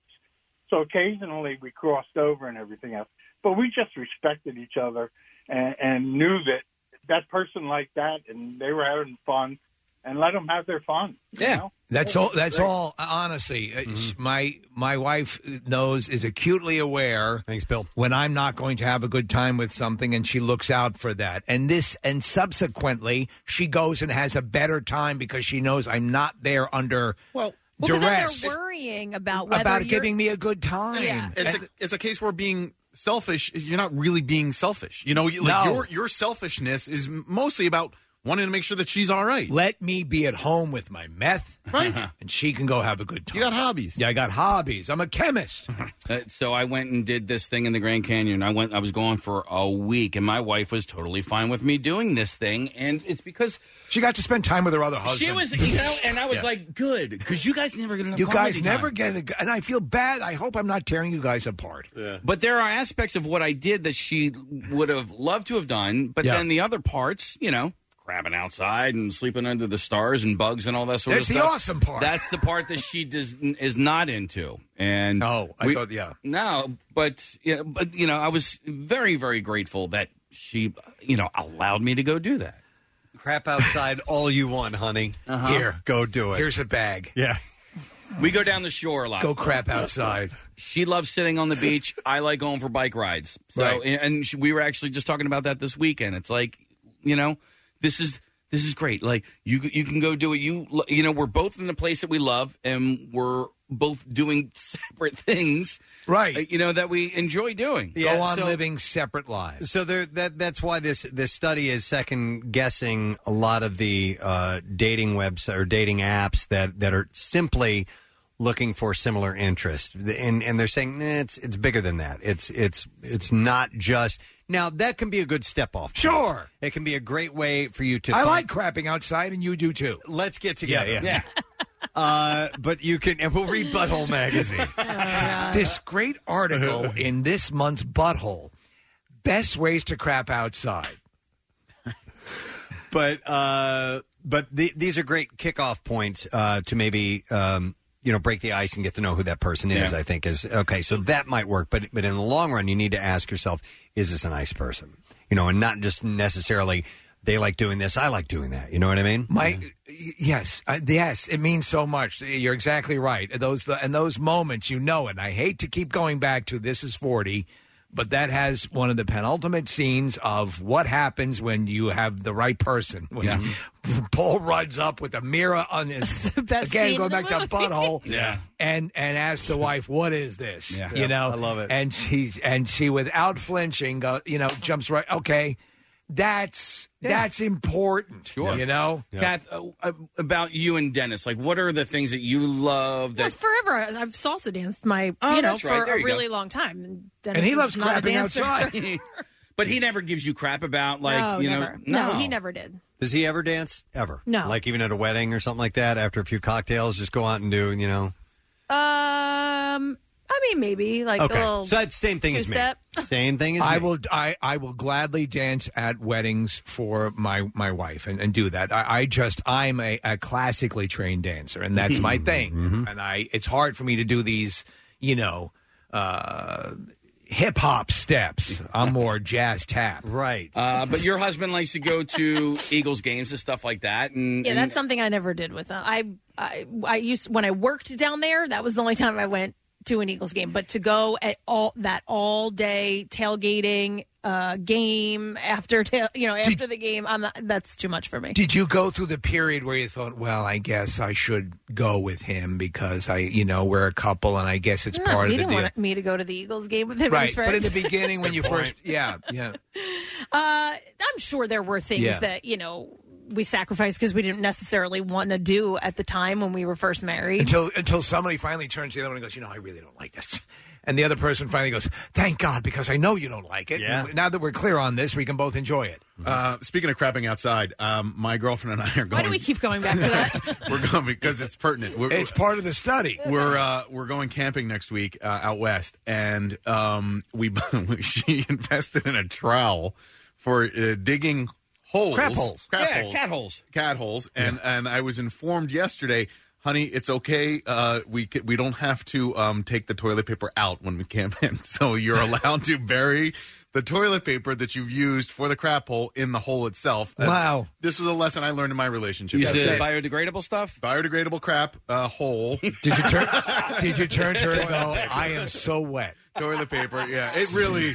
S13: So occasionally we crossed over and everything else, but we just respected each other and, and knew that that person liked that and they were having fun and let them have their fun. Yeah.
S4: That's all. That's all. Honestly,
S2: Mm-hmm.
S4: uh, sh my my wife knows is acutely aware.
S2: Thanks, Bill.
S4: When I'm not going to have a good time with something, and she looks out for that. And this, and subsequently, she goes and has a better time because she knows I'm not there under well
S21: Well, because then
S4: duress
S21: they're worrying about whether
S4: about
S21: you're-
S4: giving
S3: (laughs)
S4: me a good time.
S21: Yeah.
S9: It's a, it's a case where being selfish, is- you're not really being selfish. You know, you,
S4: No.
S9: like your your selfishness is mostly about (laughs) wanting to make sure that she's all right.
S4: Let me be at home with my meth,
S9: right?
S4: (laughs) and she can go have a good time. You got
S9: hobbies.
S4: Yeah, I got hobbies. I'm a chemist.
S5: (laughs) Uh, so I went and did this thing in the Grand Canyon. I went. I was gone for a week, and my wife was totally fine with me doing this thing. And it's because
S4: she got to spend time with her other husband.
S5: She was, you know, and I was
S4: (laughs) Yeah.
S5: like, good, because you guys never get enough.
S4: You guys
S5: quality
S4: never
S5: time.
S4: get it, and I feel bad. I hope I'm not tearing you guys apart.
S5: But there are aspects of what I did that she would have loved to have done, but
S4: Yeah.
S5: then the other parts, you know, crabbing outside and sleeping under the stars and bugs and all that sort
S4: That's
S5: of
S4: the
S5: stuff.
S4: awesome part.
S5: That's the part that she does is not into. And
S4: oh, I
S5: we-
S4: thought yeah.
S5: No, but you know, but you know, I was very very grateful that she, you know, allowed me to go do that.
S2: Crap outside all you want, honey.
S5: Uh-huh. Here.
S2: go do it.
S5: Here's
S4: a bag.
S2: Yeah.
S5: We go down the shore a lot.
S4: Go crap outside.
S5: She loves sitting on the beach. I like going for bike rides. So,
S4: Right.
S5: and, and she, we were actually just talking about that this weekend. It's like, you know, this is this is great. Like you you can go do it. You lo- you know, we're both in the place that we love, and we're both doing (laughs) separate things, uh,
S4: right?
S5: you know, that we enjoy doing.
S4: go on living separate lives.
S2: So there, that that's why this this study is second guessing a lot of the uh, dating webs or dating apps that that are simply looking for similar interests, and and they're saying "Nah, it's it's bigger than that. It's it's it's not just now that can be a good step off. point.
S4: Sure.
S2: it can be a great way for you to.
S4: I
S2: find-
S4: like crapping outside, and you do too.
S2: Let's get together.
S4: Yeah, yeah.
S2: (laughs) Uh, but you can, and we'll read Butthole Magazine.
S4: (laughs) this great
S2: (laughs)
S4: article in this month's Butthole: Best Ways to Crap Outside.
S2: but uh, but the, these are great kickoff points uh, to maybe um, you know break the ice and get to know who that person is.
S10: Yeah.
S2: I think is okay. So that might work, but but in the long run, you need to ask yourself: Is this a nice person? You know, and not just necessarily they like doing this, I like doing that. You know what I mean?
S4: My y- yes, uh, yes, it means so much. You're exactly right. Those the, and those moments, you know it. And I hate to keep going back to this is forty, but that has one of the penultimate scenes of what happens when you have the right person. When (laughs) Paul Rudd's up with a mirror on his
S21: best
S4: again,
S21: scene in
S4: going
S21: the
S4: back to
S3: (laughs)
S21: movie.
S4: butthole.
S21: (laughs) Yeah.
S4: and and asks the wife, "What is this?"
S21: Yeah.
S4: You know,
S21: I love it.
S4: And she's and she without flinching, go, you know, jumps right. Okay, that's that's important.
S5: Sure.
S4: you know.
S5: Kath, uh, uh, about you and Dennis, like, what are the things that you love? That
S3: That's forever. I- I've salsa danced my,
S5: Oh,
S3: you know,
S5: that's
S3: for
S5: right. There
S3: a
S5: you go.
S3: really long time. Dennis
S5: And he
S3: is
S5: loves
S3: not a
S5: crapping
S3: dancer. (laughs)
S5: outside. but he never gives you crap about, like,
S3: no,
S5: you know,
S3: never. No. he never did.
S2: Does he ever dance? Ever?
S3: No.
S2: Like even at a wedding or something like that. After a few cocktails, just go out and do. You know.
S3: Um, I mean, maybe like
S2: okay.
S3: a little.
S2: so
S4: Uh,
S2: that's same thing as me.
S3: two-step.
S2: Same thing as
S4: I
S2: me.
S4: will I, I will gladly dance at weddings for my my wife and, and do that. I, I just I'm a, a classically trained dancer and
S2: (laughs)
S4: that's my thing.
S2: Mm-hmm.
S4: And I it's hard for me to do these, you know, uh hip hop steps.
S2: (laughs)
S4: I'm more jazz tap.
S2: Right.
S5: Uh, but your husband likes to go to Eagles games and stuff like that. And
S3: Yeah,
S5: and-
S3: that's something I never did with. uh, I, I I used when I worked down there. That was the only time I went to an Eagles game. But to go at all that all day tailgating uh, game after tail, you know after the game, I'm not, that's too much for me.
S4: Did you go through the period where you thought, well, I guess I should go with him because I, you know, we're a couple and I guess it's
S3: No,
S4: part
S3: he
S4: of the
S3: didn't (laughs)
S4: deal.
S3: want me to go to the Eagles game with him. and
S4: right.
S3: his
S4: But in the
S3: friends.
S4: beginning when you first yeah, yeah.
S3: (laughs) Uh, I'm sure there were things
S4: Yeah.
S3: that you know we sacrificed because we didn't necessarily want to do at the time when we were first married.
S4: until until somebody finally turns to the other one and goes, you know, I really don't like this. And the other person finally goes, thank God, because I know you don't like it.
S9: Yeah.
S4: Now that we're clear on this, we can both enjoy it.
S9: Uh, speaking of crapping outside, um, my girlfriend and I are going.
S3: Why do we keep going back to
S4: (laughs)
S3: that?
S9: (laughs) We're going because it's pertinent. We're,
S4: It's part of the study.
S9: We're uh, we're going camping next week uh, out west, and um, we (laughs) she invested in a trowel for uh, digging holes,
S5: Crap holes.
S9: crap
S5: Yeah,
S9: holes,
S5: cat holes.
S9: cat holes. And and I was informed yesterday. Honey, it's okay. Uh, we c- we don't have to um, take the toilet paper out when we camp in, (laughs) so you're allowed to bury the toilet paper that you've used for the crap hole in the hole itself. Uh,
S4: Wow.
S9: this was a lesson I learned in my relationship.
S5: you said biodegradable stuff?
S9: Biodegradable crap uh,
S4: (laughs)
S9: hole. Did
S4: you
S9: (laughs)
S4: turn? Did you turn to her and go, I am so wet? (laughs)
S9: Toilet paper. Yeah, it really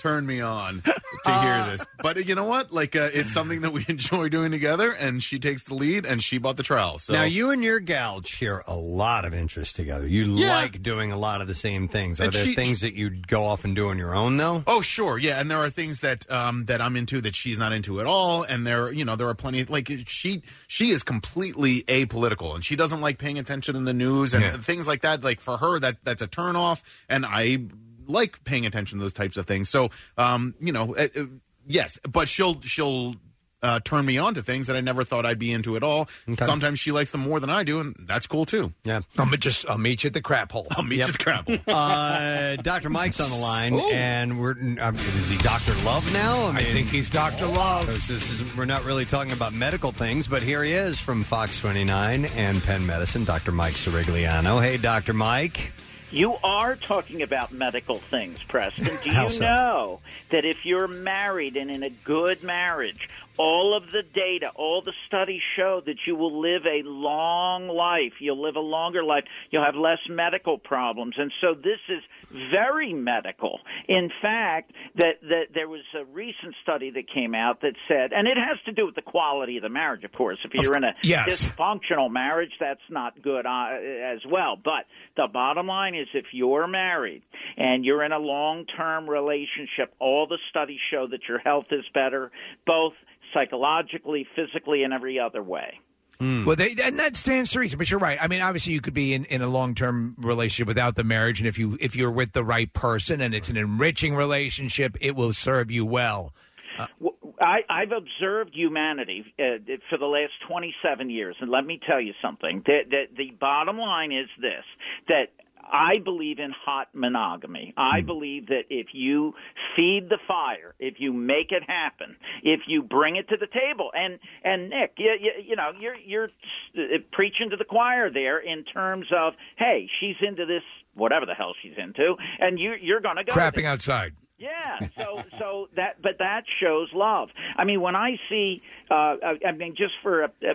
S9: turned me on. to hear
S4: Ah.
S9: this. But you know what? Like, uh, it's something that we (laughs) enjoy doing together, and she takes the lead, and she bought the trowel. So
S2: Now you and your gal share a lot of interests together. You
S9: Yeah.
S2: like doing a lot of the same things. Are
S9: And
S2: there
S9: she-
S2: things that you go off and do on your own though?
S9: Oh sure, yeah, and there are things that um, that I'm into that she's not into at all, and there you know there are plenty like she she is completely apolitical and she doesn't like paying attention in the news and
S10: Yeah.
S9: things like that. Like for her that that's a turn off, and I like paying attention to those types of things. So um, you know uh, uh, yes, but she'll she'll. Uh, turn me on to things that I never thought I'd be into at all. Sometimes she likes them more than I do, and that's cool too.
S2: Yeah,
S4: I'm gonna just I'll meet you at the crap hole.
S9: I'll meet you at the crap hole.
S2: (laughs)
S9: (laughs)
S2: uh, Dr. Mike's on the line,
S4: Ooh.
S2: and we're uh, is he Dr. Love now? I, think
S4: he's Dr. Love.
S2: This is, we're not really talking about medical things, but here he is from Fox 29 and Penn Medicine, Dr. Mike Sirigliano. Hey, Dr. Mike.
S11: You are talking about medical things, Preston. Do
S2: How
S11: you
S2: so?
S11: know that if you're married and in a good marriage, all of the data, all the studies show that you will live a long life. You'll live a longer life. You'll have less medical problems. And so this is very medical. In fact, that, that there was a recent study that came out that said, and it has to do with the quality of the marriage, of course. If you're in a
S14: yes.
S11: dysfunctional marriage, that's not good uh, as well. But the bottom line is if you're married and you're in a long term relationship, all the studies show that your health is better, both psychologically, physically, and every other way.
S4: Hmm.
S9: Hmm.
S4: Well, they, and that stands to reason. But you're right. I mean, obviously, you could be in, in a long term relationship without the marriage, and if you if you're with the right person and it's an enriching relationship, it will serve you well.
S11: I, I've observed humanity uh, for the last 27 years, and let me tell you something. The, the, the bottom line is this: that I believe in hot monogamy. I believe that if you feed the fire, if you make it happen, if you bring it to the table, and and Nick, you, you, you know, you're you're uh, preaching to the choir there in terms of, hey, she's into this whatever the hell she's into, and you you're going to go with
S4: Crapping
S11: it.
S4: outside.
S11: Yeah. So so that but that shows love. I mean, when I see, uh, I, I mean, just for a, a,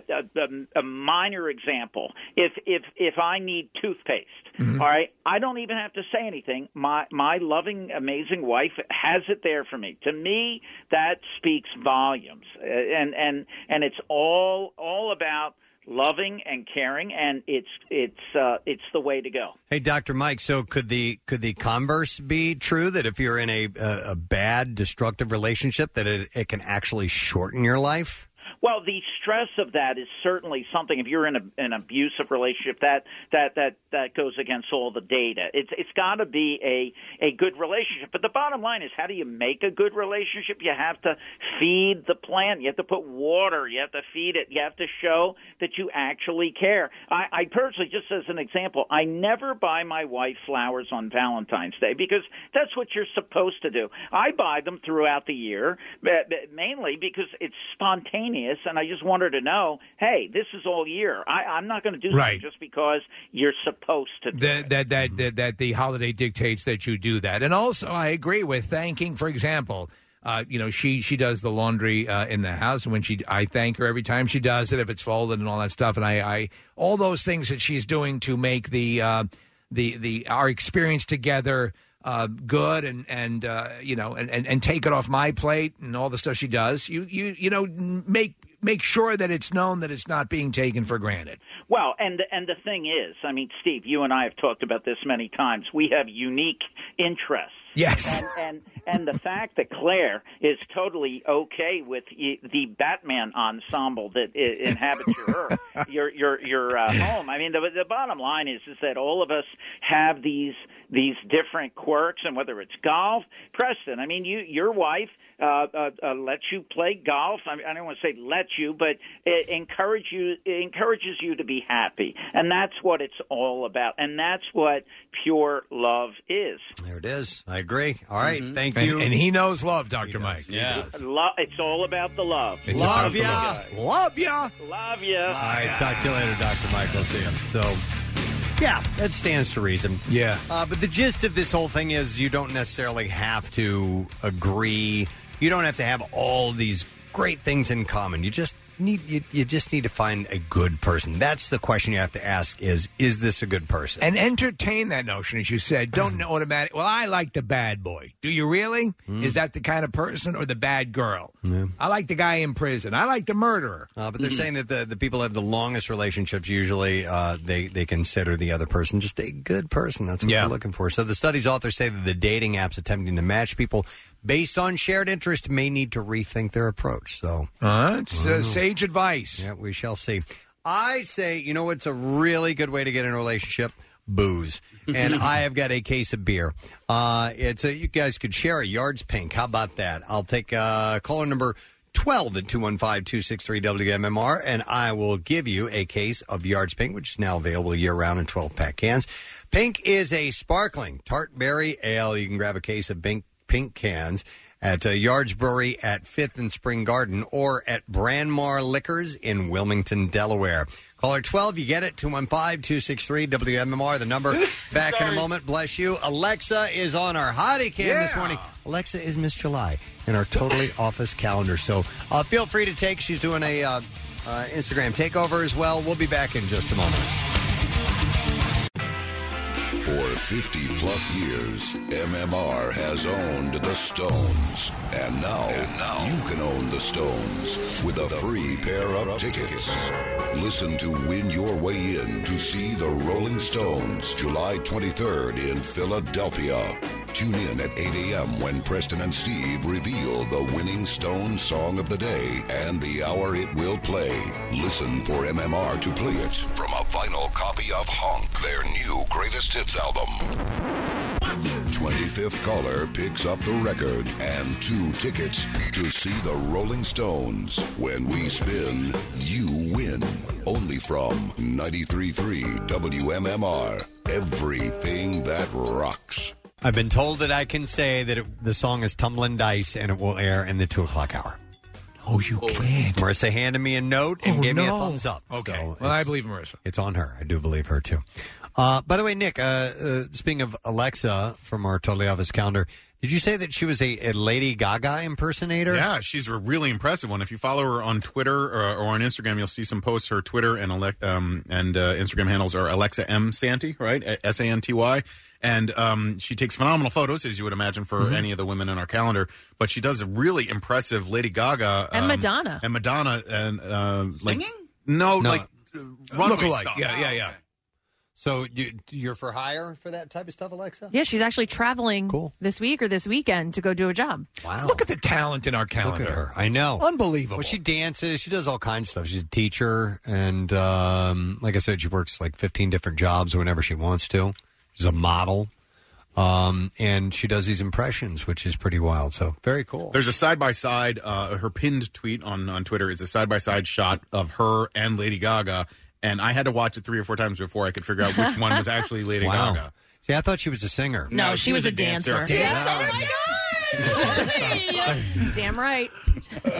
S11: a, a minor example, if if if I need toothpaste, all right, I don't even have to say anything. My my loving, amazing wife has it there for me. To me, that speaks volumes, Uh, and and and it's all all about loving and caring, and it's it's uh, it's the way to go.
S2: Hey, Dr. Mike. So, could the could the converse be true that if you're in a a, a bad, destructive relationship, that it, it can actually shorten your life?
S11: Well, the stress of that is certainly something. If you're in a, an abusive relationship, that that that that goes against all the data. It's it's got to be a a good relationship. But the bottom line is, how do you make a good relationship? You have to feed the plant. You have to put water. You have to feed it. You have to show that you actually care. I, I personally, just as an example, I never buy my wife flowers on Valentine's Day because that's what you're supposed to do. I buy them throughout the year, but- but mainly because it's spontaneous, and I just want her to know, hey, this is all year. I, I'm not going to do
S4: Right.
S11: something just because you're supposed to.
S4: That that that, that that the holiday dictates that you do that. And also, I agree with thanking. For example, uh, you know, she she does the laundry uh, in the house, and when she I thank her every time she does it if it's folded and all that stuff. And I, I all those things that she's doing to make the uh, the the our experience together. Uh, good and and uh, you know and, and and take it off my plate and all the stuff she does. You you you know make make sure that it's known that it's not being taken for granted.
S11: Well, and and the thing is, I mean, Steve, you and I have talked about this many times. We have unique interests.
S4: Yes.
S11: And and, and the fact that Claire is totally okay with y- the Batman ensemble that i- inhabits your your your your uh, home. I mean, the, the bottom line is is that all of us have these these different quirks, and whether it's golf, Preston. I mean, you your wife uh, uh, uh, lets you play golf. I, mean, I don't want to say let you, but it encourage you it encourages you to be happy, and that's what it's all about, and that's what pure love is.
S2: There it is. I agree. All right,
S11: Mm-hmm.
S2: Thank
S4: And-
S2: you.
S4: and he knows love, Doctor Mike.
S11: Lo- it's all about the love.
S2: It's Love about the ya. Love ya.
S11: Love ya.
S2: All right. Talk to you later, Dr. Mike. I'll see you. So, yeah, that stands to reason.
S4: Yeah.
S2: Uh, but the gist of this whole thing is you don't necessarily have to agree. You don't have to have all these great things in common. You just need you, you just need to find a good person. That's the question you have to ask: is is this a good person?
S4: And entertain that notion, as you
S2: (clears throat)
S4: said. Don't automatic. Well, I like the bad boy. Do you really?
S2: Hmm.
S4: Is that the kind of person or the bad girl? I like the guy in prison. I like the murderer.
S2: Uh, but they're
S4: Mm-hmm.
S2: saying that the, the people who have the longest relationships usually uh, they they consider the other person just a good person. That's what they're looking for. So the study's authors say that the dating apps attempting to match people based on shared interest may need to rethink their approach. So
S4: Uh, it's
S2: I don't
S4: uh,
S2: know.
S4: sage advice.
S2: Yeah, we shall see. I say, you know what's a really good way to get in a relationship? Booze. And I have got a case of beer. Uh, it's a, you guys could share a yard's pink. How about that? I'll take uh, caller number 12 at 215 263 WMMR, and I will give you a case of yards pink, which is now available year round in 12 pack cans. Pink is a sparkling tart berry ale. You can grab a case of pink, pink cans at uh, Yards Brewery at 5th and Spring Garden or at Branmar Liquors in Wilmington, Delaware. Caller 12, you get it, 215-263-WMMR, the
S4: (laughs)
S2: number. Back in a moment, bless you. Alexa is on our hottie cam this morning. Alexa is Miss July in our
S4: (laughs)
S2: Totally Office calendar, so uh, feel free to take. She's doing a uh, uh, Instagram takeover as well. We'll be back in just a moment.
S1: For 50 plus years, MMR has owned the Stones. And now, you can own the Stones with a free pair of tickets. Listen to Win Your Way In to see the Rolling Stones July 23rd in Philadelphia. Tune in at 8 a.m. when Preston and Steve reveal the winning Stone song of the day and the hour it will play. Listen for MMR to play it from a vinyl copy of Honk, their new greatest hits album. 25th caller picks up the record and two tickets to see the Rolling Stones. When we spin, you win. Only from 93.3 WMMR. Everything that rocks.
S2: I've been told that I can say that it, the song is Tumbling Dice and it will air in the 2 o'clock hour.
S4: Oh, you can't.
S2: Marissa handed me a note and
S4: Oh,
S2: gave me a
S4: no.
S2: thumbs up.
S4: Okay.
S2: So
S4: well, I
S2: it's-
S4: believe Marissa.
S2: It's on her. I do believe her too. Uh, by the way, Nick, uh, uh, speaking of Alexa from our Totally Office calendar, did you say that she was a, a Lady Gaga impersonator?
S9: Yeah, she's a really impressive one. If you follow her on Twitter uh, or, or on Instagram, you'll see some posts. Her Twitter and elec- um, and uh, Instagram handles are Alexa M Santy, right? S A N T Y. And um, she takes phenomenal photos, as you would imagine, for
S3: Mhm.
S9: any of the women in our calendar. But she does a really impressive Lady Gaga
S3: And
S9: um,
S3: Madonna.
S9: and Madonna and uh, like
S3: Singing?
S9: no,
S2: No.
S9: like uh, runway
S2: Lookalike.
S9: stuff.
S2: Yeah, yeah, yeah. So you, you're for hire for that type of stuff, Alexa?
S3: Yeah, she's actually traveling this week or this weekend to go do
S2: (laughs)
S3: a job.
S2: Wow.
S4: Look at the talent in our calendar.
S2: Look at her. I know.
S4: Unbelievable.
S2: Well, she dances. She does all kinds of stuff. She's a teacher. And um, like I said, she works like 15 different jobs whenever she wants to. She's a model. Um, and she does these impressions, which is pretty wild. So very cool.
S9: There's a side by side. Her pinned tweet on on Twitter is a side by side shot of her and Lady Gaga, and I had to watch it three or four times before I could figure out which one was actually Lady
S2: Wow.
S9: Gaga.
S2: See, I thought she was a singer.
S3: No, she, was, a dancer. Hey, Damn right.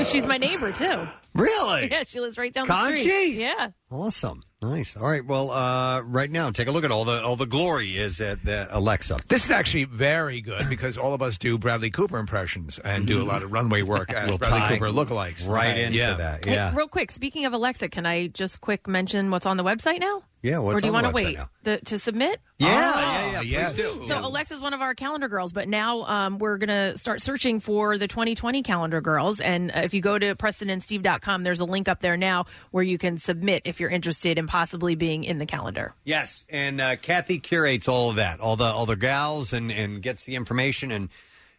S3: She's my neighbor too.
S2: Really?
S3: Yeah, she lives right down the
S2: Can't
S3: street.
S2: she?
S3: Yeah.
S2: Awesome. Nice. All right. Well, uh, right now, take a look at all the all the glory is at the Alexa.
S4: This is actually very good because all of us do Bradley Cooper impressions and do a lot of
S2: (laughs)
S4: runway work as
S2: Mm-hmm. We'll
S4: Bradley
S2: tie
S4: Cooper lookalikes.
S2: right into that,
S3: Hey, real quick, speaking of Alexa, can I just quick mention what's on the website now?
S2: Yeah, what's
S3: or do you
S2: on the
S3: wanna
S2: website
S3: wait
S2: now?
S3: the, to submit? Uh-huh.
S2: Yeah, yeah, yeah. Please do.
S3: So Alexa's one of our calendar girls, but now um, we're going to start searching for the 2020 calendar girls. And uh, if you go to PrestonandSteve.com, there's a link up there now where you can submit if you're interested in possibly being in the calendar.
S2: Yes, and uh, Kathy curates all of that, all the all the gals, and and gets the information and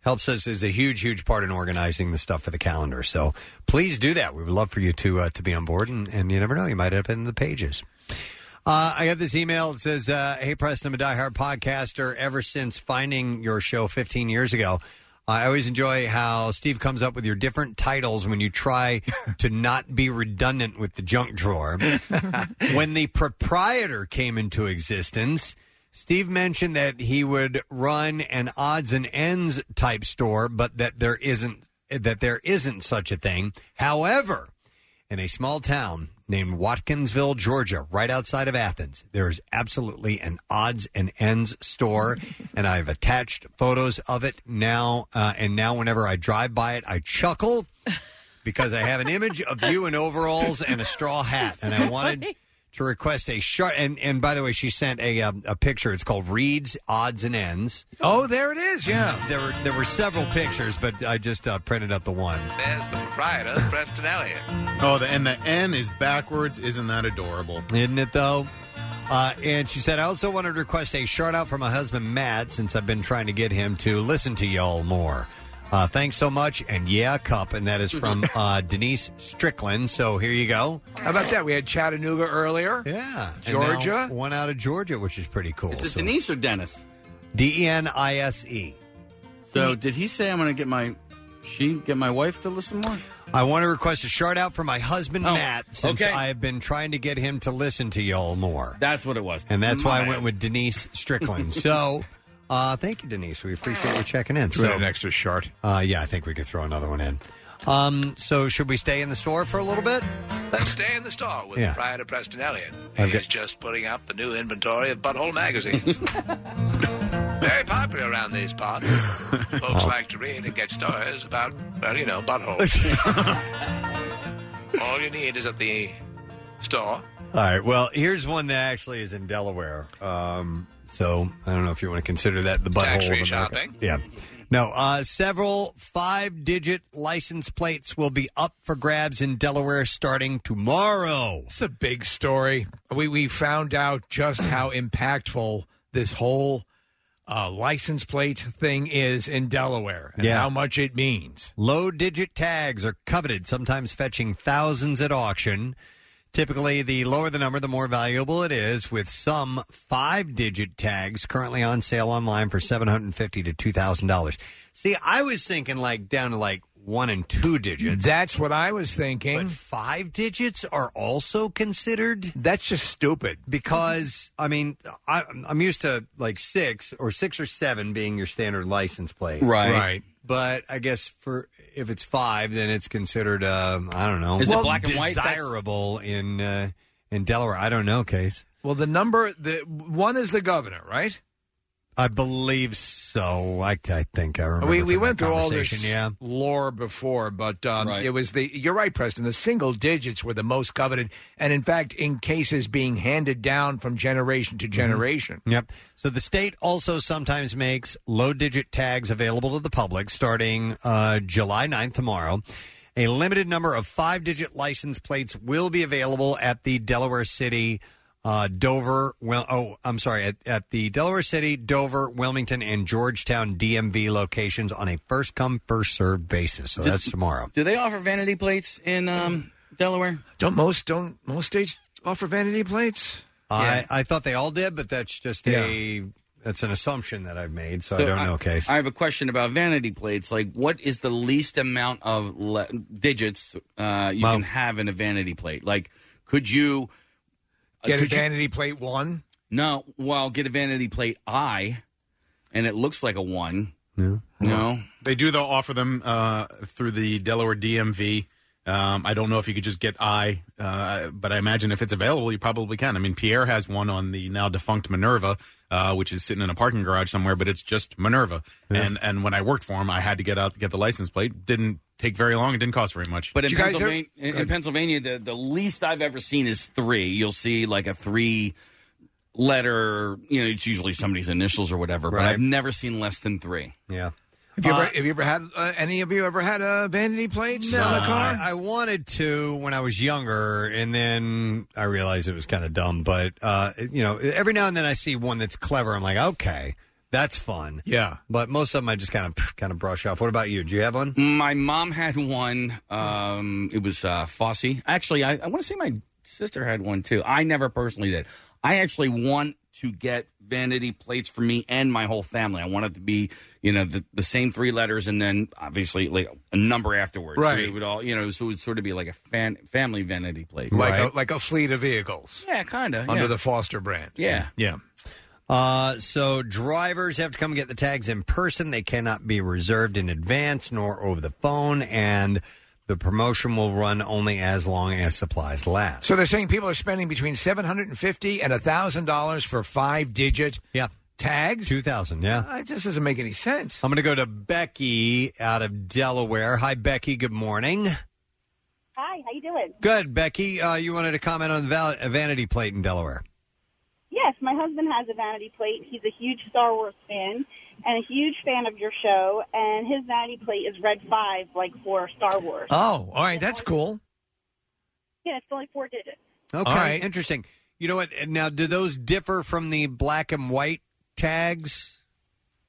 S2: helps us is a huge huge part in organizing the stuff for the calendar. So please do that. We would love for you to uh, to be on board, and, and you never know, you might end up in the pages. Uh, I got this email. It says, uh, "Hey Preston, I'm a diehard podcaster. Ever since finding your show 15 years ago, I always enjoy how Steve comes up with your different titles when you try to not be redundant with the junk drawer. when the proprietor came into existence." Steve mentioned that he would run an odds and ends type store, but that there isn't that there isn't such a thing. However, in a small town named Watkinsville, Georgia, right outside of Athens. There is absolutely an odds and ends store, and I've attached photos of it now. Uh, and now, whenever I drive by it, I chuckle because I have an image of you in overalls and a straw hat, and I wanted to request a shark. And and by the way, she sent a um, a picture. It's called Reed's Odds and Ends.
S4: Oh, there it is. Yeah,
S2: there were there were several pictures, but I just uh, printed up the one.
S15: There's the proprietor, Preston Elliott.
S9: Oh, the, and the N is backwards. Isn't that adorable?
S2: Isn't it though? Uh, and she said, I also wanted to request a shout out for my husband Matt, since I've been trying to get him to listen to y'all more. Uh, thanks so much, and yeah, cup, and
S5: (laughs)
S2: that is from uh, Denise Strickland. So here you go. (laughs)
S4: How about that? We had Chattanooga earlier.
S2: Yeah, And now
S4: Georgia.
S2: one out of Georgia, which is pretty cool.
S5: Is it
S2: So-
S5: Denise or Dennis?
S2: D E N I S E.
S5: So did he say I'm going to get my she get my wife to listen more?
S2: I want to request a shout out for my husband
S5: Oh,
S2: Matt, since
S5: okay.
S2: I have been trying to get him to listen to y'all more.
S5: That's what it was.
S2: And that's why I
S5: My-
S2: went with Denise Strickland.
S5: (laughs)
S2: so, uh, thank you, Denise. We appreciate you checking in.
S4: Threw in
S2: So,
S4: an extra shard.
S2: Uh, yeah, I think we could throw another one in. Um, so, should we stay in the store for a little bit?
S15: Let's stay in the store with
S2: Yeah.
S15: proprietor Preston Elliott.
S2: I've
S15: He's just putting up the new inventory of butthole magazines. Very popular around these parts. Folks like to read and get stories about, well, you know, buttholes. All you need is at the store.
S2: All right. Well, here's one that actually is in Delaware. Um, so I don't know if you want to consider that the butthole
S15: Tax-free
S2: of America.
S15: shopping.
S2: Yeah. No. Uh, several five-digit license plates will be up for grabs in Delaware starting tomorrow.
S4: It's a big story. We we found out just
S2: (clears throat)
S4: how impactful this whole uh, license plate thing is in Delaware and
S2: Yeah.
S4: how much it means.
S2: Low digit tags are coveted, sometimes fetching thousands at auction. Typically, the lower the number, the more valuable it is, with some five digit tags currently on sale online for $750 to $2,000. See, I was thinking like down to like one and two digits.
S4: That's what I was thinking.
S2: But five digits are also considered?
S4: That's just stupid.
S2: Because, I mean, I, I'm used to like six or six or seven being your standard license plate.
S5: Right. Right.
S2: But I guess for if it's five, then it's considered uh, I don't know.
S5: Is it Well, black and white? That's-
S2: Desirable in uh, in Delaware. I don't know, case.
S4: Well, the number the one is the governor, right?
S2: I believe so. I, I think I remember.
S4: We we
S2: from
S4: went
S2: that
S4: through all this
S2: conversation, Yeah.
S4: lore before, but um,
S2: Right.
S4: it was the you're right, Preston. The single digits were the most coveted, and in fact, in cases being handed down from generation
S2: Mm-hmm.
S4: to generation.
S2: Yep. So the state also sometimes makes low digit tags available to the public starting uh, July 9th tomorrow. A limited number of five digit license plates will be available at the Delaware City, uh, Dover, well, oh, I'm sorry, at, at the Delaware City, Dover, Wilmington, and Georgetown DMV locations on a first come, first served basis. So
S5: Did-
S2: that's tomorrow.
S5: Do they offer vanity plates in um, Delaware?
S4: Don't most don't most states offer vanity plates?
S2: I, I thought they all did, but that's just a. That's an assumption that I've made, so, I don't know, Case.
S5: I have a question about vanity plates. Like, what is the least amount of le- digits uh, you can have in a vanity plate? Like, could you uh,
S4: Get a
S5: could you-
S4: vanity plate one.
S5: no, well, get a vanity plate I, and it looks like a one.
S2: No.
S5: No.
S9: They do, though, offer them uh, through the Delaware DMV. Um, I don't know if you could just get I, uh, but I imagine if it's available, you probably can. I mean, Pierre has one on the now defunct Minerva, uh, which is sitting in a parking garage somewhere, but it's just Minerva.
S2: Yeah.
S9: And and when I worked for him, I had to get out get the license plate. Didn't take very long. It didn't cost very much.
S5: But in Pennsylvania, in, in Pennsylvania, the the least I've ever seen is three. You'll see like a three letter. You know, it's usually somebody's initials or whatever. But
S4: Right.
S5: I've never seen less than three.
S2: Yeah.
S4: Have you, ever, have you ever had uh, any of you ever had a vanity plate on a car?
S2: I, I wanted to when I was younger, and then I realized it was kind of dumb. But uh, you know, every now and then I see one that's clever. I'm like, okay, that's fun.
S4: Yeah.
S2: But most of them I just kind of kind of brush off. What about you? Do you have one?
S5: My mom had one. Um, it was uh, Fosse. Actually, I, I want to say my sister had one too. I never personally did. I actually want to get vanity plates for me and my whole family. I want it to be, you know, the, the same three letters and then obviously like a number afterwards. So
S4: Right.
S5: it would all, you know, so it would sort of be like a fan, family vanity plate.
S4: Like a, like a fleet of vehicles.
S5: Yeah, kind of.
S4: Under
S5: yeah.
S4: the Foster brand.
S5: Yeah.
S4: Yeah.
S2: Uh, so drivers have to come get the tags in person. They cannot be reserved in advance nor over the phone, and the promotion will run only as long as supplies last.
S4: So they're saying people are spending between seven hundred and fifty and thousand dollars for five digit
S2: yeah.
S4: tags. Uh,
S2: Two thousand, yeah.
S4: it just doesn't make any sense.
S2: I'm going to go to Becky out of Delaware. Hi, Becky. Good morning.
S10: How you doing?
S2: Good, Becky. Uh, you wanted to comment on the val- vanity plate in Delaware.
S10: Yes, my husband has a vanity plate. He's a huge Star Wars fan and a huge fan of your show. And his vanity plate is Red Five, like for Star Wars.
S4: Oh, all right, that's cool.
S10: Yeah, it's only four digits.
S2: Okay, interesting. You know what? Now, do those differ from the black and white tags?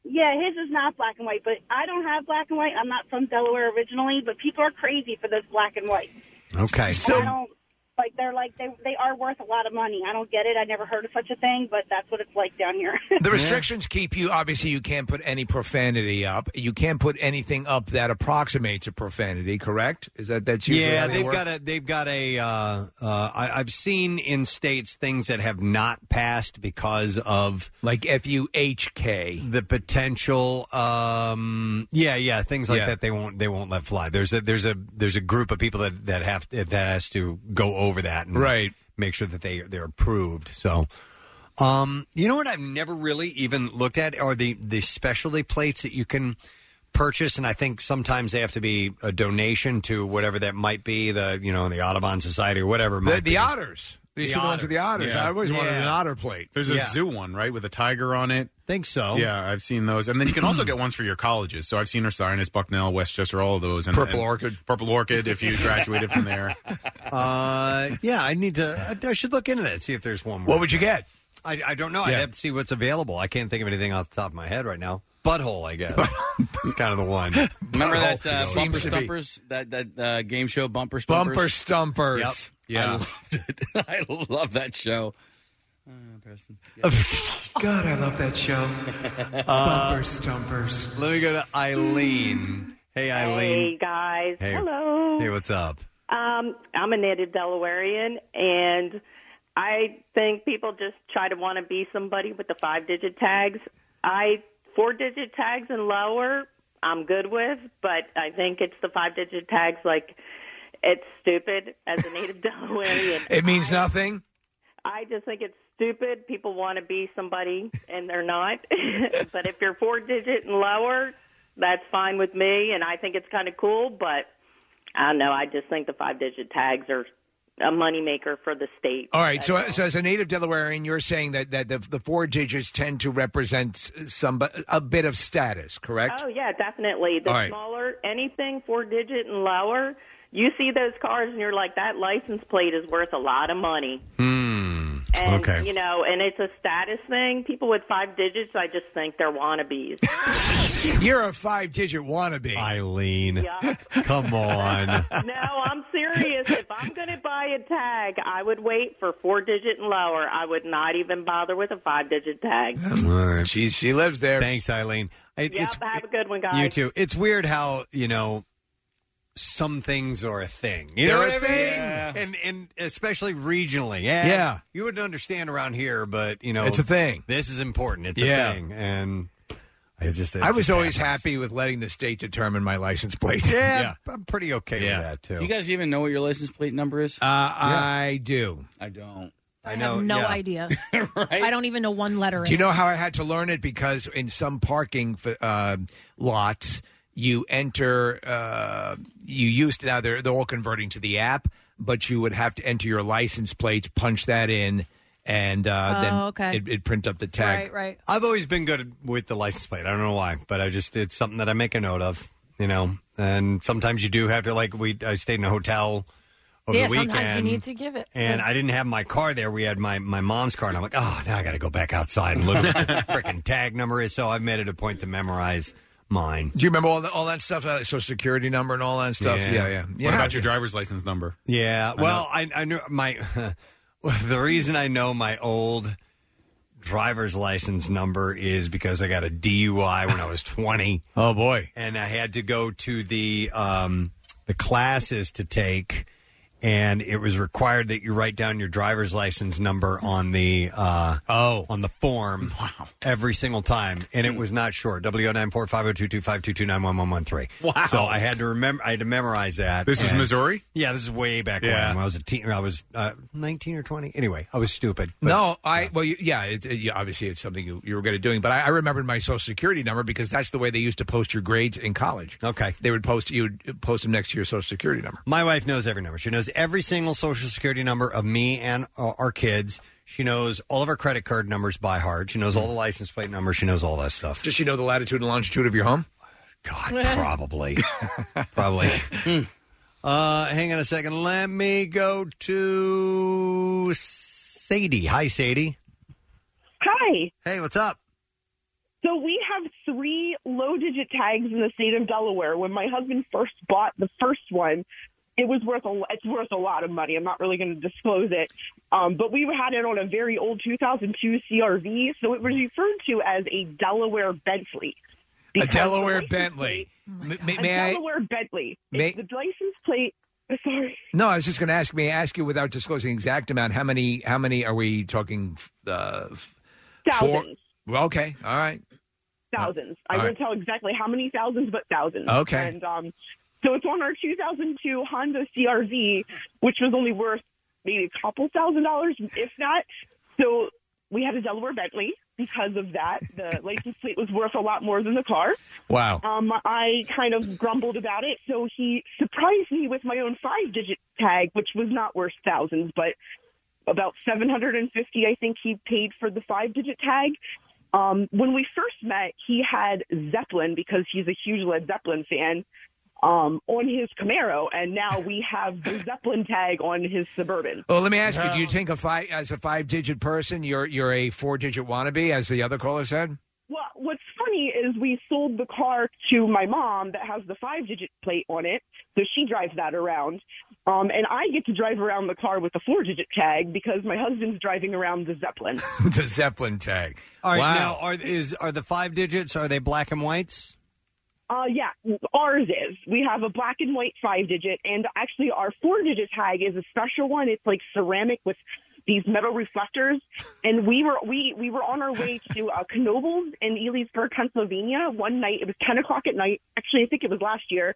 S10: Yeah, his is not black and white, but I don't have black and white. I'm not from Delaware originally, but people are crazy for those black and white.
S2: Okay,
S10: and I don't like they're like they they are worth a lot of money. I don't get it. I never heard of such a thing, but that's what it's like down here.
S5: (laughs)
S4: The restrictions keep you. Obviously, you can't put any profanity up. You can't put anything up that approximates a profanity. Correct? Is that that's usually
S2: yeah,
S4: how they
S2: they've
S4: work?
S2: got a they've got a. Uh, uh, I, I've seen in states things that have not passed because of
S4: like FUHK,
S2: the potential. Um, yeah, yeah, things like
S4: Yeah.
S2: that. They won't they won't let fly. There's a there's a there's a group of people that that have that has to go over that and
S4: Right.
S2: make sure that they they're approved. So. Um, you know what I've never really even looked at are the the specialty plates that you can purchase, and I think sometimes they have to be a donation to whatever that might be the you know the Audubon Society or whatever. it
S4: the,
S2: might be.
S4: the otters. You
S2: The
S4: see the ones with the
S2: otters,
S4: otters.
S2: yeah.
S4: I always wanted
S2: Yeah.
S4: an otter plate.
S9: There's a
S4: Yeah.
S9: zoo one, right, with a tiger on it.
S2: Think so.
S4: Oh.
S9: Yeah, I've seen those, and then you
S4: (clears throat)
S9: can also get ones for your colleges. So I've seen Ursinus, Bucknell, Westchester, all of those. And,
S4: Purple
S9: and
S4: Orchid.
S9: Purple Orchid. If you graduated from there,
S2: Uh, yeah, I need to. I, I should look into that. See if there's one. More.
S9: What would you get?
S2: I, I don't know.
S9: Yeah.
S2: I'd have to see what's available. I can't think of anything off the top of my head right now. Butthole, I
S9: (laughs)
S2: guess. It's kind of the one.
S5: Remember that uh,
S2: Butthole.
S5: Bumper
S2: Seems to be.
S5: Stumpers? That that uh, game show Bumper Stumpers?
S2: Bumper Stumpers.
S5: Yep.
S2: Yep.
S5: I (laughs) loved it. I love that show. Uh, Preston.
S4: (laughs)
S2: God, I love that (laughs) show. Uh,
S5: Bumper
S2: Stumpers. Let me go to Eileen. Hey,
S14: Hey
S2: Eileen.
S14: guys.
S2: Hey.
S14: Hello.
S2: Hey, what's up?
S14: Um, I'm a native Delawarean, and I think people just try to want to be somebody with the five digit tags. I four digit tags and lower, I'm good with, but I think it's the five digit tags like it's stupid as a native (laughs) Delawarean.
S4: It means nothing.
S14: I just think it's stupid. People want to be somebody and they're not. (laughs) but if you're four digit and lower, that's fine with me. And I think it's kind of cool. But I don't know. I just think the five digit tags are a moneymaker for the state.
S4: All right. So, so as a native Delawarean, you're saying that that the, the four digits tend to represent some a bit of status, correct?
S14: Oh, yeah, definitely. The
S4: All right.
S14: smaller, anything four digit and lower, you see those cars and you're like, that license plate is worth a lot of money.
S2: Hmm.
S14: And,
S2: okay.
S14: you know, and it's a status thing. People with five digits, I just think they're wannabes.
S4: You're a five digit wannabe,
S2: Eileen.
S14: Yeah.
S2: Come
S4: (laughs)
S2: on.
S14: no, I'm serious. If I'm going to buy a tag, I would wait for four digit and lower. I would not even bother with a five digit tag.
S4: She she lives there.
S2: Thanks, Eileen. It-
S14: yep,
S2: it's
S14: have a good one, guys.
S2: you too. It's weird how you know some things are a thing. You know
S12: They're
S2: what
S12: a
S2: I mean?
S12: thing.
S2: And and especially regionally. Yeah.
S12: Yeah.
S2: You wouldn't understand around here, but you know
S4: It's a thing.
S2: This is important. It's
S4: Yeah.
S2: a thing. And I just it
S4: I
S2: just
S4: was always
S2: happens.
S4: happy with letting the state determine my license plate. (laughs)
S2: Yeah, I'm pretty okay
S4: Yeah.
S2: with that too.
S5: Do you guys even know what your license plate number is? Uh,
S4: I do.
S5: I don't.
S2: I
S5: know.
S3: no idea. I don't even know one letter.
S4: Do you
S3: in it.
S4: know how I had to learn it? Because in some parking f- uh, lots, you enter, uh, you used to, now they're, they're all converting to the app, but you would have to enter your license plates, punch that in, and uh,
S3: Oh,
S4: then
S3: okay.
S4: it, it'd print up the tag.
S3: Right, right.
S2: I've always been good with the license plate. I don't know why, but I just it's something that I make a note of, you know. And sometimes you do have to like we I stayed in a hotel over
S3: yeah,
S2: the weekend.
S3: sometimes you need to give it.
S2: And I didn't have my car there. We had my, my mom's car, and I'm like, oh, now I got to go back outside and look at what the
S4: (laughs)
S2: freaking tag number is. So I've made it a point to memorize mine.
S4: Do you remember all, the, all that stuff, uh, social security number and all that (laughs) stuff?
S2: Yeah.
S4: Yeah, yeah. yeah.
S2: What
S9: What about your driver's license number?
S2: Yeah.
S9: I
S2: Well, I I knew my (laughs) the reason I know my old driver's license number is because I got a DUI when I was 20.
S4: oh boy.
S2: And I had to go to the um the classes to take and it was required that you write down your driver's license number on the uh, oh on the form every single time, and it was not short. W nine four five zero two two five two two nine one one one three.
S9: Wow.
S2: So I had to remember. I had to memorize that.
S9: This is
S2: and-
S9: Missouri?
S2: Yeah, this is way back
S9: Yeah.
S2: when. when I was a teen. I was uh, nineteen or twenty. Anyway, I was stupid. but-
S4: No, I well, you, yeah, it, it, yeah, obviously it's something you, you were going to doing, but I, I remembered my social security number because that's the way they used to post your grades in college.
S2: Okay,
S4: they would post you would post them next to your social security number.
S2: My wife knows every number. She knows every single social security number of me and uh, our kids. She knows all of our credit card numbers by heart. She knows all the license plate numbers. She knows all that stuff.
S4: Does she know the latitude and longitude of your home? (laughs)
S2: Probably. Probably. Hmm. uh, hang on a second. Let me go to Sadie. Hi, Sadie.
S16: Hi.
S2: Hey, what's up?
S16: So we have three low digit tags in the state of Delaware. When my husband first bought the first one, it was worth a it's worth a lot of money. I'm not really going to disclose it, um, but we had it on a very old 2002 CRV, so it was referred to as a Delaware Bentley.
S4: A Delaware Bentley. M- may,
S16: a
S4: may I?
S16: Delaware Bentley.
S4: May-
S16: It's the license plate. Sorry.
S4: No, I was just going to ask. May I ask you without disclosing the exact amount? How many? How many are we talking? Uh, f- four?
S16: Thousands.
S4: Well, okay, all right.
S16: Thousands. I
S4: All
S16: won't
S4: right.
S16: tell exactly how many thousands, but thousands.
S4: Okay.
S16: And um, so it's on our 2002 Honda CRV, which was only worth maybe a couple thousand dollars, if not. So we had a Delaware Bentley because of that.
S4: (laughs)
S16: The license plate was worth a lot more than the car.
S4: Wow.
S16: Um, I kind of grumbled about it, so he surprised me with my own five-digit tag, which was not worth thousands, but about 750 I think he paid for the five digit tag. Um, when we first met, he had Zeppelin because he's a huge Led Zeppelin fan um, on his Camaro, and now we have the Zeppelin tag on his Suburban.
S4: Well, let me ask you: Do you think a five as a five-digit person, you're you're a four-digit wannabe, as the other caller said?
S16: Well, what's funny is we sold the car to my mom that has the five digit plate on it, so she drives that around. Um, and I get to drive around the car with the four digit tag because my husband's driving around the Zeppelin.
S4: (laughs) the Zeppelin tag.
S2: All right.
S4: Wow.
S2: Now, are is are the five digits? Are they black and whites?
S16: Uh, yeah, ours is. We have a black and white five digit, and actually our four digit tag is a special one. It's like ceramic with these metal reflectors. And we were we we were on our way to uh, Knoebels in Elysburg, Pennsylvania, one night. It was ten o'clock at night. Actually, I think it was last year.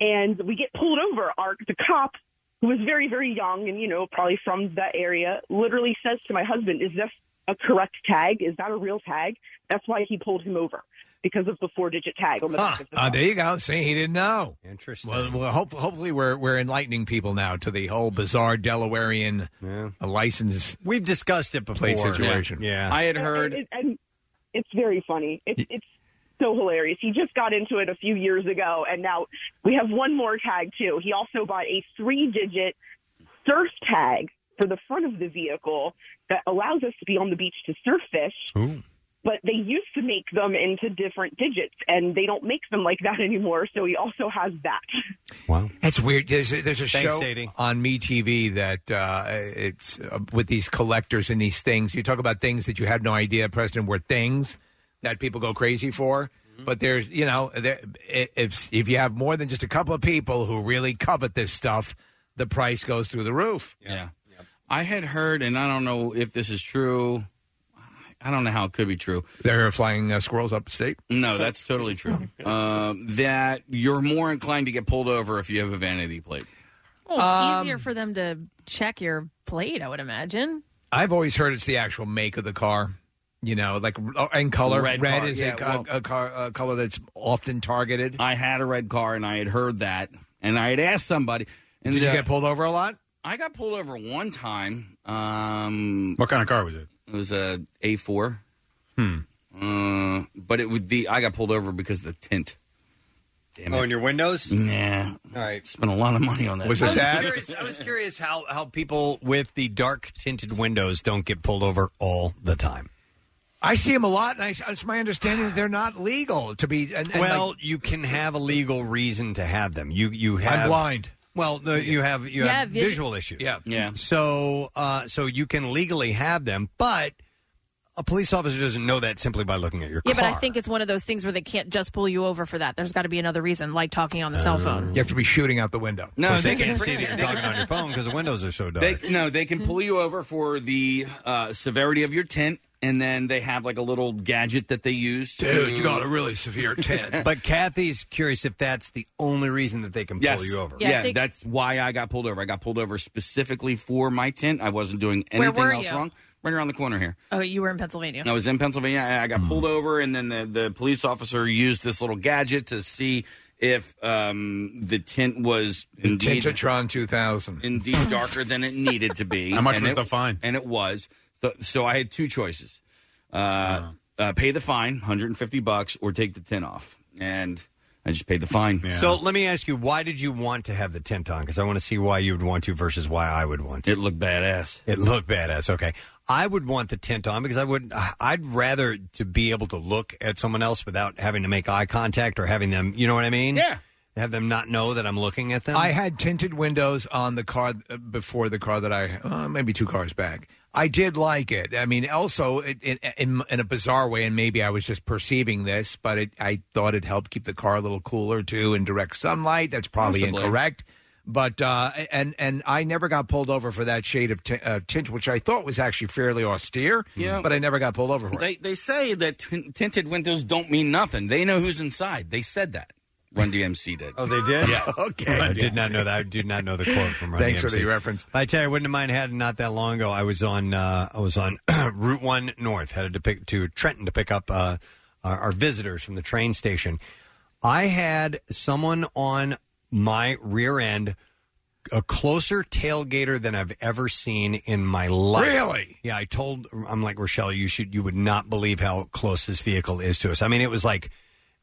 S16: And we get pulled over. Our the cop, who was very very young and you know probably from that area, literally says to my husband, "Is this a correct tag? Is that a real tag?" That's why he pulled him over because of the four digit tag on the back of the
S4: Uh, there you go. See, he didn't know.
S2: Interesting.
S4: Well, well hope, hopefully we're we're enlightening people now to the whole bizarre Delawarean uh, license.
S2: We've discussed it before.
S4: Plate situation.
S2: Yeah.
S16: And- And, and it's very funny. It's it's so hilarious. He just got into it a few years ago, and now we have one more tag too. He also bought a three-digit surf tag for the front of the vehicle that allows us to be on the beach to surf fish. But they used to make them into different digits, and they don't make them like that (laughs) anymore. So he also has that.
S4: That's weird. There's a, there's a
S16: Thanks,
S4: show
S16: Sadie.
S4: on MeTV that uh, it's uh, with these collectors and these things. You talk about things that you had no idea, Preston, were things that people go crazy for.
S5: Mm-hmm.
S4: But there's, you know, there, i- if if you have more than just a couple of people who really covet this stuff, the price goes through the roof.
S5: Yeah. I had heard, and I don't know if this is true. I don't know how it could be true.
S4: There are flying uh, squirrels upstate.
S5: No, that's
S2: (laughs)
S5: totally true. um, that you're more inclined to get pulled over if you have a vanity plate.
S3: Oh,
S21: Well, it's
S4: Um,
S21: easier for them to check your plate, I would imagine.
S4: I've always heard it's the actual make of the car, you know, like oh, and color.
S5: Red
S4: Red,
S5: car,
S4: is
S5: yeah,
S4: a, a- a car uh, a color that's often targeted.
S5: I had a red car, and I had heard that, and I had asked somebody. And
S4: Did you
S5: uh,
S4: get pulled over a lot?
S5: I got pulled over one time. Um, what kind of car was it? It was a A4.
S9: Hmm.
S5: Uh, but it would the I got pulled over because of the tint. Damn
S2: Oh,
S5: it.
S2: in your windows?
S5: Nah.
S2: All right.
S5: Spent a lot of money on that.
S2: I curious- I was curious how, how people with the dark tinted windows don't get pulled over all the time.
S4: I see them a lot, and I, it's my understanding that they're not legal to be. And, and
S2: well,
S4: like-
S2: you can have a legal reason to have them. You you
S4: I'm
S2: have
S4: blind.
S2: Well, no, you have you
S4: Yeah,
S2: have
S4: visu-
S2: visual issues.
S4: Yeah.
S5: Yeah.
S2: So uh, so you can legally have them, but a police officer doesn't know that simply by looking at your
S3: Yeah,
S2: car.
S3: but I think it's one of those things where they can't just pull you over for that. There's got to be another reason, like talking on the
S4: Oh.
S3: cell phone.
S4: You have to be shooting out the window.
S3: No,
S2: Which they,
S3: they can-
S2: can't see that you're talking on your phone because the windows are so dark.
S5: They, no, they can pull you over for the uh, severity of your tint, and then they have like a little gadget that they use.
S4: Dude,
S5: to-
S4: you got a really severe
S2: (laughs)
S4: tan.
S2: but Kathy's curious if that's the only reason that they can pull
S5: Yes.
S2: you over.
S5: Yeah, that's why I got pulled over. I got pulled over specifically for my tint. I wasn't doing
S3: Where
S5: anything
S3: were
S5: else
S3: you?
S5: wrong. Right around the corner here.
S3: Oh, you were in Pennsylvania.
S5: I was in Pennsylvania. I I
S4: Hmm.
S5: got pulled over, and then the, the police officer used this little gadget to see if um, the tint was indeed
S4: Tintatron 2000.
S5: indeed darker than it needed to be.
S4: (laughs) How much
S5: And
S4: was
S5: it-
S4: the fine?
S5: And it was. So, so I had two choices: uh, uh, pay the fine, 150 bucks, or take the tint off. And I just paid the fine.
S2: So let me ask you, why did you want to have the tent on? Because I want to see why you would want to versus why I would want to.
S5: It looked badass.
S2: It looked badass. Okay, I would want the tent on because I would. I'd rather to be able to look at someone else without having to make eye contact or having them. You know what I mean? Yeah. Have them not know that I'm looking at them.
S5: Um,
S4: I had tinted windows on the car uh, before the car that I uh, maybe two cars back. I did like it. I mean, also it, it, in in a bizarre way, and maybe I was just perceiving this, but it, I thought it helped keep the car a little cooler too in direct sunlight. That's probably
S5: Possibly.
S4: incorrect, but uh, and and I never got pulled over for that shade of t- uh, tint, which I thought was actually fairly austere.
S5: Yeah.
S4: but I never got pulled over for it.
S5: They they say that tin tinted windows don't mean nothing. They know who's inside. They said that. Run DMC did.
S2: Oh, they did. (laughs)
S5: Yes.
S2: okay. I did not know that. I did not know the quote from. Run E
S4: Thanks for
S2: DMC.
S4: the reference.
S2: I tell you, wouldn't have mind had it not that long ago. I was on uh, I was on (clears throat) Route One North, headed to pick to Trenton to pick up uh, our, our visitors from the train station. I had someone on my rear end, a closer tailgater than I've ever seen in my life.
S4: Really?
S2: Yeah, I told I'm like Rochelle, you should you would not believe how close this vehicle is to us. I mean, it was like.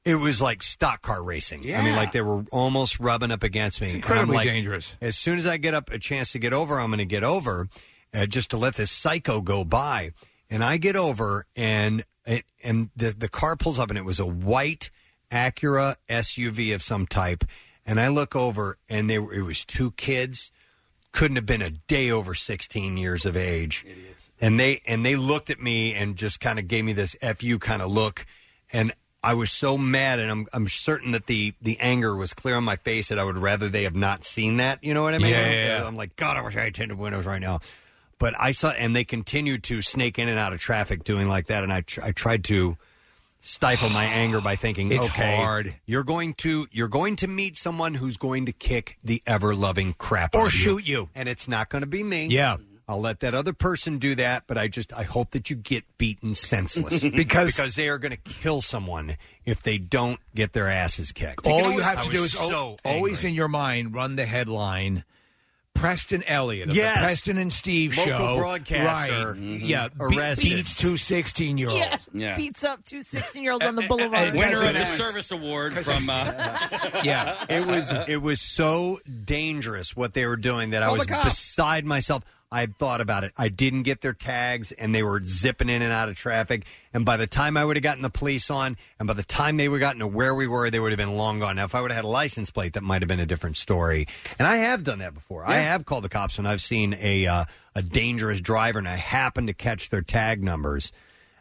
S2: It was like stock car racing. I mean,
S4: Yeah.
S2: like they were almost rubbing up against me. It's
S4: incredibly dangerous.
S2: as soon as I get up a chance to get over, I'm going to get over uh, just to let this psycho go by. And I get over, and it, and the the car pulls up, and it was a white Acura SUV of some type. And I look over, and they were, it was two kids, couldn't have been a day over 16 years of age. And they and they looked at me and just kind of gave me this fu kind of look, and I was so mad, and I'm I'm certain that the the anger was clear on my face that I would rather they have not seen that. You know what I mean?
S4: Yeah, yeah, yeah.
S2: I'm like, God, I wish I had tinted windows right now. But I saw, and they continued to snake in and out of traffic doing like that, and I tr- I tried to stifle my anger by thinking,
S4: It's
S2: okay,
S4: hard.
S2: you're going to you're going to meet someone who's going to kick the ever loving crap out
S4: Or
S2: of
S4: shoot
S2: you, and it's not going to be me.
S4: Yeah.
S2: I'll let that
S4: (laughs)
S2: other person do that, but I just I hope that you get beaten
S4: (laughs)
S2: senseless
S4: Because-
S2: because they are going to kill someone if they don't get their asses kicked.
S4: All you have to do is
S2: so
S4: al- always in your mind run the headline. Preston Elliott of
S2: Yes.
S4: the Preston and Steve
S2: Local
S4: show.
S2: broadcaster.
S4: Right.
S2: Mhm.
S4: Yeah. be-
S2: Arrested.
S4: beats two 16 year
S3: Yeah.
S4: olds.
S3: Beats up two 16 year olds on the boulevard.
S5: Winner of the service award from. Uh, (laughs)
S4: yeah,
S2: it was it was so dangerous what they were doing that I
S5: Call the
S2: was
S5: cops.
S2: beside myself. I thought about it. I didn't get their tags, and they were zipping in and out of traffic. And by the time I would have gotten the police on, and by the time they would have gotten to where we were, they would have been long gone. Now, if I would have had a license plate, that might have been a different story. And I have done that before. I have called the cops when I've seen a uh, a dangerous driver, and I happen to catch their tag numbers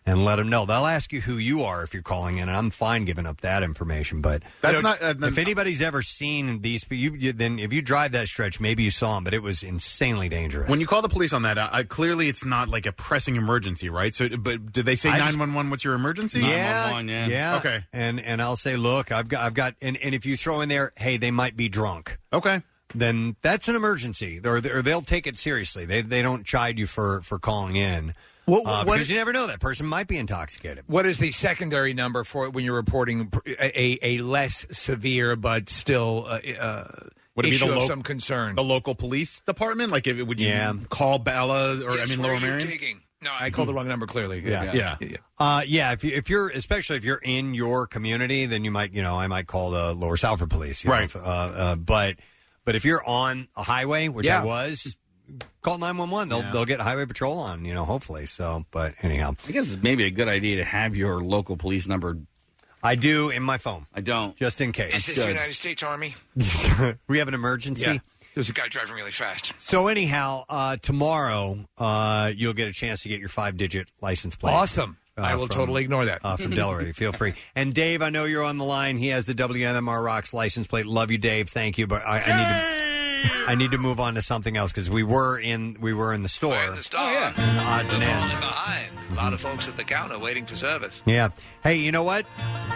S2: and let them know. They'll ask you who you are if you're calling in, and I'm fine giving up that information. But
S9: That's not- uh,
S2: if anybody's ever seen these, you, you then if you drive that stretch, maybe you saw them, but it was insanely dangerous.
S9: When you call the police on that, I, I, clearly it's not like a pressing emergency, right? So, but did they say
S2: I
S9: nine
S2: just-
S9: one one? What's your emergency?
S2: Yeah, yeah,
S9: Okay.
S2: And and I'll say, look, I've got, I've got, and, and if you throw in there, hey, they might be drunk.
S9: Okay.
S2: Then that's an emergency, or, or they'll take it seriously. They they don't chide you for for calling in.
S4: What-
S2: uh,
S4: what-
S2: because you never know that person might be intoxicated.
S4: What is the secondary number for it when you're reporting pr- a, a, a less severe but still uh, uh,
S9: Would it be
S4: issue
S9: the
S4: of
S9: lo-
S4: some concern?
S9: The local police department, like, if, would you
S4: Yeah.
S9: call Bella or
S4: Yes,
S9: I mean
S4: where
S9: Lower
S4: are you
S9: Marion?
S4: digging? No, I called the wrong number. Clearly,
S2: Yeah, yeah, yeah. Uh, yeah if, you, if you're, especially if you're in your community, then you might, you know, I might call the Lower Salford Police, you know,
S4: Right.
S2: if, uh, uh, but, but if you're on a highway, which
S4: Yeah.
S2: I was, call nine one one. They'll they'll get highway patrol on, you know, hopefully. So, but anyhow,
S5: I guess it's maybe a good idea to have your local police number.
S2: I do in my phone.
S5: I don't.
S2: Just in case.
S5: This is the Good.
S2: United (laughs)
S15: States Army.
S2: we have an emergency.
S15: There's a guy driving really fast.
S2: So anyhow, uh, tomorrow uh, you'll get a chance to get your five-digit license plate.
S4: Awesome. I will totally ignore that.
S2: uh, from Delray. Feel
S4: (laughs)
S2: free. And Dave, I know you're on the line. He has the WMMR Rocks license plate. Love you, Dave. Thank you, but I, I need to I need to move on to something else because we were in we were in the store.
S15: Star.
S2: Odds
S15: They're
S2: and ends.
S15: falling behind. A lot of folks at the counter waiting for service.
S2: Yeah. Hey, you know what?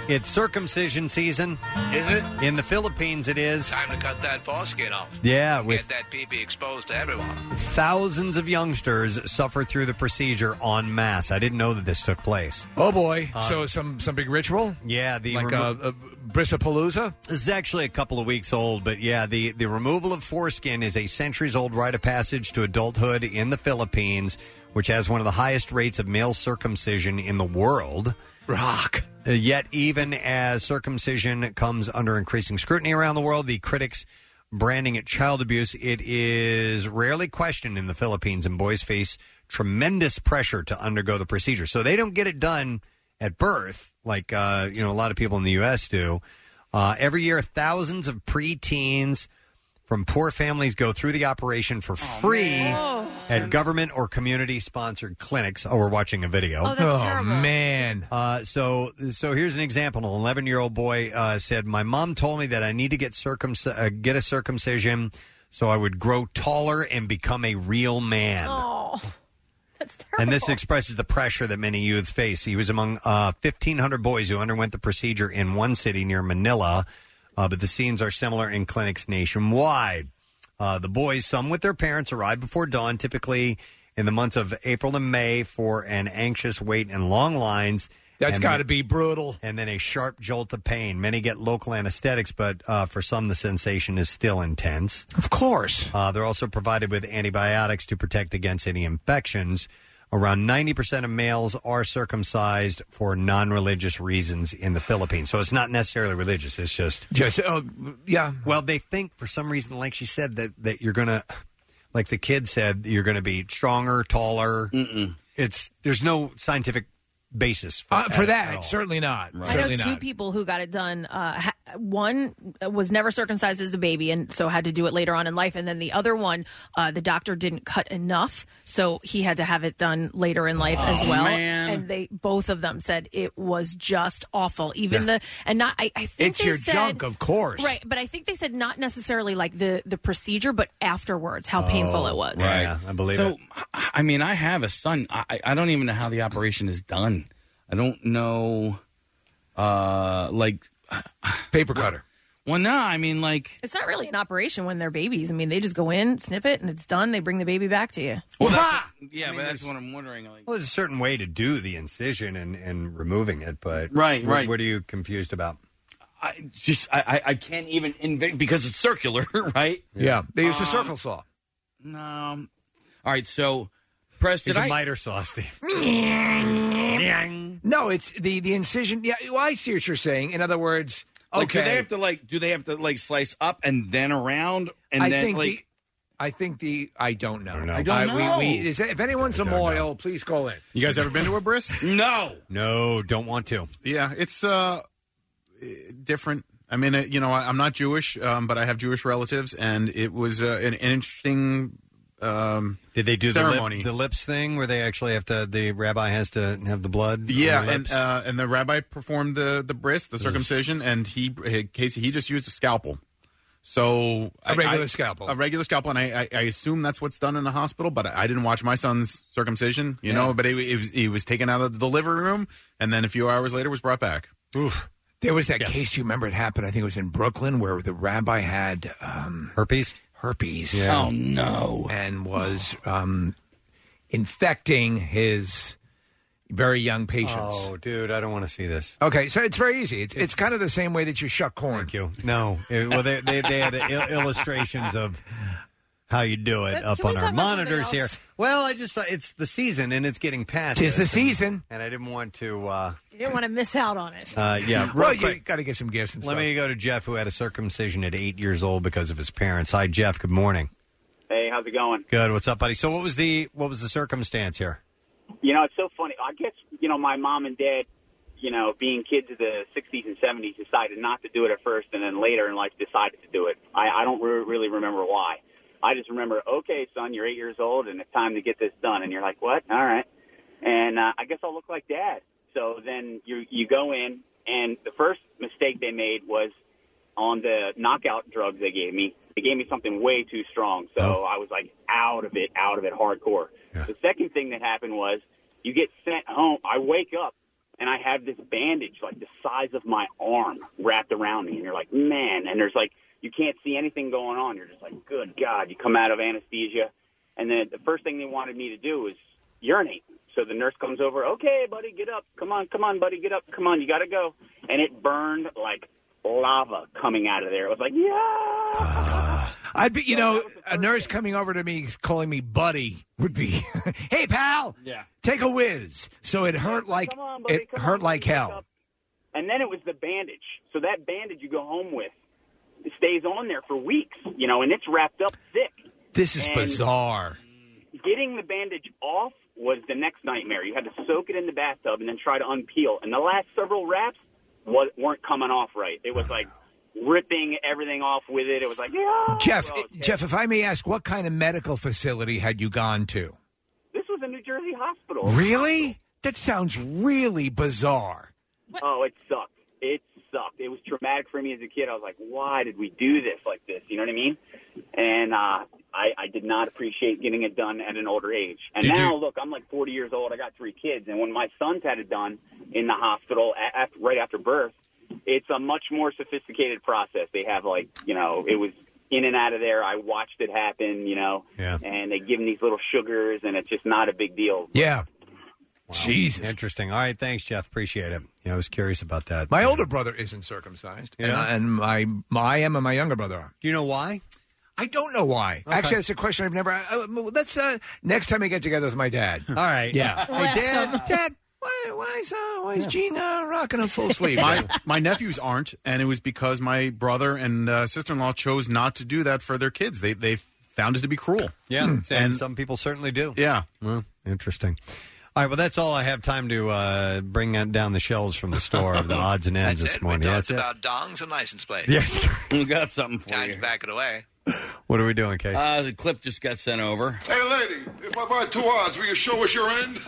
S2: It's circumcision season.
S15: Is it?
S2: In the Philippines, it is.
S15: Time to cut that foreskin off.
S2: Yeah,
S15: Get
S2: with-
S15: that pee pee exposed to everyone.
S2: Thousands of youngsters suffer through the procedure en masse. I didn't know that this took place.
S4: Oh boy!
S2: Uh,
S4: so some some big ritual.
S2: Yeah, the
S4: like
S2: remo-
S4: uh, uh, Brissapalooza.
S2: This is actually a couple of weeks old, but yeah, the, the removal of foreskin is a centuries old rite of passage to adulthood in the Philippines, which has one of the highest rates of male circumcision in the world. Uh,
S4: Rock.
S2: yet, even as circumcision comes under increasing scrutiny around the world, the critics branding it child abuse, it is rarely questioned in the Philippines, and boys face tremendous pressure to undergo the procedure. So they don't get it done at birth, like uh, you know a lot of people in the U.S. do. Uh, every year, thousands of preteens from poor families go through the operation
S4: Oh,
S2: for free at government or community-sponsored clinics. Oh, we're watching a video.
S4: Oh, that's Oh, terrible. man.
S2: Uh, so, so here's an example. An 11 year old boy uh, said, "My mom told me that I need to get circumc- uh, get a circumcision, so I would grow taller and become a real man."
S21: Oh,
S2: (laughs) And this expresses the pressure that many youths face. He was among uh, 1,500 boys who underwent the procedure in one city near Manila, uh, but the scenes are similar in clinics nationwide. Uh, the boys, some with their parents, arrived before dawn, typically in the months of April and May, for an anxious wait and long lines.
S4: That's
S2: And
S4: got to be brutal.
S2: and then a sharp jolt of pain. Many get local anesthetics, but uh, for some, the sensation is still intense.
S4: Of course.
S2: Uh, they're also provided with antibiotics to protect against any infections. Around 90% of males are circumcised for non religious reasons in the Philippines. So it's not necessarily religious, it's just.
S4: Just uh, yeah.
S2: Well, they think for some reason, like she said, that, that you're going to, like the kid said, you're going to be stronger, taller. It's There's no scientific basis for,
S4: Uh, for
S2: it at
S4: that,
S2: all.
S4: certainly
S2: Right.
S4: not.
S21: I know
S4: Certainly
S21: two
S4: not.
S21: people who got it done. Uh, ha- one was never circumcised as a baby, and so had to do it later on in life. And then the other one, uh, the doctor didn't cut enough, so he had to have it done later in life as
S17: Oh,
S21: well.
S17: man.
S21: And they both of them said it was just awful. Even
S4: Yeah.
S21: the and not I, I think
S4: It's
S21: they
S4: your
S21: said-
S4: junk, of course.
S21: right? But I think they said not necessarily like the the procedure, but afterwards how painful
S4: Oh,
S21: it was.
S2: I believe
S5: it.
S21: it.
S5: I mean, I have a son. I, I- I don't even know how the operation is done. I don't know, uh, like
S4: paper cutter.
S5: Well, no, I mean, like,
S21: It's not really an operation when they're babies. I mean, they just go in, snip it, and it's done. They bring the baby back to you.
S5: yeah, but that's what I'm wondering. Like,
S2: Well, there's a certain way to do the incision and, and removing it, but
S5: Right,
S2: what,
S5: right.
S2: What are you confused about?
S5: I just, I, I, I can't e- even invent because it's circular, (laughs) right?
S4: Yeah, they use a
S5: Um,
S4: circle saw.
S5: No. All right, so, Press,
S4: He's
S5: did
S4: a
S5: I-
S2: miter saw, Steve.
S4: No, it's the the incision. Yeah, well, I see what you're saying. In other words, okay.
S5: Like, Oh, do they have to like? Do they have to like slice up and then around and
S4: I
S5: then
S4: think
S5: like?
S4: the, I think the I don't know. I
S5: don't know.
S4: we, we, is that- if anyone's a loyal, please call in.
S9: You guys ever been to
S4: (laughs)
S9: a bris?
S5: (laughs) no.
S2: No, don't want to.
S9: Yeah, it's uh eh, different. I mean, eh, you know, I, I'm not Jewish, um, but I have Jewish relatives, and it was uh, an interesting. Um,
S2: Did they do
S9: ceremony?
S2: The, lip, the lips thing where they actually have to, the rabbi has to have the blood?
S9: yeah,
S2: on the
S9: and
S2: lips?
S9: uh, and the rabbi performed the the bris, the circumcision, and he eh, Casey he just used a scalpel. So
S4: A
S9: I-
S4: regular
S9: I-
S4: scalpel.
S9: a regular scalpel, and I, I, I assume that's what's done in the hospital. But I, I didn't watch my son's circumcision, you
S4: Yeah.
S9: know. But it, it was he was taken out of the delivery room, and then a few hours later was brought back.
S2: Oof.
S4: There was that case you remember it happened. I think it was in Brooklyn where the rabbi had um,
S2: herpes.
S4: Herpes.
S5: Yeah. Oh, no!
S4: And was um, infecting his very young patients.
S2: Oh, dude, I don't want to see this.
S4: Okay, so it's very easy. It's, it's kind of the same way that you shuck corn. Thank
S2: you. No, It- well, they, they, they had il- illustrations of how you do it
S4: But
S2: up
S4: can we
S2: on our
S4: talk about something
S2: monitors here.
S4: else?
S2: Well, I just thought it's the season and it's getting past.
S4: Tis the
S2: us, and-
S4: season.
S2: and I didn't want to. Uh,
S21: You didn't want to miss out on it.
S2: Uh,
S4: (laughs)
S2: yeah, real
S4: Well, you
S2: quick.
S4: got to get some gifts and
S2: Let
S4: stuff.
S2: me go to Jeff, who had a circumcision at eight years old because of his parents. Hi, Jeff. Good morning.
S18: Hey, how's it going?
S2: Good. What's up, buddy? So, what was the what was the circumstance here?
S18: You know, it's so funny. I guess, you know, my mom and dad, you know, being kids of the 60s and 70s, decided not to do it at first and then later in life decided to do it. I, I don't re- really remember why. I just remember, okay, son, you're eight years old, and it's time to get this done. And you're like, what? All right. And uh, I guess I'll look like dad. So then you you go in, and the first mistake they made was on the knockout drugs they gave me. They gave me something way too strong, so I was like out of it, out of it, hardcore. The second thing that happened was you get sent home. I wake up and I have this bandage like the size of my arm wrapped around me, and you're like, man. And there's like you can't see anything going on. You're just like, good God. You come out of anesthesia, and then the first thing they wanted me to do was urinate. So the nurse comes over, okay, buddy, get up. Come on, come on, buddy, get up. Come on, you got to go. And it burned like lava coming out of there. It was like, yeah.
S4: I'd be, you know, a nurse coming over to me calling me buddy would be, (laughs) hey pal,
S18: Yeah.
S4: take a whiz. So it hurt like
S18: Come on, buddy,
S4: it
S18: come
S4: hurt
S18: on,
S4: like
S18: wake
S4: hell.
S18: up. And then it was the bandage. So that bandage you go home with it stays on there for weeks, you know, and it's wrapped up thick.
S4: This is
S18: And-
S4: bizarre.
S18: getting the bandage off was the next nightmare. You had to soak it in the bathtub and then try to unpeel. And the last several wraps wa- weren't coming off right. It was like ripping everything off with it. It was like, yeah.
S4: Jeff, Jeff, if I may ask, what kind of medical facility had you gone to?
S18: This was a New Jersey hospital.
S4: Really? That sounds really bizarre.
S18: Oh, it sucked. It sucked. It was traumatic for me as a kid. I was like, why did we do this like this? You know what I mean? And uh, I, I did not appreciate getting it done at an older age. And now, look, I'm like 40 years old. I got three kids. And when my sons had it done in the hospital a after, right after birth, it's a much more sophisticated process. They have like, you know, it was in and out of there. I watched it happen, you know,
S2: Yeah.
S18: and they give them these little sugars, and it's just not a big deal.
S4: Yeah. Jesus.
S2: Interesting. All right. Thanks, Jeff. Appreciate it. Yeah, I was curious about that.
S4: My older brother isn't circumcised, and,
S2: Yeah.
S4: I, and my, my I am, and my younger brother are.
S2: Do you know why?
S4: I don't know why.
S2: Okay.
S4: Actually, that's a question I've never. Uh, let's uh, next time I get together with
S2: (laughs)
S4: my dad. All
S2: right.
S4: Yeah.
S9: Hey, Dad.
S4: Dad, why, why is uh, why is Gina rocking
S2: (laughs)
S4: a full sleeve?
S9: My, my nephews aren't, and it was because my brother and uh, sister in law chose not to do that for their kids. They they found it to be cruel. Hmm.
S2: Yeah, and
S9: and
S2: some people certainly do.
S9: Yeah,
S2: Well, interesting. All right, well, that's all I have time to uh, bring on- down the shelves from the store
S15: (laughs)
S2: of the odds and ends
S15: That's
S2: this
S15: it. We
S2: morning.
S15: talked
S2: That's it.
S15: about dongs and license plates.
S2: Yes.
S5: (laughs) we got something for
S15: Time
S5: you.
S15: to back it away.
S2: What are we doing, Casey?
S5: Uh, the clip just got sent over.
S8: Hey, lady, if I buy two odds, will you show us your end?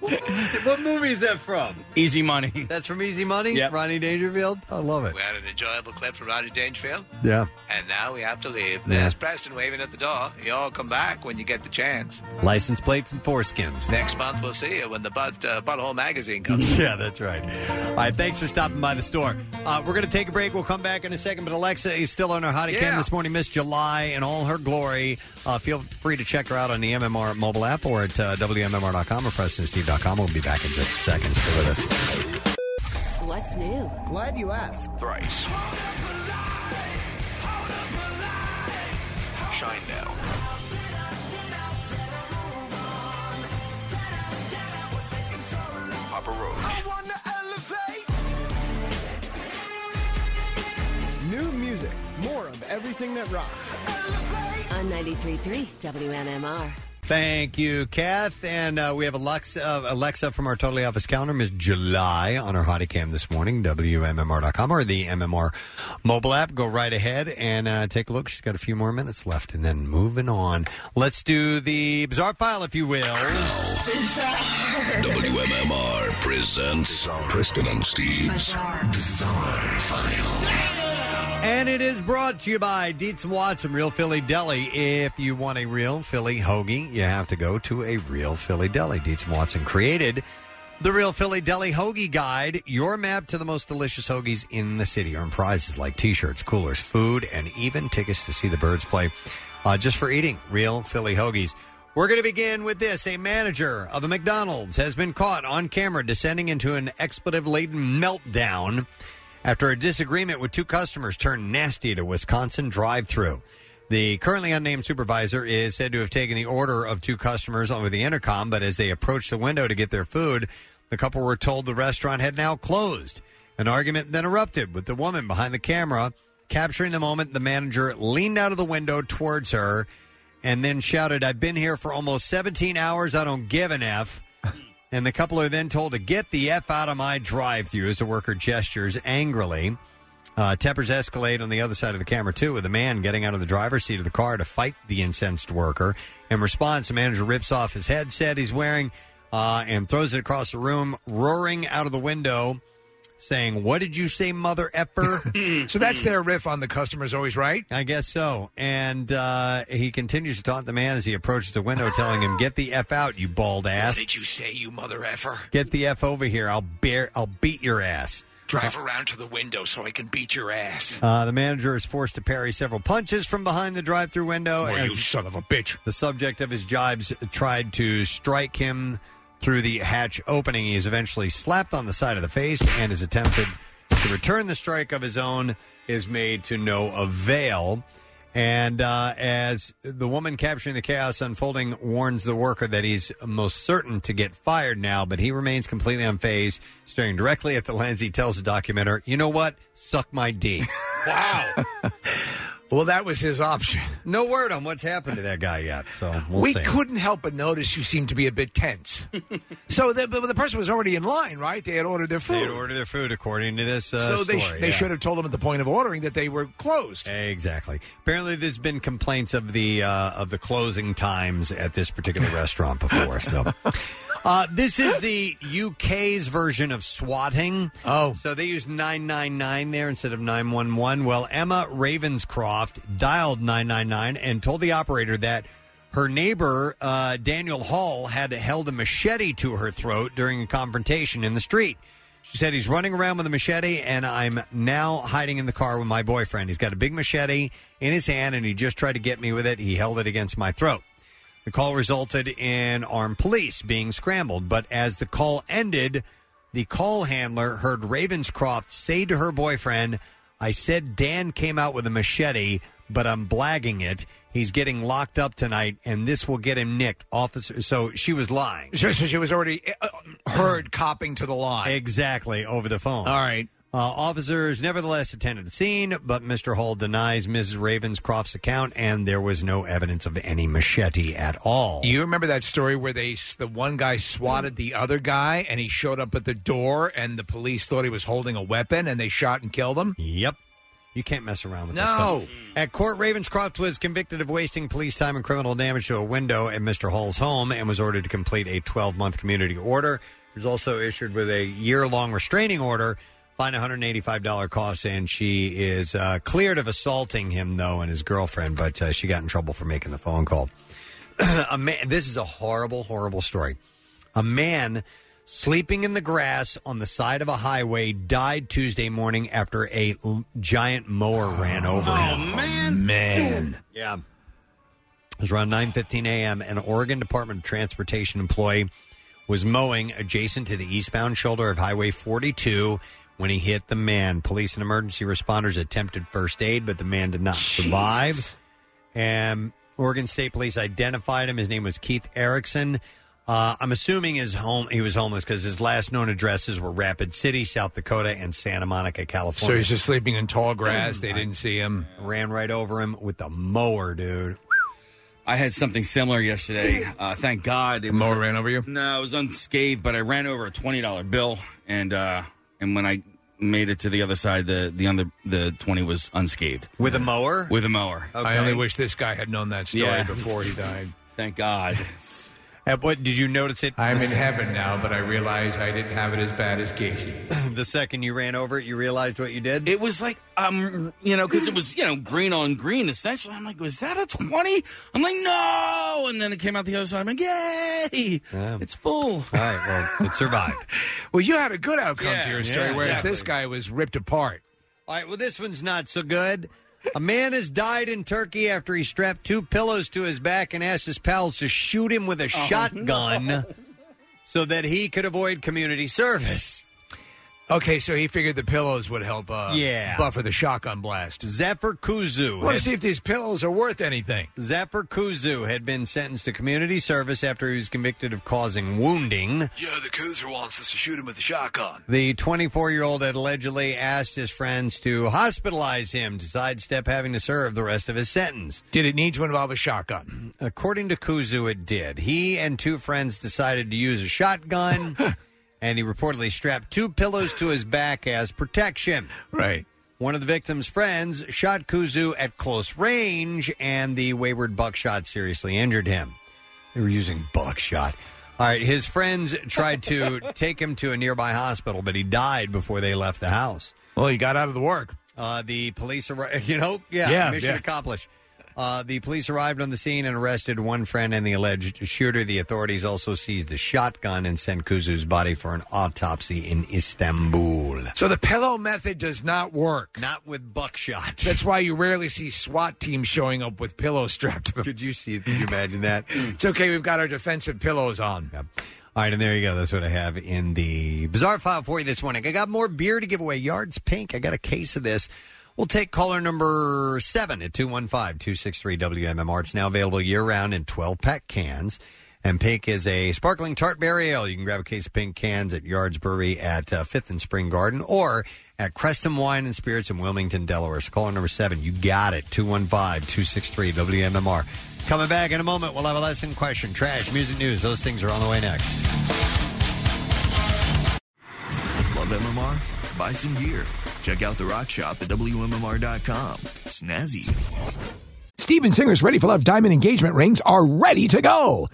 S2: what movie is that from?
S5: Easy Money.
S2: That's from Easy Money.
S5: Yep.
S2: Ronnie Dangerfield. I love it.
S15: We had an enjoyable clip from Roddy Dangerfield.
S2: Yeah.
S15: And now we have to leave.
S2: Yeah.
S15: There's Preston waving at the door. You all come back when you get the chance.
S2: License plates and foreskins.
S15: Next (laughs) month we'll see you when the butt, uh, Butthole Magazine
S2: (laughs)
S15: comes.
S2: Yeah, that's right. All right, thanks for stopping by the store. Uh, we're going to take a break. We'll come back in a second. But Alexa is still on her hot again
S15: Yeah.
S2: this morning, Miss July, in all her glory. Uh, feel free to check her out on the MMR mobile app or at uh, WMMR.com or PrestonSteve.com. We'll be back in just a second. Stay with us.
S20: What's new? Glad you asked.
S17: Thrice. Shine now. Papa
S6: Oh,
S20: (laughs)
S17: Roach.
S20: New music, more of everything that rocks.
S2: On 93.3 WMMR. Thank you, Kath. And uh, we have Alexa, uh, Alexa from our Totally Office counter, Miss July, on our hottie cam this morning, WMMR.com or the MMR mobile app. Go right ahead and uh, take a look. She's got a few more minutes left. And then moving on, let's do the bizarre file, if you will.
S1: WMMR presents Preston and Steve's Bizarre, File.
S2: And it is brought to you by Dietz and Watson Real Philly Deli. If you want a real Philly hoagie, you have to go to a real Philly deli. Dietz and Watson created the Real Philly Deli Hoagie Guide, your map to the most delicious hoagies in the city. Earn prizes like t-shirts, coolers, food, and even tickets to see the birds play uh, just for eating real Philly hoagies. We're going to begin with this. A manager of a McDonald's has been caught on camera descending into an expletive laden meltdown after a disagreement with two customers turned nasty at a Wisconsin drive through. The currently unnamed supervisor is said to have taken the order of two customers over the intercom, but as they approached the window to get their food, the couple were told the restaurant had now closed. An argument then erupted with the woman behind the camera. Capturing the moment, the manager leaned out of the window towards her and then shouted, I've been here for almost 17 hours. I don't give an F. And the couple are then told to get the F out of my drive through as the worker gestures angrily. Uh, tempers escalate on the other side of the camera, too, with a man getting out of the driver's seat of the car to fight the incensed worker. In response, the manager rips off his headset he's wearing uh, and throws it across the room, roaring out of the window, saying, What did you say, mother effer?
S4: (laughs) so that's their riff on the customer's always right?
S2: I guess so. And uh, he continues to taunt the man as he approaches the window, telling him, Get the F out, you bald ass.
S15: Did you say, you mother effer?
S2: Get the F over here. I'll, bear- I'll beat your ass.
S15: Drive around to the window so I can beat your ass.
S2: Uh, the manager is forced to parry several punches from behind the drive-through window.
S15: Well,
S2: as
S15: you son of a bitch!
S2: The subject of his jibes tried to strike him through the hatch opening. He is eventually slapped on the side of the face and is attempted to return the strike of his own is made to no avail. And uh, as the woman capturing the chaos unfolding warns the worker that he's most certain to get fired now, but he remains completely unfazed, staring directly at the lens. He tells the documenter, "You know what? Suck my D."
S4: Wow. (laughs) well, that was his option.
S2: No word on what's happened to that guy yet, so we'll
S4: we
S2: see.
S4: couldn't help but notice you seemed to be a bit
S2: (laughs)
S4: tense. so the, but the person was already in line, right? They had ordered their food.
S2: They had ordered their food according to this. Uh,
S4: so they, sh-
S2: story,
S4: they
S2: yeah.
S4: should have told him at the point of ordering that they were closed.
S2: Exactly. Apparently, there's been complaints of the uh, of the closing times at this particular restaurant before.
S4: (laughs)
S2: So, uh, this is the UK's version of swatting. Oh, so they use nine nine nine there instead of nine one one. Well, Emma Ravenscroft dialed nine nine nine and told the operator that her neighbor uh, Daniel Hall had held a machete to her throat during a confrontation in the street. She said he's running around with a machete, and I'm now hiding in the car with my boyfriend. He's got a big machete in his hand, and he just tried to get me with it. He held it against my throat. The call resulted in armed police being scrambled, but as the call ended, the call handler heard Ravenscroft say to her boyfriend, I said Dan came out with a machete, but I'm blagging it. He's getting locked up tonight, and this will get him nicked. Officer, so she was lying.
S4: So, so she was already uh, uh, heard copping to the line.
S2: Exactly, over the phone.
S4: All right.
S2: Uh, officers nevertheless attended the scene, but Mr. Hall denies Mrs. Ravenscroft's account, and there was no evidence of any machete at all.
S4: You remember that story where they s- the one guy swatted the other guy, and he showed up at the door, and the police thought he was holding a weapon, and they shot and killed him.
S2: Yep, you can't mess around with this
S4: No.
S2: stuff. Mm. At court, Ravenscroft was convicted of wasting police time and criminal damage to a window at Mr. Hall's home and was ordered to complete a 12 month community order. He was also issued with a year long restraining order, fine $185 cost, and she is uh, cleared of assaulting him, though, and his girlfriend, but uh, she got in trouble for making the phone call. (clears throat) a man, this is a horrible, horrible story. A man sleeping in the grass on the side of a highway died Tuesday morning after a l- giant mower ran
S22: Oh,
S2: over him.
S4: man, man,
S2: yeah. It was around 9:15 a.m. An Oregon Department of Transportation employee was mowing adjacent to the eastbound shoulder of Highway 42 when he hit the man. Police and emergency responders attempted first aid, but the man did not survive. And Oregon State Police identified him. His name was Keith Erickson. Uh, I'm assuming his home he was homeless because his last known addresses were Rapid City, South Dakota, and Santa Monica, California.
S4: So he's just sleeping in tall grass. They didn't see him.
S2: Ran right over him with the mower, dude.
S5: I had something similar yesterday. Uh, thank God. It
S4: mower ran over you?
S5: No, it was unscathed, but I ran over a twenty dollar bill, and uh, and when I made it to the other side, the the under the twenty was unscathed
S2: with a mower.
S5: With a mower.
S4: I only wish this guy had known that story
S5: Yeah.
S4: before he died.
S5: Thank God.
S2: At what did you notice it?
S4: I'm in heaven now, but I realize I didn't have it as bad as Casey.
S2: (clears throat) the second you ran over it, you realized what you did.
S5: It was like um, you know, because it was you know green on green essentially. I'm like, was that a twenty? I'm like, no, and then it came out the other side. I'm like, yay, it's full.
S2: All right, well, it survived.
S4: well, you had a good outcome
S5: Yeah.
S4: to your
S5: Yeah,
S4: story, whereas
S5: exactly.
S4: this guy was ripped apart.
S2: All right, well, this one's not so good. A man has died in Turkey after he strapped two pillows to his back and asked his pals to shoot him with a shotgun so that he could avoid community service.
S4: Okay, so he figured the pillows would help uh,
S2: Yeah.
S4: buffer the shotgun blast.
S2: Zephyr Kuzu.
S4: I want to see if these pillows are worth anything.
S2: Zephyr Kuzu had been sentenced to community service after he was convicted of causing wounding.
S15: Yo, the Cooser wants us to shoot him with a shotgun.
S2: The 24 year old had allegedly asked his friends to hospitalize him to sidestep having to serve the rest of his sentence.
S4: Did it need to involve a shotgun?
S2: According to Kuzu, it did. He and two friends decided to use a
S4: (laughs)
S2: shotgun, and he reportedly strapped two pillows to his back as protection.
S4: Right.
S2: One of the victim's friends shot Kuzu at close range, and the wayward buckshot seriously injured him. They were using buckshot. All right, his friends tried
S4: (laughs)
S2: to take him to a nearby hospital, but he died before they left the house.
S4: Well, he got out of the work.
S2: Uh, the police arrived, (laughs) you know, yeah,
S4: Yeah,
S2: mission
S4: yeah.
S2: accomplished. Uh, the police arrived on the scene and arrested one friend and the alleged shooter. The authorities also seized the shotgun and sent Kuzu's body for an autopsy in Istanbul.
S4: So the pillow method does not work.
S2: Not with buckshot.
S4: That's
S2: (laughs)
S4: why you rarely see SWAT teams showing up with pillows strapped to them. Could
S2: you see? Could you imagine that?
S4: it's okay. We've got our defensive pillows on.
S2: All right, and there you go. That's what I have in the bizarre file for you this morning. I got more beer to give away. Yards Pink. I got a case of this. We'll take caller number seven at 215 263 WMMR. It's now available year round in 12 pack cans. And Pink is a sparkling tart berry ale. You can grab a case of Pink cans at Yards Brewery at uh, Fifth and Spring Garden or at Creston Wine and Spirits in Wilmington, Delaware. So caller number seven, you got it. 215 263 WMMR. Coming back in a moment, we'll have a lesson question, trash, music news. Those things are on the way next.
S6: Love MMR? Buy some gear. Check out the rock shop at WMMR.com. Snazzy.
S7: Steven Singer's Ready for Love diamond engagement rings are ready to go.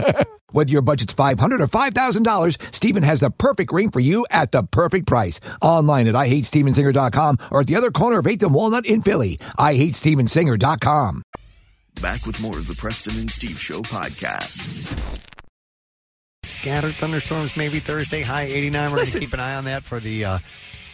S7: (laughs) Whether your budget's $500 or $5,000, Steven has the perfect ring for you at the perfect price. Online at IHateStevenSinger.com or at the other corner of 8th and Walnut in Philly. IHateStevenSinger.com.
S6: Back with more of the Preston and Steve Show podcast.
S2: Scattered thunderstorms maybe Thursday. High 89. We're going to keep an eye on that for the uh,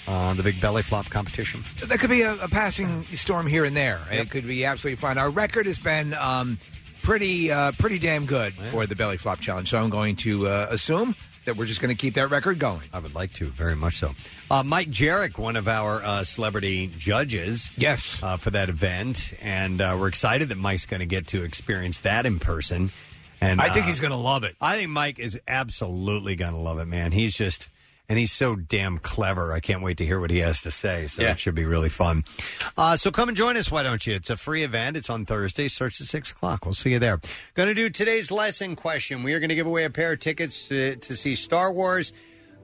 S2: uh, the big belly flop competition.
S4: That could be a, a passing storm here and there. It could be absolutely fine. Our record has been um, pretty uh, pretty damn good for the belly flop challenge. So I'm going to uh, assume that we're just going to keep that record going.
S2: I would like to very much so. Uh, Mike Jarek, one of our uh, celebrity judges,
S4: yes,
S2: uh, for that event, and uh, we're excited that Mike's going to get to experience that in person. And
S4: I think
S2: uh,
S4: he's going to love it.
S2: I think Mike is absolutely going to love it, man. He's just, and he's so damn clever. I can't wait to hear what he has to say. So
S17: Yeah.
S2: it should be really fun. Uh, so come and join us, why don't you? It's a free event. It's on Thursday. Starts at 6 o'clock. We'll see you there. Going to do today's lesson question. We are going to give away a pair of tickets to, to see Star Wars.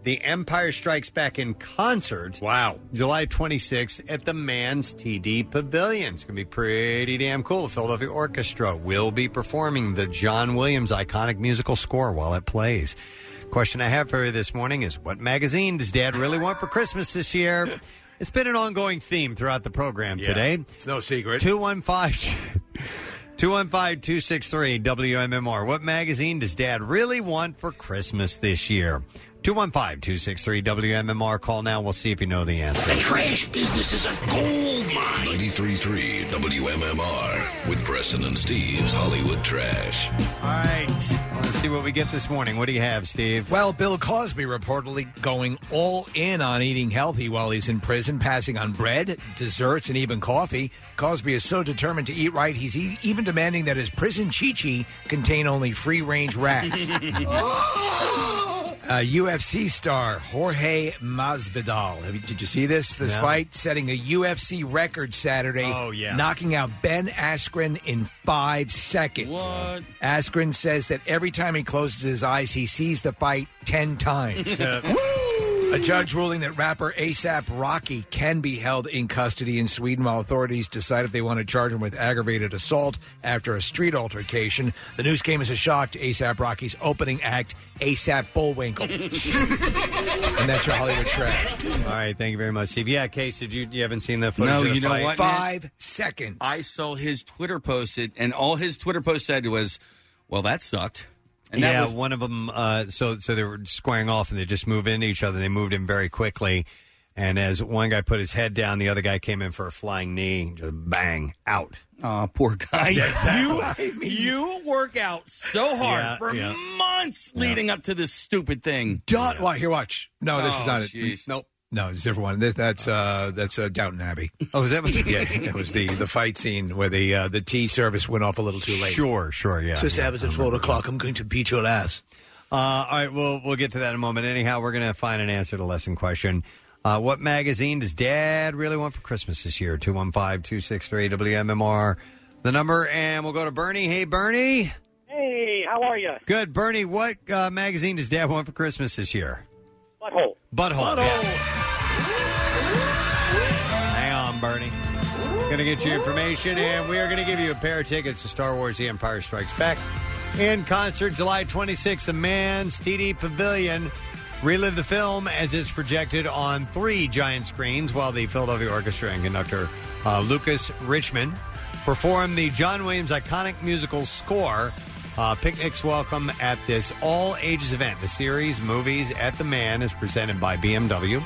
S2: The Empire Strikes Back in concert. Wow. July 26th at the Man's TD Pavilion. It's going to be pretty damn cool. The Philadelphia Orchestra will be performing the John Williams iconic musical score while it plays. Question I have for you this morning is what magazine does dad really want for Christmas this year? It's been an ongoing theme throughout the program today.
S4: It's no secret.
S2: 215 215 263 WMMR. What magazine does dad really want for Christmas this year? 215 263 WMMR. Call now. We'll see if you know the answer.
S1: Trash business is a gold mine. 93.3 WMMR with Preston and Steve's Hollywood Trash.
S2: All right. Let's see what we get this morning. What do you have, Steve?
S4: Well, Bill Cosby reportedly going all in on eating healthy while he's in prison, passing on bread, desserts, and even coffee. Cosby is so determined to eat right, he's e- even demanding that his prison chichi contain only free
S2: (laughs)
S4: range
S1: (laughs)
S4: rats. Uh, UFC star Jorge Masvidal. Have you- Did you see this? This
S2: No.
S4: fight setting a UFC record Saturday.
S2: Oh, yeah.
S4: knocking out Ben Askren in five seconds. What? Askren says that every time he closes his eyes, he sees the fight
S2: (laughs)
S4: ten times. A judge ruling that rapper ASAP Rocky can be held in custody in Sweden while authorities decide if they want to charge him with aggravated assault after a street altercation. The news came as a shock to ASAP Rocky's opening act, ASAP Bullwinkle. and that's your Hollywood trash.
S2: All right. Thank you very much, Steve. Yeah, Case, did you, you haven't seen the footage?
S5: (laughs) No,
S2: of the
S5: you know
S2: fight?
S5: what?
S4: Five seconds.
S5: I saw his Twitter post, it, and all his Twitter post said was, "Well, that sucked." And
S2: yeah,
S5: that was,
S2: one of them. Uh, so so they were squaring off, and they just moved into each other. They moved in very quickly, and as one guy put his head down, the other guy came in for a flying knee, just bang out.
S5: Oh, poor guy.
S2: Yeah, exactly.
S5: You you work out so hard
S2: Uh,
S4: Yeah,
S5: for
S4: yeah.
S5: months leading up to this stupid thing.
S4: Don't well, here. Watch. (laughs) No, this
S5: Oh,
S4: is not
S5: jeez.
S4: it. Nope. No, it's a different one. This, that's uh, that's uh, Downton Abbey.
S2: Oh, is that
S4: (laughs)
S2: what?
S4: yeah, it was the the fight scene where the uh, the tea service went off a little too late. uh,
S2: Sure, sure, yeah.
S4: Swiss Abbott at four o'clock. I'm going to beat your ass.
S2: Uh, all right, we'll we'll get to that in a moment. Anyhow, we're gonna find an answer to the lesson question. Uh, what magazine does Dad really want for Christmas this year? 215-263-WMMR. The number, and we'll go to Bernie. Hey, Bernie.
S19: Hey, how are you?
S2: Good, Bernie. What uh, magazine does Dad want for Christmas this year?
S19: Butthole.
S2: Butthole. Hang on. Barney. Gonna get you information, and we are gonna give you a pair of tickets to Star Wars: The Empire Strikes Back in concert, July 26th, the Man's TD Pavilion. Relive the film as it's projected on three giant screens, while the Philadelphia Orchestra and conductor uh, Lucas Richmond perform the John Williams iconic musical score. Uh, picnics welcome at this all ages event. The series Movies at the Man is presented by BMW.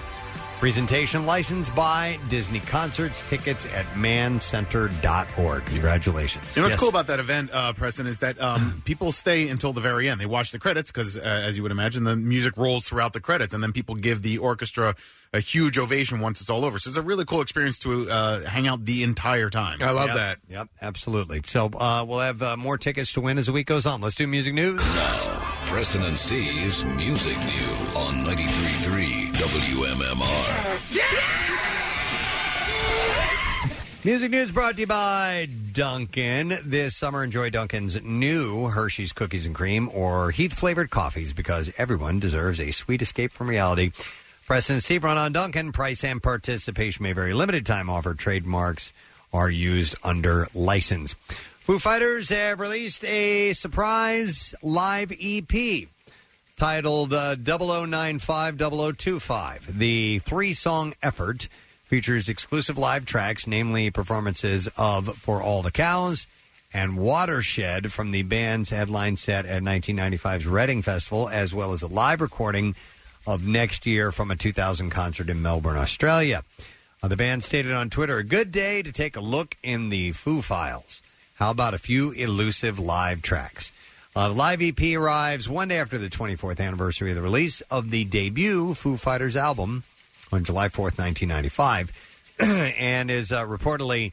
S2: Presentation licensed by Disney Concerts. Tickets at mancenter.org. Congratulations.
S9: You know what's
S2: Yes.
S9: cool about that event, uh, Preston, is that um, people stay until the very end. They watch the credits because, uh, as you would imagine, the music rolls throughout the credits, and then people give the orchestra a huge ovation once it's all over. So it's a really cool experience to uh, hang out the entire time.
S2: Yep. Yep, absolutely. So uh, we'll have uh, more tickets to win as the week goes on. Let's do music news.
S1: Preston and Steve's Music News on 93.3 WMMR.
S2: Music news brought to you by Dunkin'. This summer, enjoy Dunkin's new Hershey's Cookies and Cream or Heath flavored coffees because everyone deserves a sweet escape from reality. Preston and Steve run on Dunkin'. Price and participation may vary. Limited time offer. Trademarks are used under license. Foo Fighters have released a surprise live E EP titled uh, 0095 0025. The three song effort features exclusive live tracks, namely performances of For All the Cows and Watershed from the band's headline set at 1995's Reading Festival, as well as a live recording of next year from a 2000 concert in Melbourne, Australia. Uh, the band stated on Twitter, a good day to take a look in the Foo Files. How about a few elusive live tracks? Uh, the live EP arrives one day after the 24th anniversary of the release of the debut Foo Fighters album on July 4th, 1995, (clears throat) and is uh, reportedly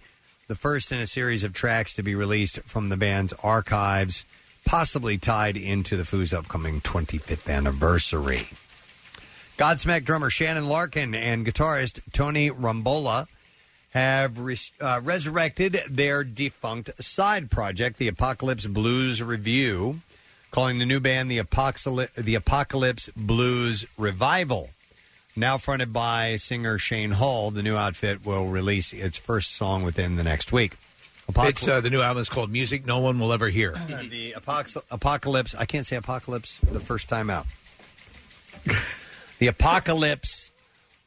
S2: the first in a series of tracks to be released from the band's archives, possibly tied into the Foo's upcoming 25th anniversary. Godsmack drummer Shannon Larkin and guitarist Tony Rambola have res- uh, resurrected their defunct side project, the Apocalypse Blues Review, calling the new band the, Apoxyli- the Apocalypse Blues Revival. Now fronted by singer Shane Hall, the new outfit will release its first song within the next week. Apocalypse.
S4: It's uh, the new album is called Music No One Will Ever Hear.
S2: (laughs) the apox- apocalypse. I can't say apocalypse the first time out. the apocalypse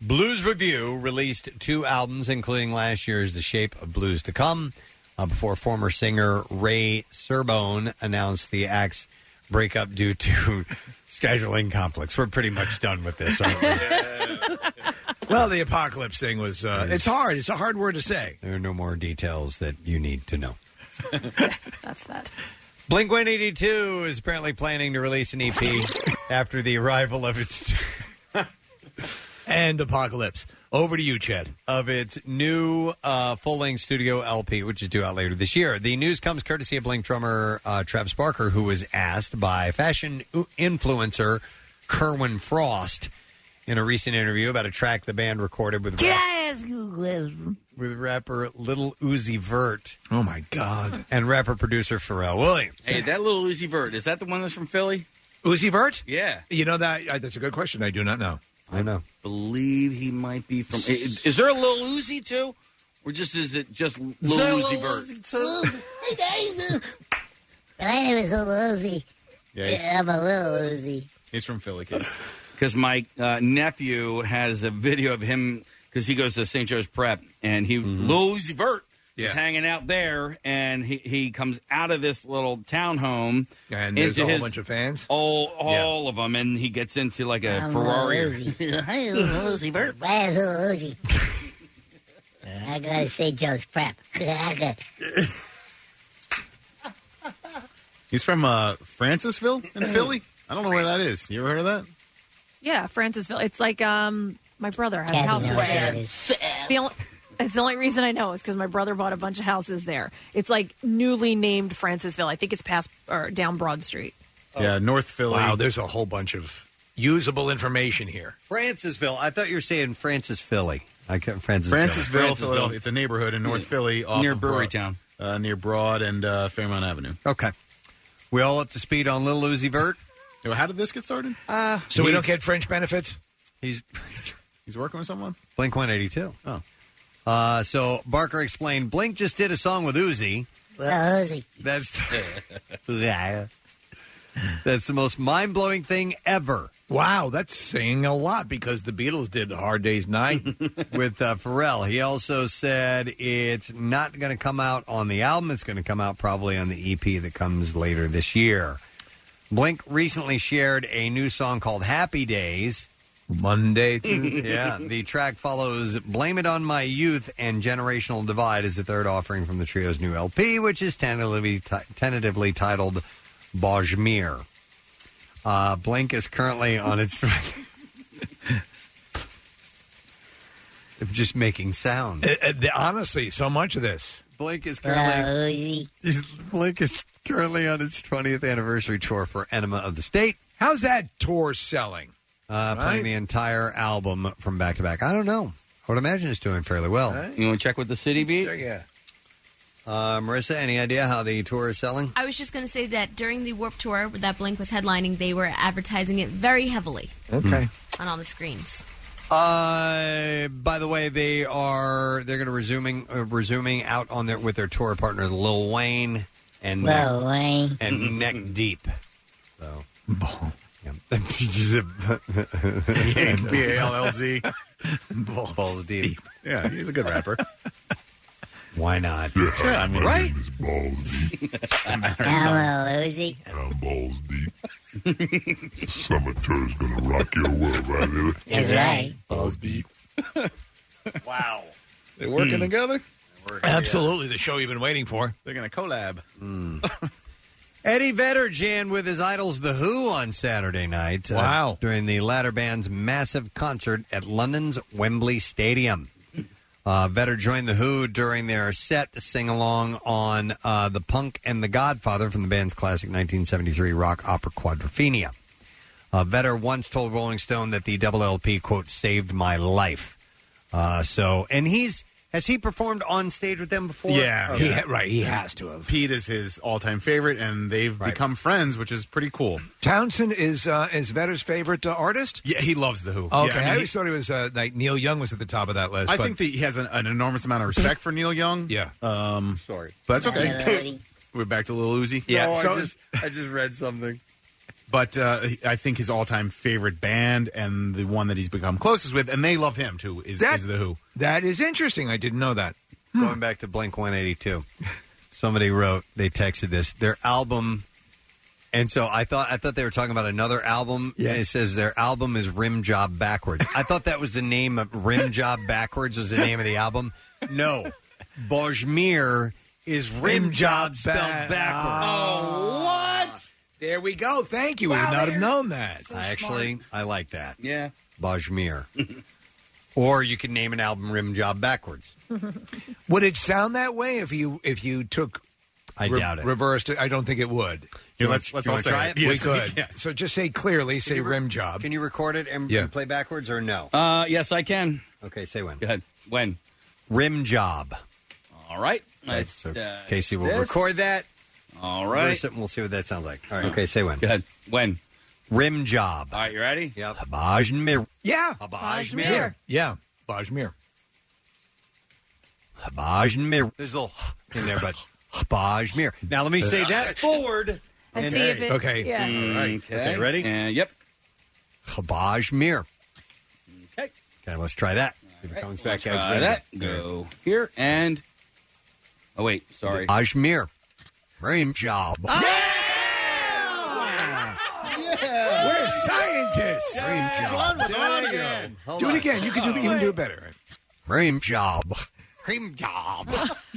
S2: blues review released two albums, including last year's "The Shape of Blues to Come," uh, before former singer Ray Serbone announced the act's breakup due to (laughs) scheduling conflicts. We're pretty much done with this. Aren't we? (laughs)
S4: Well, the apocalypse thing was, uh, it's hard. It's a hard word to say.
S2: There are no more details that you need to know.
S21: (laughs) That's that.
S2: Blink 182 is apparently planning to release an EP (laughs) after the arrival of its (laughs)
S4: and Apocalypse. Over to you, Chad.
S2: Of its new uh, full-length studio LP, which is due out later this year. The news comes courtesy of Blink drummer uh, Travis Barker, who was asked by fashion u- influencer Kerwin Frost in a recent interview about a track the band recorded with
S12: Can
S2: rap-
S12: I ask you a question?
S2: with rapper Little Uzi Vert.
S4: Oh my God!
S2: And rapper producer Pharrell Williams.
S5: Hey, that little Uzi Vert, is that the one that's from Philly?
S4: Uzi Vert?
S5: Yeah.
S4: You know that? I, that's a good question. I do not know.
S2: I know.
S5: believe he might be from. Is is there a little Uzi too? Or just is it just little
S12: There
S5: Uzi Vert?
S12: was two- Hey guys, uh, my name is Little Uzi.
S5: Yeah, he's-
S12: Yeah, I'm a Little Uzi.
S5: He's from Philly, (laughs) Because my uh, nephew has a video of him because he goes to St. Joe's Prep and he
S2: Mm-hmm.
S5: Lil Uzi Vert is
S4: Yeah.
S5: hanging out there and he, he comes out of this little townhome
S4: And there's
S5: into
S4: a whole
S5: his-
S4: bunch of fans.
S5: all all of them and he gets into like a
S12: I'm
S5: Ferrari.
S12: Lil
S5: or-
S12: Uzi. (laughs) Hey, Lil Uzi Vert. Hey, Lil Uzi. I gotta say, Joe's prep. (laughs) I got
S9: He's from uh, Francisville
S2: (clears throat)
S9: in Philly. I don't know where that is. You ever heard of that?
S21: Yeah, Francisville. It's like um, my brother has houses there. It's The only, it's the only reason I know is because my brother bought a bunch of houses there. It's like newly named Francisville. I think it's past or down Broad Street. (laughs)
S2: Oh.
S9: Yeah, North Philly.
S4: Wow, there's a whole bunch of usable information here.
S2: Francisville. I thought you were saying Francis Philly. I can't Francisville.
S9: Francisville, Philadelphia. It's a neighborhood in North Philly, off
S2: Near
S9: of
S2: Brewery
S9: Broad- uh, near Broad and uh, Fairmount Avenue.
S2: Okay. We all up to speed on Little Uzi Vert.
S9: How did this get started?
S4: Uh, so we don't
S2: He's-
S9: (laughs)
S4: get French benefits.
S2: He's
S9: He's working with someone.
S2: Blink 182.
S9: Oh.
S2: Uh, so Barker explained, Blink just did a song with Uzi. That's yeah. (laughs) That's the most mind blowing thing ever.
S4: Wow, that's saying a lot because the Beatles did Hard
S2: (laughs)
S4: Day's Night
S2: with uh, Pharrell. He also said it's not going to come out on the album. It's going to come out probably on the EP that comes later this year. Blink recently shared a new song called Happy Days. (laughs)
S4: Monday, Tuesday.
S2: yeah. The track follows Blame It On My Youth and Generational Divide is the third offering from the trio's new LP, which is tentatively, tentatively titled Bajmir. Uh, Blink is currently on its. (laughs) I'm just making sound.
S4: Uh, uh, th- honestly, so much of this.
S2: Blink is currently Blink is currently on its 20th anniversary tour for Enema of the State.
S4: How's that tour selling?
S2: Uh,
S4: Right.
S2: Playing the entire album from back to back. I don't know. I would imagine it's doing fairly well.
S5: You want to check with the city beat?
S4: Yeah.
S2: Uh, Marissa, any idea how the tour is selling?
S17: I was just going to say that during the Warp Tour that Blink was headlining, they were advertising it very heavily
S2: Okay.
S17: on all the screens.
S2: Uh, by the way, they are they're going to resuming uh, resuming out on their with their tour partners Lil Wayne and
S22: Lil
S2: Neck, (laughs)
S22: Wayne.
S9: (laughs)
S2: and Neck Deep. So.
S9: B A L L Z.
S2: (laughs) Balls, deep.
S9: Yeah, he's a good rapper.
S2: Why not?
S9: Yeah, I mean, (laughs)
S22: Right? Hello,
S12: uh,
S9: Hello.
S22: Uzi.
S23: Summer tour's gonna rock your world, right, Lily?
S22: That's right.
S23: Balls deep.
S9: wow. They're working
S4: Hmm.
S9: together?
S4: Absolutely, the show you've been waiting for. Hmm.
S9: They're going to collab. (laughs)
S2: Eddie Vedder jammed with his idols The Who on Saturday night. uh,
S4: Wow.
S2: during the latter band's massive concert at London's Wembley Stadium. Uh, Vedder joined The Who during their set sing along on uh, The Punk and the Godfather from the band's classic 1973 rock opera Quadrophenia. Uh, Vedder once told Rolling Stone that the double LP, quote, saved my life. Uh, so, and he's, has he performed on stage with them before?
S9: Yeah.
S2: Okay.
S4: to have.
S9: Pete is his all time favorite, and they've become friends, which is pretty cool.
S4: Townsend is uh, is Vetter's favorite uh, artist.
S9: Yeah, he loves the Who.
S4: Okay,
S9: Yeah, I
S4: I,
S9: mean,
S4: always
S9: he-
S4: thought he was uh, like Neil Young was at the top of that list.
S9: I
S4: but
S9: think that he has an, an enormous amount of respect for Neil Young.
S4: Yeah.
S9: Um, Sorry. But that's okay. (laughs) We're back to Lil Uzi.
S4: Yeah, No, I so-
S2: just- I just read something.
S9: But uh, he- I think his all-time favorite band and the one that he's become closest with, and they love him too, is,
S4: That- (laughs)
S9: is the Who.
S4: that is interesting. I didn't know that. Hmm.
S2: Going back to Blink 182, somebody wrote, they texted this, their album. And so I thought I thought they were talking about another album. Yeah. It says their album is Rim Job Backwards. I thought that was the name of Rim Job Backwards was the name of the album. No, Bajmir is Rim, Job, spelled
S4: Ba-
S2: backwards.
S4: Oh, what? There we go. Thank you. I would not have known that.
S2: I actually I like that.
S5: Yeah.
S4: (laughs)
S2: Bajmir. or you can name an album Rim Job Backwards.
S4: Would it sound that way if you if you took?
S2: I doubt it.
S4: Reversed it. I don't think it would.
S2: Here, let's- let's
S4: You
S2: all
S4: wanna
S2: say
S4: try
S2: it.
S4: it. We
S2: Yes. (laughs)
S4: could.
S2: Yeah.
S4: So just say clearly. Say rim job.
S2: Can you record it and
S4: Yeah.
S2: play backwards or no?
S5: Uh, yes, I can.
S2: Okay, say when.
S5: Go ahead. When?
S2: Rim Job.
S5: All right.
S2: Right,
S5: It's,
S2: so
S5: uh,
S2: Casey will
S5: this.
S2: record that.
S5: All right.
S2: Reverse it and we'll see what that sounds like. All right. Okay, say when. Go
S5: ahead. When?
S2: Rim job.
S5: All right, you ready?
S2: Yep. Bajmir.
S4: Yeah.
S2: Bajmir.
S4: Yeah. Bajmir.
S2: Bajmir. There's a little (laughs) in there, but Bajmir. Now let me say
S22: Uh,
S2: that forward.
S12: And
S2: and-
S12: see if it-
S2: okay.
S12: yeah.
S2: All right.
S5: Okay.
S2: Okay. ready?
S5: yep.
S2: Bajmir.
S5: Okay.
S2: Okay, let's try that. See if it comes back as
S5: Try that. Go here and. Oh wait, sorry.
S2: Bajmir. Rim job.
S12: Yeah.
S4: We're scientists.
S12: Do it
S2: again.
S4: Do it again. You could do, even do it
S2: (laughs)
S4: better.
S2: Rim job. Rim job.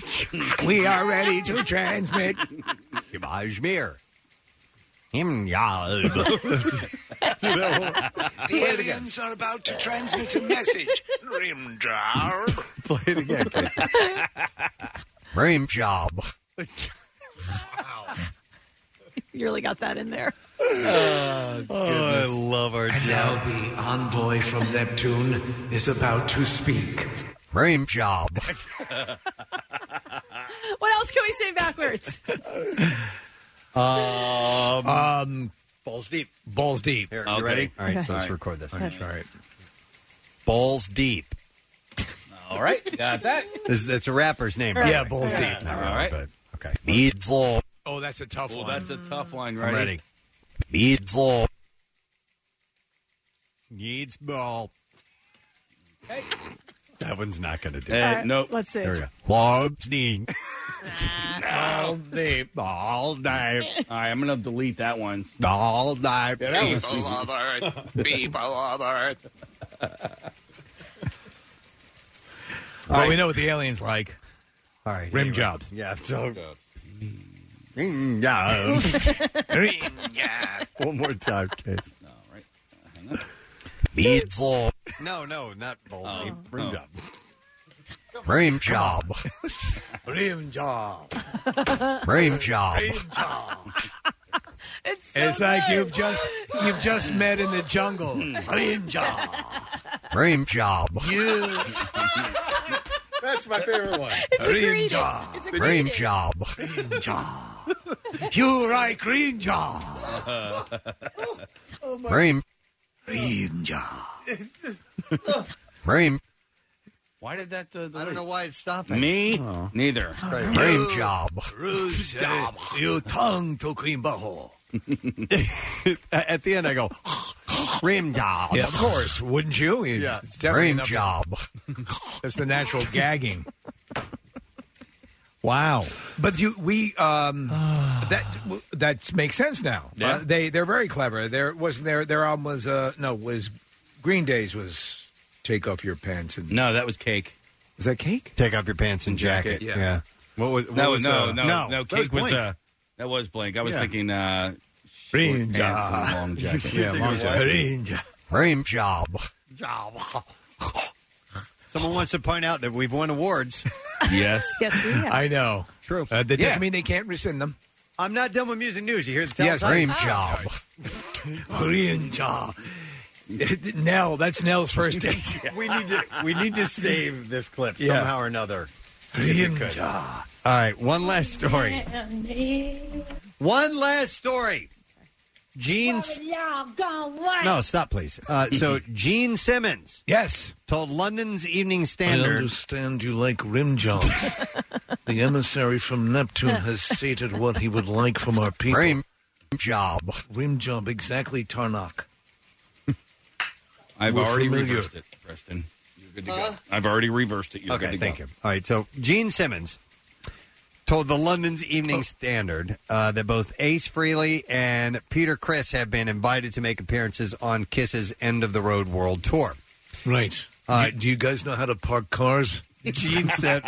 S2: (laughs)
S4: we are ready to transmit.
S2: Bajmir. Rim job.
S4: (laughs)
S12: The aliens
S4: are about to transmit a (laughs) message. Rim job.
S2: Play it again, Casey. Rim job.
S21: You really got that in there. (laughs)
S2: Oh, I love our
S4: And now the envoy from Neptune is about to speak.
S2: Rim job.
S21: What else can we say backwards?
S2: Um,
S4: um,
S2: (laughs) balls deep.
S4: Balls deep.
S2: Here, you ready? All right, so let's record this.
S4: All right.
S2: Balls deep.
S5: All right, got that.
S2: This, it's a rapper's name.
S5: Yeah, Balls Deep.
S2: Not
S5: All
S2: really,
S5: right.
S2: but- okay. Beatle.
S4: Oh, that's a tough
S5: one. That's a tough one,
S2: I'm
S5: right?
S2: ready. Beatle. Needs ball. That one's not going to do
S5: Uh,
S2: it.
S5: All right, nope.
S21: let's see.
S2: There we go. Balls Deep. Balls Deep. All day.
S5: All right, I'm gonna delete that one.
S2: All day.
S15: People of Earth.
S1: (laughs)
S15: People of Earth.
S4: Well, Oh, we know what the aliens like.
S2: All right,
S4: rim jobs.
S2: Yeah, Mm, so Ring jobs. One more time, Case. All
S5: right.
S2: hang on. Beatle. (laughs) No, no, not balls
S12: Oh,
S2: deep.
S12: oh.
S2: Rim job. Rim job. (laughs) Rim
S4: Rim job.
S2: job.
S21: It's,
S4: it's like you've just you've just met in the jungle. Rim job.
S2: Rim job.
S4: You
S9: That's my favorite one.
S4: It's a Rim greeting. job. It's a greeting.
S2: Rim job.
S4: Rim job. You right, green job.
S2: Rim.
S4: Rim job.
S2: Rim.
S5: Why did that? Uh, I
S2: don't know why it's stopping.
S5: Me, neither.
S2: Rim job.
S4: Rouge, uh, your tongue to cream (laughs) butthole.
S2: At the end, I go, rim job.
S4: Yeah, of course. Wouldn't you?
S2: Yeah.
S4: It's definitely
S2: Rim
S4: enough to-
S2: job.
S4: That's the natural gagging. Wow. But you, we, um, that that makes sense now.
S5: Yeah.
S4: Uh, they they're very clever. There wasn't their their album was uh no was Green Days was Take Off Your Pants and
S5: No, that was cake.
S4: Was that cake?
S2: Take off your pants and jacket.
S5: Yeah.
S2: yeah.
S9: What was?
S5: No, uh, no, no, no,
S4: no,
S5: Cake
S4: that
S5: was,
S4: was Blink.
S5: uh, that was blank. I was
S4: Yeah.
S5: thinking uh, short pants
S4: Green job.
S2: (laughs)
S5: and
S4: (laughs)
S5: long jacket.
S4: Yeah, long jacket. Green job.
S2: Rim job. Job. (laughs) Someone wants to point out that we've won awards.
S5: Yes.
S21: yes, we
S4: (laughs)
S21: have.
S4: I know.
S2: True.
S4: Uh, that doesn't mean they can't rescind them.
S2: I'm not done with music news. You hear the
S4: Yes,
S2: teletype?
S4: Rim job.
S7: (laughs)
S4: Green job. Nell, that's
S2: (laughs)
S4: Nell's first date.
S2: we need to we need to save this clip
S4: Yeah.
S2: somehow or another.
S4: Rim
S2: All right, one last story. One last story. Gene.
S12: Y'all gone away.
S2: No, stop, please. Uh,
S7: (laughs)
S2: so Gene Simmons,
S4: yes,
S2: told London's Evening
S7: I
S2: Standard.
S7: understand you like rim jobs. the emissary from Neptune has stated what he would like from our people.
S2: Rim job.
S7: Rim job, exactly, Tarnak.
S5: I've
S7: We're
S5: already
S7: familiar.
S5: reversed it, Preston. You're good to go. I've already reversed it. You're
S2: okay,
S5: good to
S2: thank
S5: go.
S2: you. All right, so Gene Simmons told the London's
S4: Oh.
S2: Evening Standard uh, that both Ace Frehley and Peter Criss have been invited to make appearances on Kiss's End of the Road World Tour.
S7: Right.
S2: Uh,
S7: do, do you guys know how to park cars?
S2: Gene said,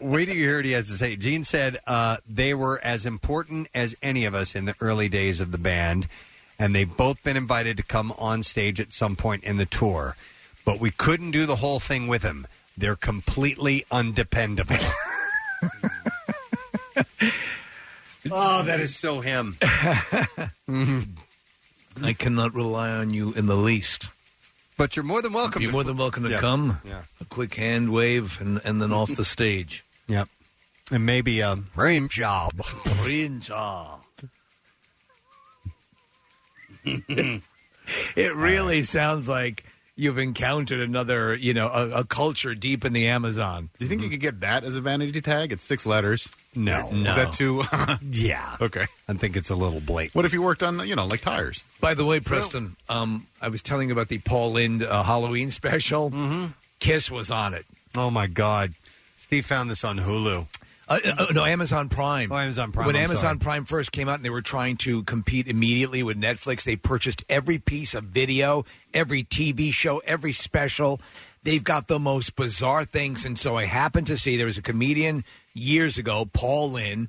S2: "Wait till you hear what he has to say." Gene said, uh, "They were as important as any of us in the early days of the band, and they've both been invited to come on stage at some point in the tour, but we couldn't do the whole thing with them. They're completely undependable." oh, that is so him.
S7: Mm-hmm. I cannot rely on you in the least.
S2: But you're more than welcome.
S7: You're
S2: to-
S7: more than welcome to
S2: Yeah.
S7: come.
S2: Yeah.
S7: A quick hand wave, and, and then off the stage.
S2: Yep, (laughs) and maybe um, rim job.
S7: Rim job. (laughs)
S4: It really sounds like you've encountered another, you know, a, a culture deep in the Amazon.
S9: Do you
S7: Mm-hmm.
S9: think you could get that as a vanity tag? It's six letters.
S2: No.
S9: Is that too?
S21: (laughs)
S2: yeah.
S9: Okay.
S2: I think it's a little blatant.
S9: What if you worked on, you know, like tires?
S4: By the way, Preston, um, I was telling you about the Paul Lind uh, Halloween (laughs) special. Mm-hmm. Kiss was on it.
S2: Oh my God, Steve found this on Hulu.
S4: Uh, uh, no, Amazon Prime.
S2: Oh, Amazon Prime.
S4: when
S2: I'm
S4: Amazon
S2: sorry.
S4: Prime first came out and they were trying to compete immediately with Netflix, they purchased every piece of video, every TV show, every special. They've got the most bizarre things. And so I happened to see there was a comedian years ago, Paul Lynn,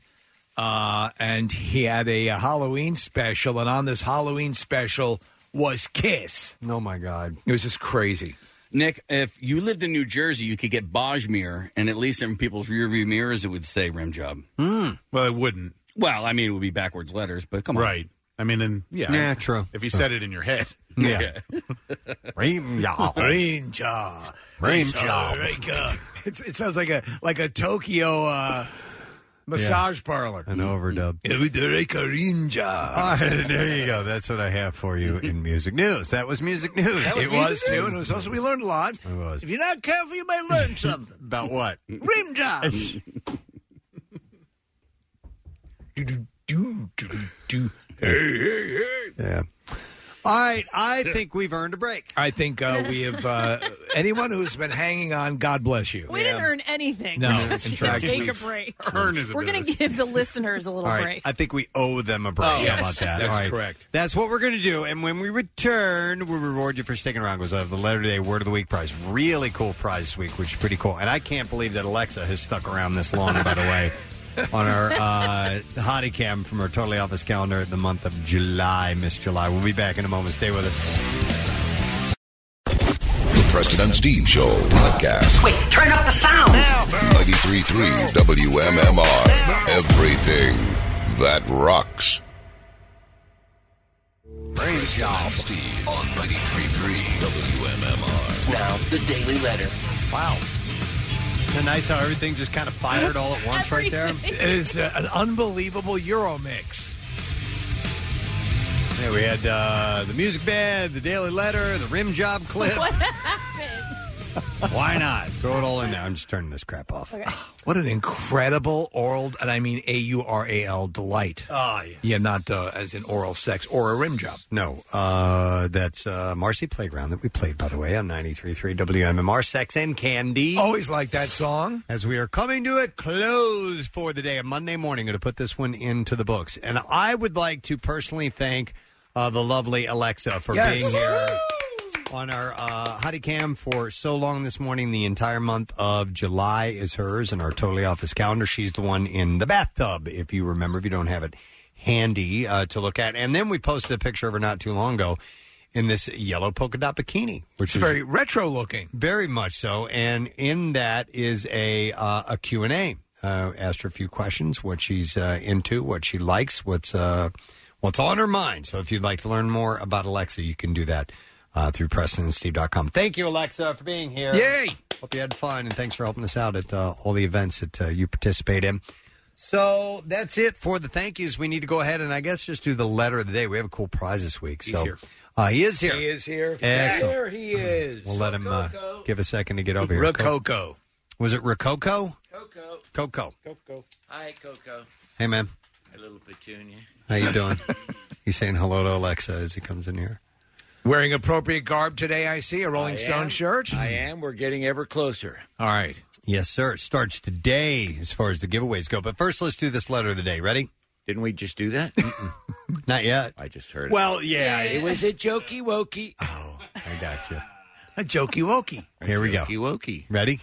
S4: uh, and he had a, uh Halloween special. And on this Halloween special was Kiss.
S2: Oh, my God.
S4: It was just crazy.
S5: Nick, if you lived in New Jersey, you could get Bajmir, and at least in people's rearview mirrors, it would say rim job.
S2: Hmm.
S9: Well, it wouldn't.
S5: Well, I mean, it would be backwards letters, but come on.
S9: Right. I mean, and yeah. (laughs)
S5: Yeah, true.
S9: If you said it in your head.
S5: Yeah.
S2: Rim job.
S4: Rim job.
S2: Rim
S4: It's, uh,
S2: job.
S4: (laughs)
S2: (laughs)
S4: like, uh, it's- it sounds like a like a Tokyo uh, Massage parlor.
S2: An
S4: (laughs)
S2: overdub. Ah, (laughs) there you go. That's what I have for you in music news. That was music news.
S4: That was
S2: it
S4: music
S2: was
S4: news.
S2: too, and it was also
S4: we learned a lot.
S2: It was.
S4: If you're not careful, you may learn
S2: (laughs)
S4: something.
S2: About
S4: (laughs)
S2: what?
S4: Rim job.
S2: Yeah. All right,
S4: (laughs)
S2: I think we've earned a break.
S4: I think uh, we have
S2: (laughs)
S4: uh, anyone who's been hanging on. God bless you.
S21: We didn't earn anything. (laughs)
S4: No,
S21: We're
S4: in
S21: just gonna
S4: fact,
S21: take a
S4: we've
S21: break.
S4: earned as a
S21: We're going to give the listeners a little
S2: All right,
S21: break.
S2: I think we owe them a break.
S21: Oh,
S2: How
S21: yes.
S2: about that?
S4: That's
S2: All right.
S4: correct.
S2: That's what we're going to do. And when we return, we'll reward you for sticking around because I have the letter today word of the week prize. Really cool prize this week, which is pretty cool. And I can't believe that Alexa has stuck around this long, by the way, on our uh, hottie cam from our Totally Office calendar the month of July, Miss July. We'll be back in a moment. Stay with us.
S1: The Preston and Steve Show podcast.
S12: Wait, turn up the sound.
S1: 93.3 WMMR. Everything that rocks.
S2: Brain
S1: job. Steve on 93.3 WMMR.
S2: Now, the Daily Letter. Wow. Isn't it nice how everything just kind of fired all at once right
S21: (laughs)
S2: there?
S4: It is uh, an unbelievable Euro mix.
S2: Yeah, we had uh, the music bed, the Daily Letter, the rim job clip.
S21: What happened?
S2: Why not? Throw it all in there. I'm just turning this crap off.
S21: Okay.
S4: What an incredible oral, and I mean A U R A L delight.
S2: Oh, yeah.
S4: Yeah, not uh, as in oral sex or a rim job.
S2: No, uh, that's uh, Marcy Playground that we played, by the way, on 93.3 WMMR, Sex and Candy.
S4: Always like that song.
S2: As we are coming to a close for the day, a Monday morning, going to put this one into the books. And I would like to personally thank uh, the lovely Alexa for
S4: Yes.
S2: being here on our uh, Hottie Cam for so long this morning. The entire month of July is hers and our Totally Office calendar. She's the one in the bathtub, if you remember, if you don't have it handy uh, to look at. And then we posted a picture of her not too long ago in this yellow polka dot bikini, which
S4: It's
S2: is
S4: very retro looking.
S2: very much so. And in that is a uh, a Q and A. Uh, asked her a few questions, what she's uh, into, what she likes, what's uh, what's on her mind. So if you'd like to learn more about Alexa, you can do that uh, through PrestonandSteve.com. Thank you, Alexa, for being here.
S4: Yay!
S2: Hope you had fun, and thanks for helping us out at uh, all the events that uh, you participate in. So that's it for the thank yous. We need to go ahead and I guess just do the letter of the day. We have a cool prize this week.
S4: He's
S2: so
S4: here.
S2: Uh, he is here.
S4: He is here.
S2: Excellent.
S4: There he is.
S2: We'll let him uh, give a second to get over here.
S4: Rococo.
S2: Was it Rococo?
S11: Coco.
S2: Coco.
S11: Coco. Hi, Coco.
S2: Hey, man.
S11: A little petunia.
S2: How you doing? (laughs) He's saying hello to Alexa as he comes in here.
S4: Wearing appropriate garb today, I see. A Rolling
S11: I
S4: Stone
S11: am.
S4: shirt.
S11: I am. We're getting ever closer.
S4: All right.
S2: Yes, sir. It starts today as far as the giveaways go. But first, let's do this letter of the day. Ready?
S11: Didn't we just do that?
S2: Not yet.
S11: I just heard.
S2: Well, yeah.
S11: it was a jokey wokey.
S2: I got you.
S4: (laughs) A jokey wokey.
S2: Here we go.
S11: Jokey wokey.
S2: Ready?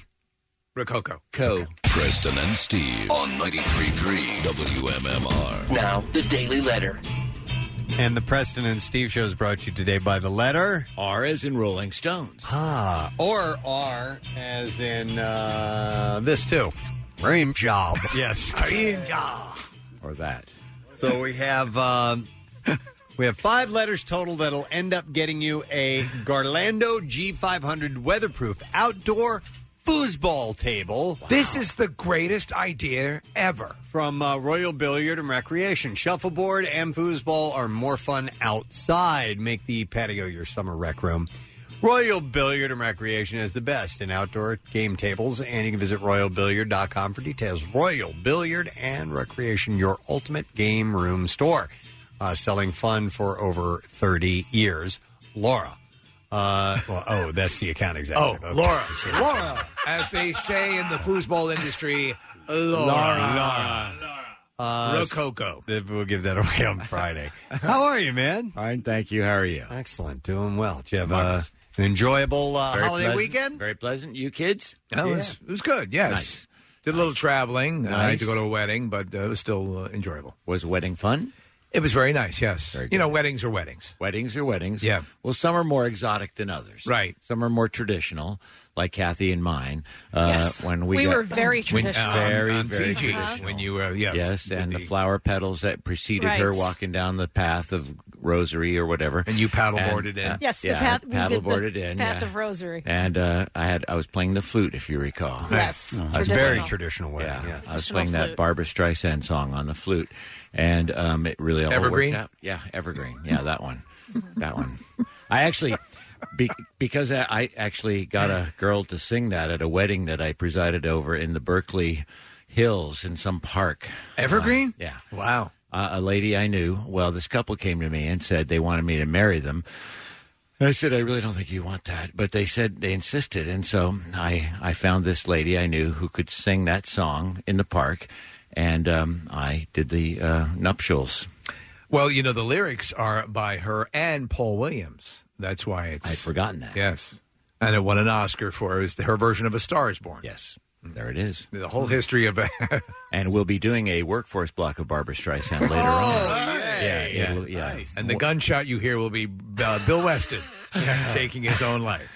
S4: Rococo.
S11: Co.
S1: Preston and Steve on 93.3 WMMR.
S11: Now the Daily Letter.
S2: And the Preston and Steve show is brought to you today by the letter
S11: R as in Rolling Stones.
S2: Ah, or R as in uh, this too. Dream job. yes. (laughs) Dream job.
S11: Or that.
S2: So we have um, we have five letters total that'll end up getting you a Garlando G500 weatherproof outdoor foosball table.
S4: This is the greatest idea ever.
S2: From uh, Royal Billiard and Recreation. Shuffleboard and foosball are more fun outside. Make the patio your summer rec room. Royal Billiard and Recreation is the best in outdoor game tables, and you can visit royalbilliard.com for details. Royal Billiard and Recreation, your ultimate game room store, uh, selling fun for over 30 years. Laura. Uh, well, oh, that's the account executive. Okay.
S4: Oh,
S2: (laughs)
S4: Laura.
S11: (laughs)
S4: Laura. As they say in the foosball industry, Laura.
S2: Laura. Uh,
S4: Rococo.
S2: s- We'll give that away on Friday. How are you, man?
S11: Fine, thank you. How are you?
S2: Excellent. Doing well. Did you have uh, an enjoyable uh,
S11: Very
S2: holiday
S11: pleasant-
S2: weekend?
S11: Very pleasant. You kids?
S4: That was, it was good, yes.
S11: Nice.
S4: Did a little traveling. I had to
S11: Nice.
S4: go to a wedding, but uh, it was still uh, enjoyable.
S11: Was wedding fun?
S4: It was very nice, yes.
S11: Very
S4: you
S11: good.
S4: know, weddings are weddings.
S11: Weddings are weddings.
S4: Yeah.
S11: Well, some are more exotic than others.
S4: Right.
S11: Some are more traditional, like Kathy and mine. Uh,
S21: Yes.
S11: When we
S21: We
S11: got-
S21: were very
S11: when-
S21: traditional.
S11: very,
S4: on
S11: very
S4: Fiji
S11: traditional.
S4: when you were, yes.
S11: Yes,
S4: did
S11: and the, flower petals that preceded
S21: Right.
S11: her walking down the path of
S21: rosary or whatever. And
S4: you paddleboarded
S11: uh,
S4: in.
S3: Yes, the
S21: yeah,
S3: path we did the
S21: paddleboarded in.
S3: Path
S21: yeah.
S3: of Rosary.
S21: And uh, I had I was playing the flute, if you recall.
S3: Yes.
S21: I
S3: It's
S21: was
S3: very
S21: playing-
S2: traditional wedding, yes.
S21: I was
S3: Traditional
S21: playing
S3: flute.
S21: that Barbara Streisand song on the flute, and um, it really all
S4: Evergreen?
S21: worked out. Yeah, evergreen. Yeah, that one. that one. I actually. Be, because I, I actually got a girl to sing that at a wedding that I presided over in the Berkeley Hills in some park.
S4: Evergreen?
S21: Uh, yeah.
S4: Wow.
S21: Uh, a lady I knew. Well, this couple came to me and said they wanted me to marry them. And I said, I really don't think you want that. But they said they insisted. And so I, I found this lady I knew who could sing that song in the park. And um, I did the uh, nuptials.
S4: Well, you know the lyrics are by her and Paul Williams. That's why it's I'd
S21: forgotten that.
S4: Yes, and it won an Oscar for it was her version of A Star Is Born.
S21: Yes, there it is.
S4: The whole history
S9: (laughs)
S4: of
S21: and we'll be doing a workforce block of Barbara Streisand later on. Oh, Yeah, yeah, yeah.
S4: And the gunshot you hear will be uh, Bill Weston
S21: (laughs)
S4: taking his own life.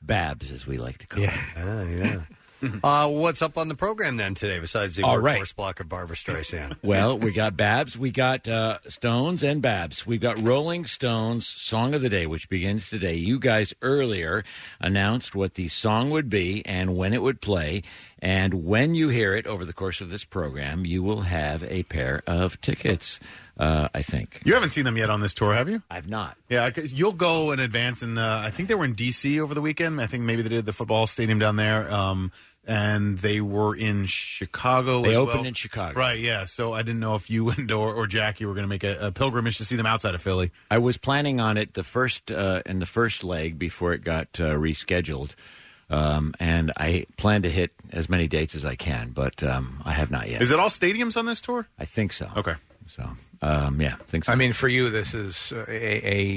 S21: Babs, as we like to call
S2: it.
S11: (laughs)
S2: Yeah. uh, what's up on the program then today besides the
S21: All right.
S2: workforce block of Barbara Streisand?
S21: Well, we got Babs, we got uh, Stones and Babs. We've got Rolling Stones Song of the Day, which begins today. You guys earlier announced what the song would be and when it would play. And when you hear it over the course of this program, you will have a pair of tickets, uh, I think.
S9: You haven't seen them yet on this tour, have you?
S21: I've not.
S9: Yeah, 'cause you'll go in advance, and uh, I think they were in D.C. over the weekend. I think maybe they did the football stadium down there, um, and they were in Chicago.
S21: They
S9: Oh, as
S21: opened
S9: well.
S21: in Chicago.
S9: right? Yeah. So I didn't know if you and or, or Jackie were going to make a, a pilgrimage to see them outside of Philly.
S21: I was planning on it the first uh, in the first leg before it got uh, rescheduled, um, and I plan to hit as many dates as I can, but um, I have not yet.
S9: Is it all stadiums on this tour?
S21: I think so.
S9: Okay.
S21: So, um, yeah, think so.
S4: I mean, for you, this is uh, a,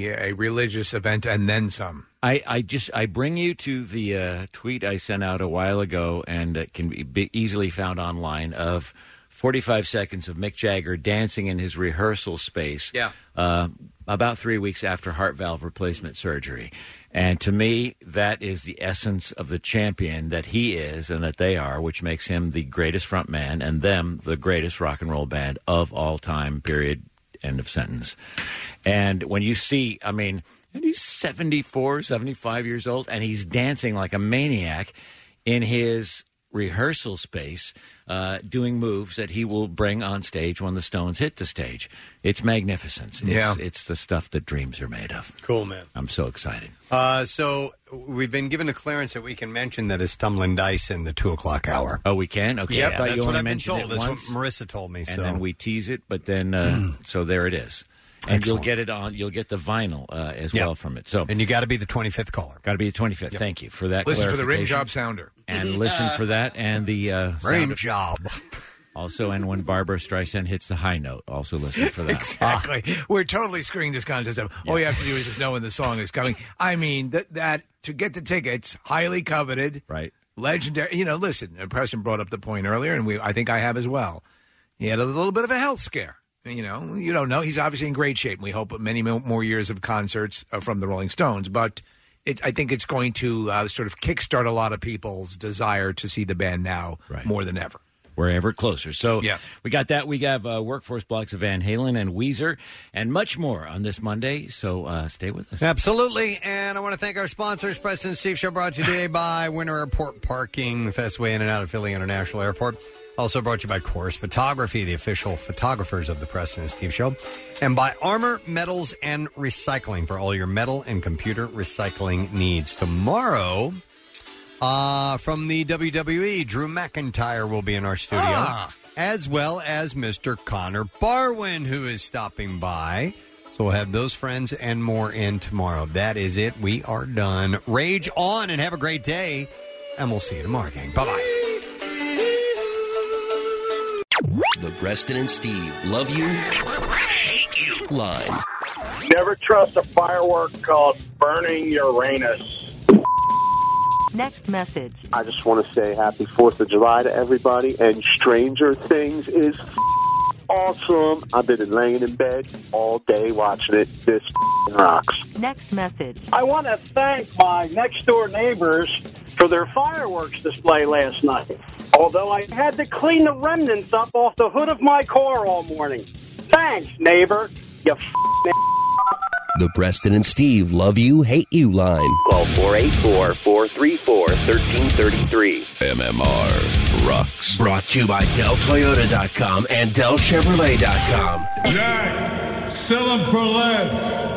S4: a a religious event and then some.
S21: I, I just I bring you to the uh, tweet I sent out a while ago, and it can be, be easily found online of 45 seconds of Mick Jagger dancing in his rehearsal space.
S4: Yeah.
S21: Uh, about three weeks after heart valve replacement surgery, and to me that is the essence of the champion that he is and that they are, which makes him the greatest front man and them the greatest rock and roll band of all time. Period. End of sentence. And when you see, I mean, and he's 74, 75 years old, and he's dancing like a maniac in his rehearsal space, uh, doing moves that he will bring on stage when the Stones hit the stage. It's magnificence. It's,
S2: Yeah.
S21: it's the stuff that dreams are made of.
S2: Cool, man.
S21: I'm so excited.
S2: Uh, so we've been given a clearance that we can mention that is tumbling dice in the two o'clock hour.
S21: Oh, we can. Okay,
S2: Yep,
S21: I thought
S2: that's
S21: you
S2: what
S21: only
S2: I've been told.
S21: mentioned it
S2: That's what
S21: once,
S2: Marissa told me,
S21: and
S2: so.
S21: then we tease it. But
S2: (clears throat)
S21: then, uh, so there it is. And
S2: Excellent.
S21: you'll get it on. You'll get the vinyl uh, as
S2: Yep.
S21: well from it. So,
S2: and you got to be the twenty fifth caller.
S21: Got to be the twenty fifth. Thank you for that.
S4: Listen for the rim
S21: clarification.
S4: job sounder
S21: and listen for that and the uh,
S4: Brain
S2: job.
S21: Also, and when Barbara Streisand hits the high note, also
S4: (laughs)
S21: listen for that. Ah.
S4: Exactly. We're totally screwing this contest up. All you have to do is just know when the song is coming. I mean, that, that to get the tickets, highly coveted,
S21: right?
S4: Legendary. You know, listen, uh, Preston brought up the point earlier, and we I think I have as well. He had a little bit of a health scare. You know, you don't know. He's obviously in great shape. and We hope many mo- more years of concerts uh, from the Rolling Stones, but. It, I think it's going to uh, sort of kickstart a lot of people's desire to see the band now more than ever.
S21: Ah, We're ever closer. So we got that. We have uh, workforce blocks of Van Halen and Weezer and much more on this Monday. So uh, stay with us.
S2: Absolutely. And I want to thank our sponsors, Preston and Steve Show, brought to you today by Winter Airport Parking, the fastest way in and out of Philly International Airport. Also brought to you by Chorus Photography, the official photographers of the Preston and Steve Show, and by Armor Metals and Recycling for all your metal and computer recycling needs. Tomorrow, uh, from the WWE, Drew McIntyre will be in our studio, as well as Mr. Connor Barwin, who is stopping by. So we'll have those friends and more in tomorrow. That is it. We are done. Rage on and have a great day. And we'll see you tomorrow, gang. Bye bye.
S5: The Preston and Steve love you, hate you line.
S22: Never trust a firework called Burning Uranus.
S14: Next message.
S22: I just want to say happy 4th of July to everybody, and Stranger Things is awesome. I've been laying in bed all day watching it. This rocks.
S14: Next message.
S22: I want to thank my next door neighbors for their fireworks display last night. Although I had to clean the remnants up off the hood of my car all morning. Thanks, neighbor. You f-
S4: The Preston and Steve Love You, Hate You line.
S1: Call 484 434 1333.
S24: MMR rocks.
S1: Brought to you by DellToyota.com and DellChevrolet.com.
S17: Jack, sell them for less.